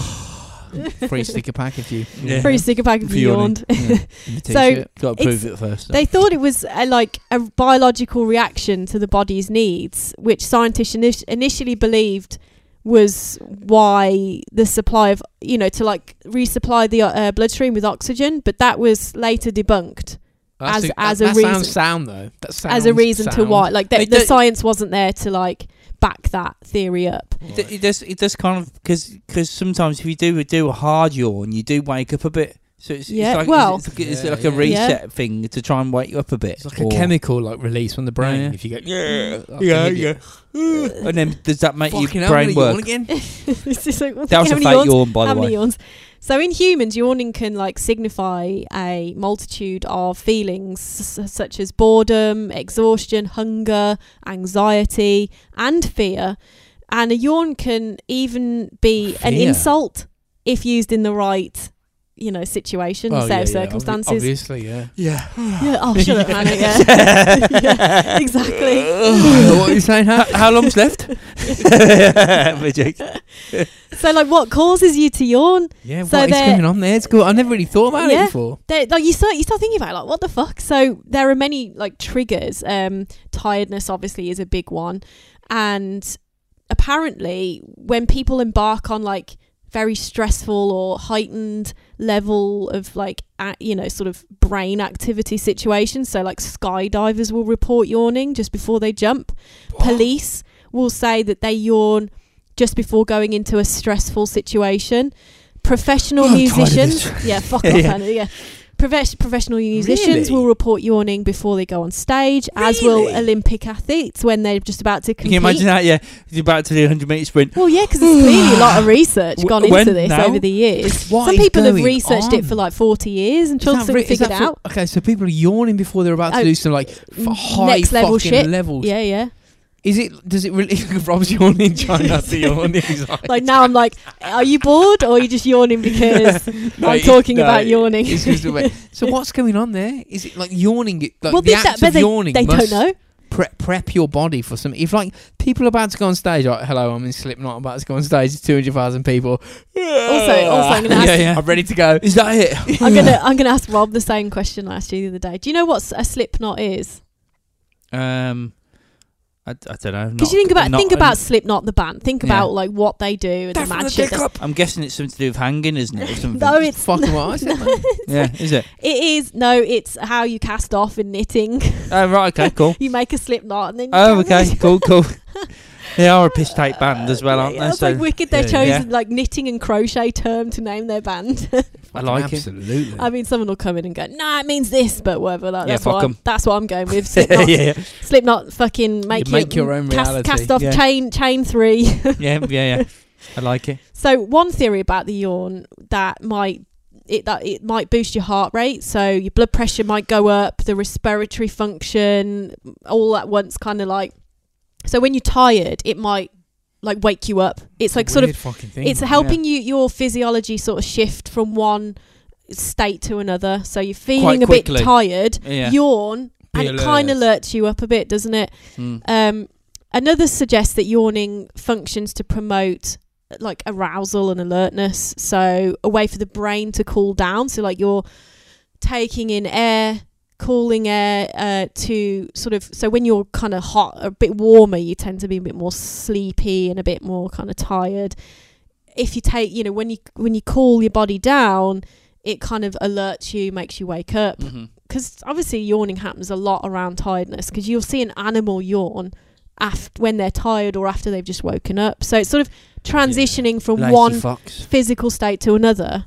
B: Free sticker pack if you.
D: Yeah.
C: Pretty sick of if
D: For
C: you
D: yawning.
C: yawned.
B: so
D: got to
C: it's-
D: prove it first.
C: They thought it was a, like a biological reaction to the body's needs, which scientists init- initially believed was why the supply of, you know, to like resupply the uh, bloodstream with oxygen, but that was later debunked As- as a
B: that
C: reason-
B: sounds sound though. That sounds
C: as a reason to
B: sound.
C: why. Like the,
D: It
C: the
D: do-
C: science wasn't there to like back that theory up.
D: It, d- it does. It does kind of because because sometimes if you do do a hard yawn, you do wake up a bit. So it's,
C: Yeah,
D: it's like
C: well-
D: is it, is it
B: Yeah,
D: like a
B: yeah.
D: reset thing to try and wake you up a bit.
B: It's like a
D: or-
B: chemical like release from the brain.
D: Yeah.
B: If you go, yeah, like
D: Yeah,
B: an idiot.
D: And then does that make
B: Fucking
D: your
B: hell, I'm
D: brain
B: gonna yawn
D: work?
B: again.
C: It's just like, what the-
D: That was
C: how
D: a
C: many
D: fake
C: yawns?
D: yawn, by
C: How
D: the
C: many
D: way.
C: yawns? So in humans, yawning can like signify a multitude of feelings s- such as boredom, exhaustion, hunger, anxiety, and fear. And a yawn can even be an
B: Fear?
C: insult if used in the right, you know, situation,
B: Oh,
C: set
B: yeah,
C: of
B: yeah, obvi-
C: circumstances.
B: obviously, yeah.
D: Yeah.
C: Yeah, oh, shut up, Hannah. Yeah. Yeah, exactly.
B: what are you saying? Huh?
D: how, how long's left? My joke.
C: so, like, what causes you to yawn?
B: Yeah,
C: So
B: what is
C: they're-
B: going on there? It's cool. I never really thought about
C: Yeah.
B: it before.
C: They- like you start you start thinking about it, like what the fuck so there are many like triggers um tiredness obviously is a big one and apparently when people embark on like very stressful or heightened level of like a you know sort of brain activity situations so like skydivers will report yawning just before they jump police will say that they yawn just before going into a stressful situation. Professional
B: I'm tired of
C: musicians, yeah, fuck off,
D: Yeah.
C: Hannah, yeah. Profes- professional musicians
B: Really?
C: will report yawning before they go on stage, as will
B: Really?
C: Olympic athletes when they're just about to
D: Can
C: compete.
D: you imagine that? Yeah, you're about to do a hundred meter sprint.
C: Well, yeah, because there's clearly a lot of research
D: W-
C: gone
D: when
C: into this
D: now?
C: over the years.
B: What
C: Some
B: is
C: people have
B: going
C: researched it
B: on?
C: for like 40 years and
B: Is that
C: still haven't
B: re- is
C: figured it
B: that for-
C: out.
B: Okay, so people are yawning before they're about
C: Oh,
B: to do some like f-
C: n-
B: high
C: next level
B: fucking
C: shit.
B: levels.
C: Yeah, yeah.
B: Is it? Does it really? Rob's yawning, trying not to yawn. He's
C: Like now I'm like, are you bored or are you just yawning because
B: No,
C: I'm
B: it-
C: talking
B: no,
C: about
B: it-
C: yawning?
B: it's just the way- so what's going on there? Is it like yawning? it- Like the
C: did that-
B: act
C: but
B: of
C: they,
B: yawning
C: they
B: must
C: don't know.
B: Prep, prep your body for something. If like people are about to go on stage, like hello, I'm in Slipknot, I'm about to go on stage to 200,000 people.
C: Also- also I'm gonna
D: yeah,
C: ask-
D: yeah.
B: I'm ready to go.
D: Is that it?
C: I'm gonna I'm gonna ask Rob the same question I asked you the other day. Do you know what s- a Slipknot is?
D: Um, I, don't know.
C: Because you think about think about Slipknot the band. Think
D: Yeah.
C: about like what they do and the
B: Death from the
C: mad shit.
B: dick
C: that-
B: up.
D: I'm guessing it's something to do with hanging, isn't it? Or something.
C: No, it's
B: Fucking what I said, man.
D: yeah, is it?
C: it is no, it's how you cast off in knitting.
D: Oh, right. Okay. Cool.
C: you make a Slipknot and then. You
D: Oh,
C: carry
D: okay.
C: on.
D: Cool. Cool. They are a piss take band as well,
C: Yeah,
D: aren't
C: yeah,
D: they?
C: That's like wicked. They
B: yeah,
C: chose
D: yeah.
C: like knitting and crochet term to name their band.
D: I like it.
B: Absolutely.
C: I mean, someone will come in and go, "Nah, it means this," but whatever. Like,
D: Yeah,
C: that's
D: fuck
C: what
D: 'em.
C: I'm, that's what I'm going with.
D: yeah,
C: Slipknot,
D: yeah,
C: Slipknot, fucking make,
B: You make your own
C: cast,
B: reality.
C: Cast off
D: Yeah.
C: chain chain three.
D: yeah, yeah, yeah. I like it.
C: So one theory about the yawn that might it that it might boost your heart rate, so your blood pressure might go up, the respiratory function all at once, kind of like. So when you're tired, it might like wake you up. It's like
B: Weird
C: sort of
B: fucking thing.
C: it's helping you your physiology sort of shift from one state to another. So you're feeling a bit
D: quickly.
C: tired,
D: Yeah.
C: yawn,
B: Be
C: and it kind of
B: alert.
C: alerts you up a bit, doesn't it?
D: Mm.
C: Um, another suggests that yawning functions to promote like arousal and alertness, so a way for the brain to cool down. So like you're taking in air, cooling air uh, to sort of. So when you're kind of hot, a bit warmer, you tend to be a bit more sleepy and a bit more kind of tired. If you take, you know, when you when you cool your body down, it kind of alerts you, makes you wake up
D: Mhm.
C: because obviously yawning happens a lot around tiredness because you'll see an animal yawn after when they're tired or after they've just woken up. So it's sort of transitioning from
D: Lazy
C: one
D: fox.
C: physical state to another.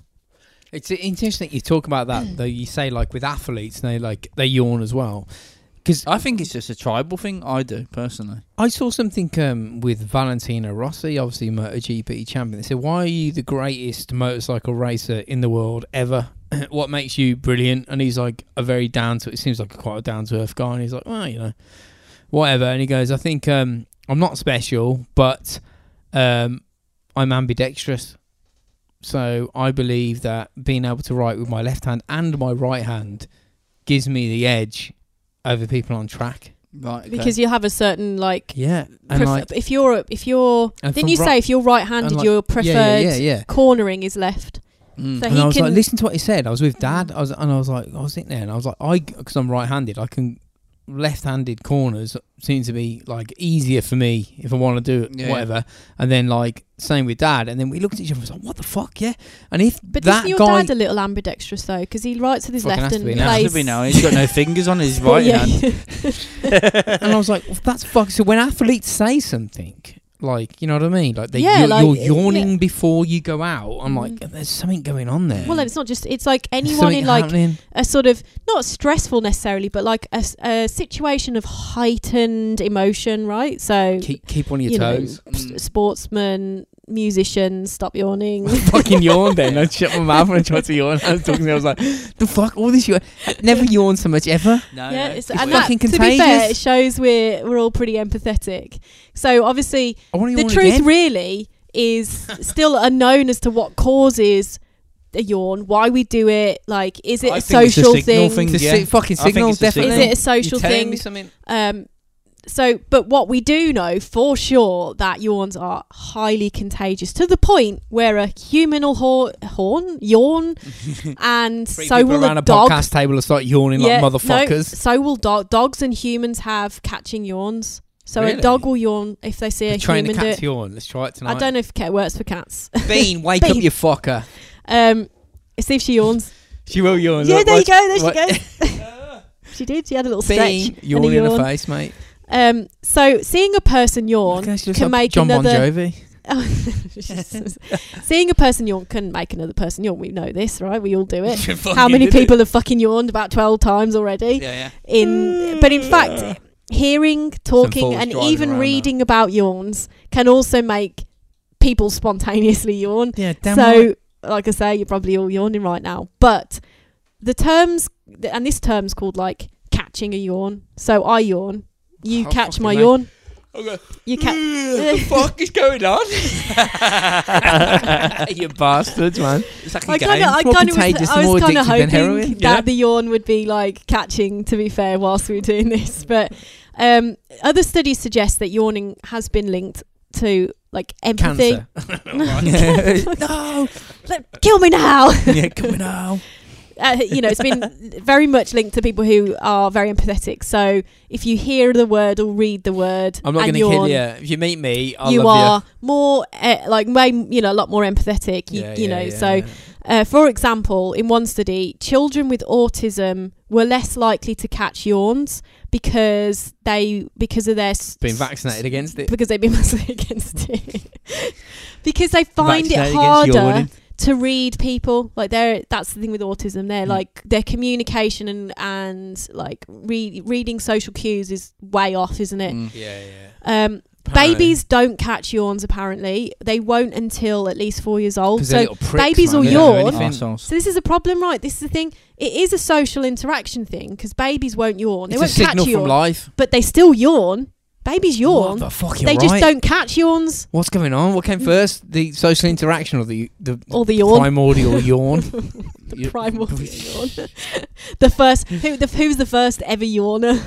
B: It's interesting that you talk about that though. You say like with athletes, they like they yawn as well. Because
D: I think it's just a tribal thing. I do personally.
B: I saw something um, with Valentino Rossi, obviously MotoGP champion. They said, "Why are you the greatest motorcycle racer in the world ever? what makes you brilliant?" And he's like, "A very down to. It seems like quite a down to earth guy." And he's like, "Well, you know, whatever." And he goes, "I think um, I'm not special, but um, I'm ambidextrous. So I believe that being able to write with my left hand and my right hand gives me the edge over people on track."
D: Right. okay.
C: Because you have a certain like,
B: Yeah, and
C: prefer-
B: like.
C: if you're a- if you're
B: And
C: didn't
B: from
C: you
B: ro-
C: say if you're right-handed
B: and like-
C: your
B: Yeah,
C: preferred
B: Yeah, yeah, yeah.
C: cornering is left.
D: Mm.
C: So
B: and
C: he
B: I was like,
C: can- Mm-hmm.
B: listen to what he said. I was with dad. I was, and I was like, I was sitting there, and I was like, I because I'm right-handed, I can left-handed corners seem to be like easier for me if I want to do it,
D: Yeah, yeah.
B: whatever. And then like same with dad. And then we looked at each other and was like, what the fuck, yeah. And if
C: But
B: that
C: isn't your
B: guy,
C: dad a little ambidextrous though? Because he writes with his
B: Fucking
C: left
B: has
C: and
B: to be
D: It has
C: plays.
D: to be now. He's got no fingers on his right
C: yeah.
D: hand.
B: and I was like, well, that's fuck. So when athletes say something. Like you know what I mean? Like they,
C: Yeah,
B: you're,
C: like,
B: you're
C: yeah.
B: yawning before you go out. I'm like,
C: Mhm.
B: there's something going on there.
C: well, it's not just it's like
B: There's
C: anyone
B: something
C: in like
B: happening.
C: a sort of not stressful necessarily, but like a, s- a situation of heightened emotion, right? So
B: keep keep on your
C: uh, you know,
B: toes.
C: s- sportsmen, musicians, stop yawning.
B: fucking yawned then. I shut my mouth when I tried to yawn. I was talking to her, I was like, the fuck, all this yawn. Never yawned so much ever.
D: No,
C: yeah,
D: no.
C: it's,
B: It's
C: and that,
B: fucking
C: to be fair,
B: contagious.
C: it shows we're we're all pretty empathetic. So obviously,
B: I want to
C: the
B: yawn
C: truth
B: again.
C: really is still unknown as to what causes a yawn, why we do it. Like, is it
D: I
C: a
D: think it's a
C: social
D: signal
B: It's
D: thing.
B: a
D: Yeah.
B: si- fucking
D: I think
B: signal,
D: it's a
B: definitely.
D: signal.
C: Is it a social
B: You're telling
C: thing?
B: me something?
C: Um, so, but what we do know for sure that yawns are highly contagious to the point where a human will hor- horn, yawn, and
B: Three
C: so
B: people
C: will
B: around
C: a
B: a
C: dog.
B: podcast table and start yawning
C: Yeah,
B: like
C: no,
B: motherfuckers.
C: so will dog. Dogs and humans have catching yawns. So a
B: Really?
C: dog will yawn if they see
B: We're
C: a
B: trying
C: human
B: to
C: do
B: catch
C: it.
B: yawn. Let's try it
C: I
B: tonight.
C: don't know if it works for cats.
B: Bean, wake up,
C: Bean.
B: you fucker.
C: um, see if she yawns.
B: She will yawn.
C: yeah,
B: Oh, Look,
C: there you go.
B: watch.
C: There
B: what-
C: she goes. she did. She had a little
B: Bean,
C: stretch. and
B: yawn
C: a
B: in the
C: yawn.
B: face, mate.
C: Um, so seeing a person yawn
B: Okay, she looks
C: can
B: like
C: make
B: John
C: another.
B: Bon Jovi.
C: Oh, Jesus. Seeing a person yawn can make another person yawn. We know this, right? We all do it. How many people have fucking yawned about twelve times already?
D: yeah,
B: Mm.
C: In but in fact, hearing,
B: fools
C: talking, and
B: driving
C: even
B: around
C: reading about yawns can also make people spontaneously yawn.
B: Yeah, damn
C: so,
B: right.
C: like I say, you're probably all yawning right now. But the terms, and this term's called like catching a yawn. So I yawn, you
B: Oh,
C: catch
B: fucking
C: my
B: hell.
C: yawn,
B: Okay.
C: you catch.
B: the fuck is going on? you bastards, man.
D: It's like a
C: I
D: game.
C: kind of, I
B: It's
C: kind
B: more
C: of was,
B: contagious
C: I
B: and
C: was
B: more
C: kind of
B: addictive
C: hoping
B: than heroin.
C: that
B: Yeah.
C: the yawn would be like catching. To be fair, whilst we were doing this, but um, other studies suggest that yawning has been linked to like empathy.
B: Cancer.
D: no.
C: Let- kill me now.
D: Yeah, coming out.
C: uh, you know, it's been very much linked to people who are very empathetic. So if you hear the word or read the word,
B: I'm not going
C: and
B: to kill
C: yawn,
B: you. If you meet me, I'll
C: you
B: love
C: are more uh, like way, you know a lot more empathetic.
B: you.
C: You, you know, so Uh, for example, in one study, children with autism were less likely to catch yawns because they because of their s-
B: Being vaccinated against it.
C: because they've been vaccinated against it because they find
B: Vaccinated
C: it
B: against
C: harder
B: yawning.
C: to read people like they're that's the thing with autism they're
B: Mm.
C: like their communication and and like re- reading social cues is way off isn't it
D: Mm.
B: Yeah, yeah.
C: um babies don't catch yawns apparently they won't until at least four years old so babies will yawn. so this is a problem right this is the thing it is a social interaction thing because babies won't yawn they
B: It's a
C: won't catch
B: signal
C: yawn
B: from life.
C: but they still yawn Babies
B: What
C: yawn.
B: the fuck? You're
C: They just
B: right.
C: don't Mm. catch yawns.
B: What's going on? What came first? The social interaction or the the
C: Or the yawn.
B: primordial yawn?
C: the
B: You-
C: primal yawn. the first who the who's the first ever yawner.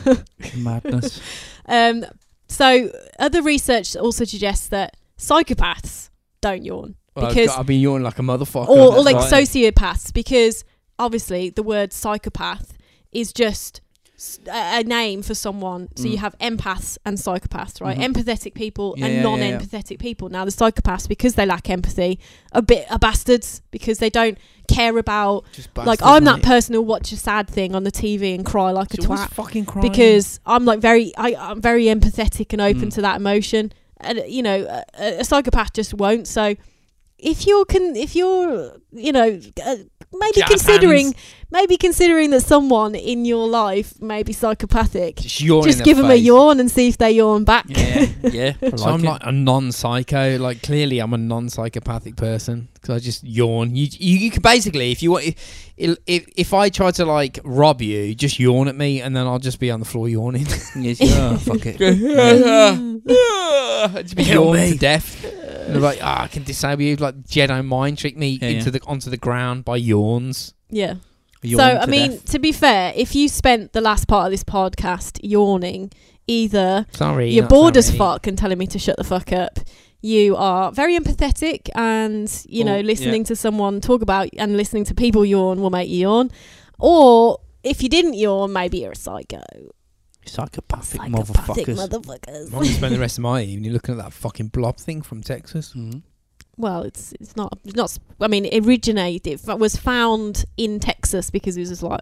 D: Madness.
C: um, so other research also suggests that psychopaths don't yawn,
B: Well, I've
C: Because-
B: got- I've been yawning like a motherfucker.
C: or, or
B: That's
C: like
B: Oh, right.
C: sociopaths, because obviously the word psychopath is just s- a a name for someone so you
D: Mm.
C: have empaths and psychopaths right
D: Mhm.
C: empathetic people
B: Mm-hmm. Yeah,
C: and
B: yeah, yeah, yeah.
C: non-empathetic people now the psychopaths because they lack empathy a bit are bastards because they don't care about
B: Just
C: like
B: bastard,
C: I'm that
B: mate.
C: person who'll watch a sad thing on the TV and cry like a
B: She always
C: twat
B: fucking crying.
C: because I'm like very I, I'm very empathetic and open
D: Mm.
C: to that emotion and uh, you know a- a, a psychopath just won't so if you're can if you're you know uh, maybe
B: Jazz
C: considering
B: hands.
C: maybe considering that someone in your life may be psychopathic
B: just, yawn
C: just
B: in
C: give
B: their
C: them a
B: face.
C: yawn and see if they yawn back
B: Yeah.
D: yeah. I
B: So I'm
D: it.
B: like a non-psycho. Like clearly, I'm a non-psychopathic person because I just yawn. You, you, you could basically, if you want, if, if if I try to like rob you, just yawn at me, and then I'll just be on the floor yawning.
D: Yes, oh, fuck it.
B: just be
D: Kill
B: yawned
D: me.
B: to death. And
C: Uh,
B: they're like, ah, I can disable you. Like Jedi mind trick me
D: Yeah,
B: into
D: yeah.
B: the onto the ground by yawns.
C: yeah
D: Yawn
C: so I
D: to
C: mean
D: death.
C: to be fair if you spent the last part of this podcast yawning either
B: Sorry,
C: You're
B: not
C: bored as
B: sorry.
C: fuck and telling me to shut the fuck up. You are very empathetic, and you know,
D: Or-
C: listening to someone talk about and listening to people yawn will make you yawn. Or if you didn't yawn, maybe you're a psycho.
D: psychopathic,
C: Psychopathic
D: motherfuckers.
B: I'm gonna
C: motherfuckers.
B: spend the rest of my evening looking at that fucking blob thing from Texas.
D: Mhm.
C: well, it's it's not it's not. I mean, it originated it was found in Texas because it was just like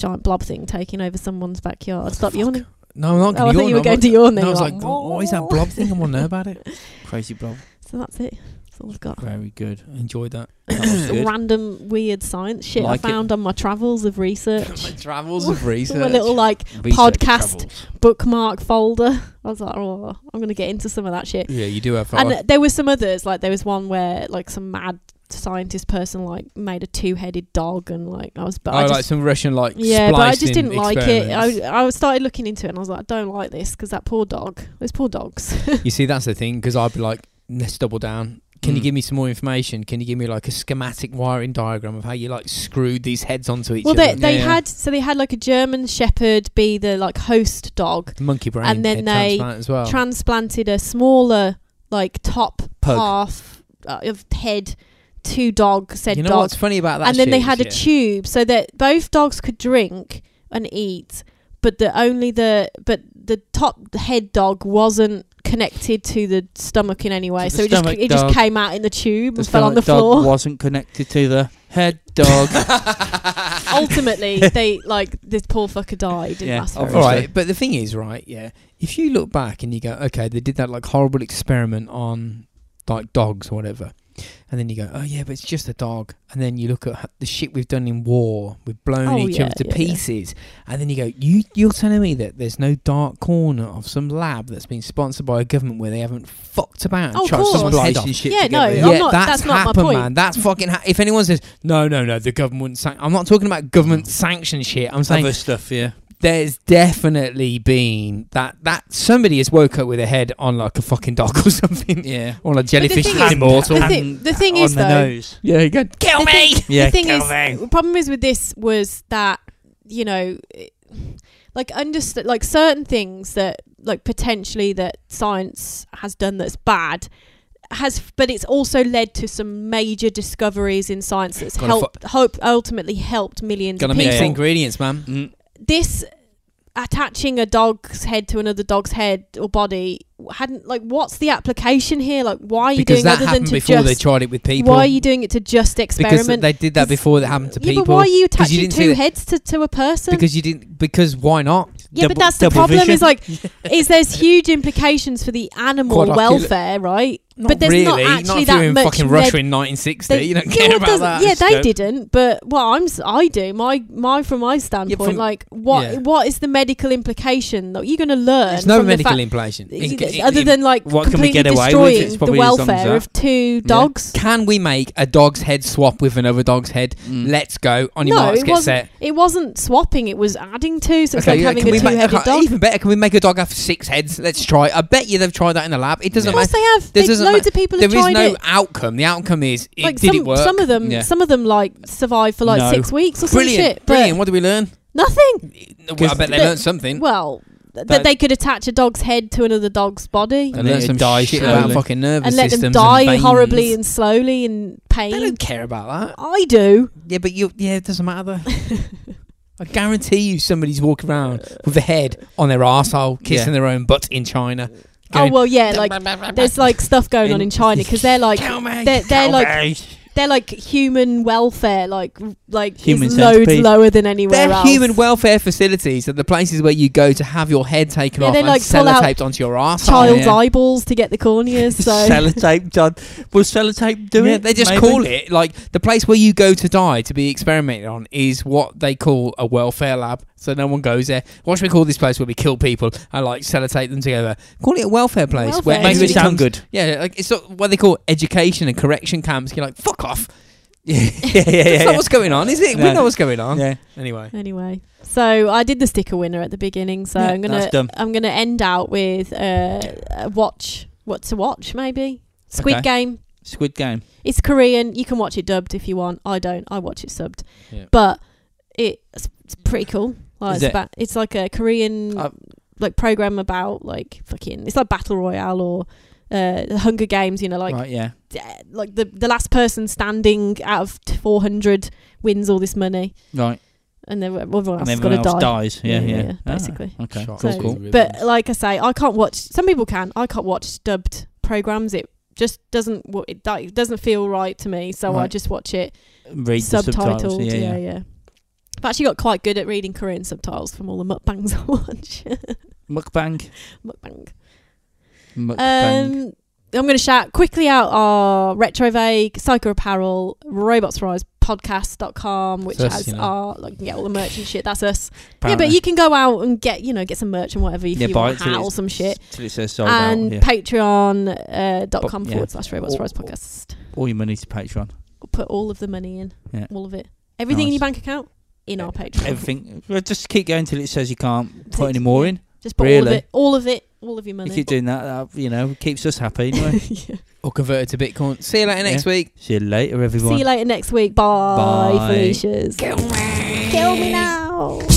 C: giant blob thing taking over someone's backyard. Stop yawning.
B: No, I'm not
C: Oh, I
B: gonna
C: thought
B: yawn.
C: you were
B: I'm
C: going
B: not-
C: to yawn. Then
B: No, I was
C: you're
B: like, oh, is that blob thing? I want to know about it.
D: Crazy blob.
C: So that's it. That's all I've got.
D: Very good.
B: I enjoyed that.
D: That was good.
C: random weird science shit
D: Like it.
C: I found on my travels of
B: Oh, My
C: research.
B: travels of research.
C: my little like
D: Research
C: podcast.
D: travels.
C: bookmark folder. I was like, oh, I'm gonna get into some of that shit.
B: Yeah, you do have.
C: And
B: Like,
C: uh, there were some others. Like there was one where like some mad scientist person like made a two-headed dog, and like I was, but
B: oh,
C: I
B: like
C: just.
B: some Russian like.
C: Yeah, but I just
B: splicing
C: didn't like it.
B: experiments.
C: I, I started looking into it and I was like, I don't like this because that poor dog, those poor dogs.
B: you see, that's the thing because I'd be like, let's double down. Can you
D: Mm.
B: give me some more information? Can you give me like a schematic wiring diagram of how you like screwed these heads onto each
C: well,
B: other?
C: they, they
D: Yeah, yeah.
C: had, so they had like a German Shepherd be the like host dog,
B: The monkey brain
C: and then
B: head
C: they
B: transplant as
D: Oh.
B: well.
C: transplanted a smaller like top
D: Pug.
C: half uh, of head to dog said
B: you know
C: dog
B: what's funny about that?
C: and then they
B: shit
C: had a
B: is-
C: tube so that both dogs could drink and eat but the only the but the top head dog wasn't connected to the stomach in any way
D: So
C: so
D: the
C: it just
D: stomach
C: it just
D: dog-
C: came out in the tube
D: The
C: and fell on the
D: stomach dog
C: floor
D: wasn't connected to the head dog.
C: ultimately they like this poor fucker died and
D: Yeah,
C: that's
D: obviously.
B: All
C: very
D: Obviously.
B: right, but the thing is, right? Yeah, if you look back and you go, okay, they did that like horrible experiment on like dogs or whatever, and then you go, oh yeah, but it's just a dog, and then you look at ho- the shit we've done in war, we've blown
C: Oh,
B: each
C: yeah,
B: other to
C: yeah, yeah.
B: pieces, and then you go, you you're telling me that there's no dark corner of some lab that's been sponsored by a government where they haven't fucked about and
C: Oh, of
B: chopped
C: course.
B: someone's head off.
D: Relationship
C: Yeah,
D: together.
C: no,
B: Yeah,
C: I'm not-
B: that's,
C: that's not my
B: happened,
C: point.
B: man. That's fucking. Ha- if anyone says no, no, no, the government. San- I'm not talking about government sanctioned shit. I'm saying
D: Other stuff, yeah.
B: there's definitely been that that somebody has woke up with a head on like a fucking dog or something,
D: Yeah.
B: or like
C: thing
B: jellyfish
C: is-
B: that's immortal.
C: the thi- the thing is,
D: on the
C: though-
D: nose.
B: yeah, you go kill
C: The
B: me.
D: Yeah,
C: the thing
D: kill
C: is,
D: them.
C: the problem is with this was that you know, it- like understand like certain things that like potentially that science has done that's bad has but it's also led to some major discoveries in science that's
B: Gotta
C: helped hope ultimately helped millions
B: Gonna
C: of
B: mix
C: people
D: Yeah.
B: ingredients, man.
D: Mm,
C: this attaching a dog's head to another dog's head or body hadn't like what's the application here like why are you
B: Because
C: doing
B: that
C: other than
B: happened
C: to
B: before they
C: just
B: tried it with people.
C: why are you doing it to just
B: because
C: experiment
B: they did that before that happened to
C: yeah,
B: people.
C: but why are you
B: 'Cause
C: attaching
B: you didn't see
C: two
B: that-
C: heads to, to a person?
B: because you didn't. Because why not?
C: yeah,
D: double-
C: but that's the
D: double
C: problem.
D: vision.
C: Is like, is there's huge implications for the animal
B: Quadrocula-
C: welfare, right? But there's
B: really.
C: not actually
B: if
C: that
B: you're in
C: much
B: fucking
C: red-
B: Russia in 1960. you don't
C: yeah,
B: care
C: well,
B: about
C: doesn't-
B: that.
C: Yeah, they
D: don't-
C: didn't. But what I'm, s- I do. My, my from my standpoint,
B: from-
C: like what,
B: yeah.
C: what is the medical implication that you're going to learn?
B: There's no
C: from the
B: medical
C: fact-
B: inflation.
C: other than like
D: what can we
C: completely
D: get away with?
C: destroying
D: It's
C: the
D: probably as long as
C: welfare
D: that.
C: of two
D: Yeah.
C: dogs.
B: can we make a dog's head swap with another dog's head?
D: Mm.
B: Let's go on your
C: Hmm. No,
B: marks,
C: it
B: get
C: wasn't-
B: set.
C: It wasn't swapping; it was adding two. So it's like
B: yeah,
C: having
B: can
C: a
B: we make,
C: two-headed
B: okay,
C: dog.
B: Even better, can we make a dog have six heads? Let's try. I bet you they've tried that in the lab. It doesn't
C: Of
D: Yeah.
C: course,
B: matter.
C: they have.
B: There
C: They-
B: doesn't
C: loads
B: ma-
C: of people
B: There
C: have
B: is
C: tried
B: no
C: it.
B: outcome. The outcome is it,
C: Like
B: did
C: some,
B: it work?
C: some of them,
D: Yeah.
C: some of them like survive for like
D: No.
C: six weeks or
B: brilliant,
C: some shit. But
B: brilliant. What did we learn?
C: Nothing.
B: Well, I bet they
C: But-
B: learned something.
C: Well, th- that
D: That-
C: they could attach a dog's head to another dog's body
B: they
D: And
B: learned
D: it
B: some
D: dies
B: shit about
D: slowly.
B: fucking nervous
C: and let
B: systems
C: them die
B: and
C: horribly
B: veins.
C: and slowly in
B: They
C: pain.
B: don't care about that.
C: I do.
B: Yeah, but you. Yeah, it doesn't matter. though. I guarantee you, somebody's walking around with a head on their arsehole, kissing
D: Yeah.
B: their own butt in China.
C: Oh
B: Going,
C: well, yeah. Like there's like stuff going on
D: And-
C: in China because they're like
B: Kill me,
C: they're- they're
B: kill
C: like-
B: me.
C: they're like human welfare, like like
D: Human
C: is loads
D: centipede.
C: lower than anywhere
B: They're
C: else.
B: human welfare facilities. They're the places where you go to have your head taken
C: Yeah,
B: off
C: they,
B: and
C: like, pull out
B: sellotaped onto your arsehole.
C: child's
D: yeah.
C: eyeballs to get the corneas. So
D: sellotape, John. Will sellotape do
B: Yeah,
D: it?
B: they just
D: Maybe.
B: call it like the place where you go to die to be experimented on is what they call a welfare lab. So no one goes there. What should we call this place where we kill people and like sellotape them together? Call it a welfare place where
C: Welfare.
D: Makes it
B: everybody
D: sound
B: comes-
D: good.
B: Yeah, like it's not what they call education and correction camps. You're like, fuck off.
D: yeah, yeah, yeah.
B: That's
D: yeah.
B: not what's going on, is it? We
D: No.
B: know what's going on.
D: Yeah.
B: Anyway.
C: anyway, so I did the sticker winner at the beginning. So
D: Yeah,
C: I'm gonna
D: that's dumb.
C: I'm gonna end out with uh, a watch what to watch maybe Squid
D: Okay.
C: Game.
D: Squid Game.
C: It's Korean. You can watch it dubbed if you want. I don't. I watch it subbed,
B: Yeah.
C: but it's, it's pretty cool.
D: Is
C: Like it's,
D: it?
C: about, it's like a Korean
D: Uh,
C: like program about like fucking. It's like battle royale or uh, Hunger Games. You know, like
D: right, yeah.
C: d- like the the last person standing out of t- 400 wins all this money,
D: Right.
C: and then everyone else
D: And
C: has got to
D: everyone else
C: die.
D: dies. Yeah, yeah. Ah,
C: basically.
D: okay.
B: Shots
D: Cool,
C: So-
D: cool.
C: But like I say, I can't watch. Some people can. I can't watch dubbed programs. It just doesn't. wo- It, that- it doesn't feel right to me. So I
D: Right.
C: just watch it
D: Read the
C: subtitled.
D: subtitles. Yeah, yeah.
C: yeah, I've actually got quite good at reading Korean subtitles from all the mukbangs I watch.
D: Mukbang.
C: Mukbang.
D: Mukbang.
C: Um, I'm going to shout quickly out our Retro Vague, Psycho Apparel, Robots Rise, podcast.com, which
B: It's us,
C: has
B: you know.
C: our, like, you can get all the merch and shit. That's us.
D: Apparently.
C: Yeah, but you can go out and get, you know, get some merch and whatever if
D: Yeah,
C: you
D: buy
C: want
D: it
C: to
D: till
C: howl
D: it's
C: some shit.
D: Till it says sold out.
C: And
D: Yeah.
C: patreon.com uh, dot
D: But-
C: com
D: yeah.
C: forward slash Robots
D: Or-
C: Rise podcast.
D: All your money to Patreon.
C: We'll put all of the money in,
D: Yeah.
C: all of it. Everything in
D: Nice.
C: your bank account in our Patreon.
D: Everything. Well, just keep going till it says you can't
C: Take-
D: put any more in.
C: Just put all
D: Really?
C: of it, all of it, all of your
D: You
C: money.
D: keep doing that, that, you know, keeps us happy. Anyway.
C: Yeah.
B: or converted to Bitcoin. See you later next week.
D: See you later, everyone.
C: See you later next week. Bye,
D: Bye.
C: Felicia's. Kill me now.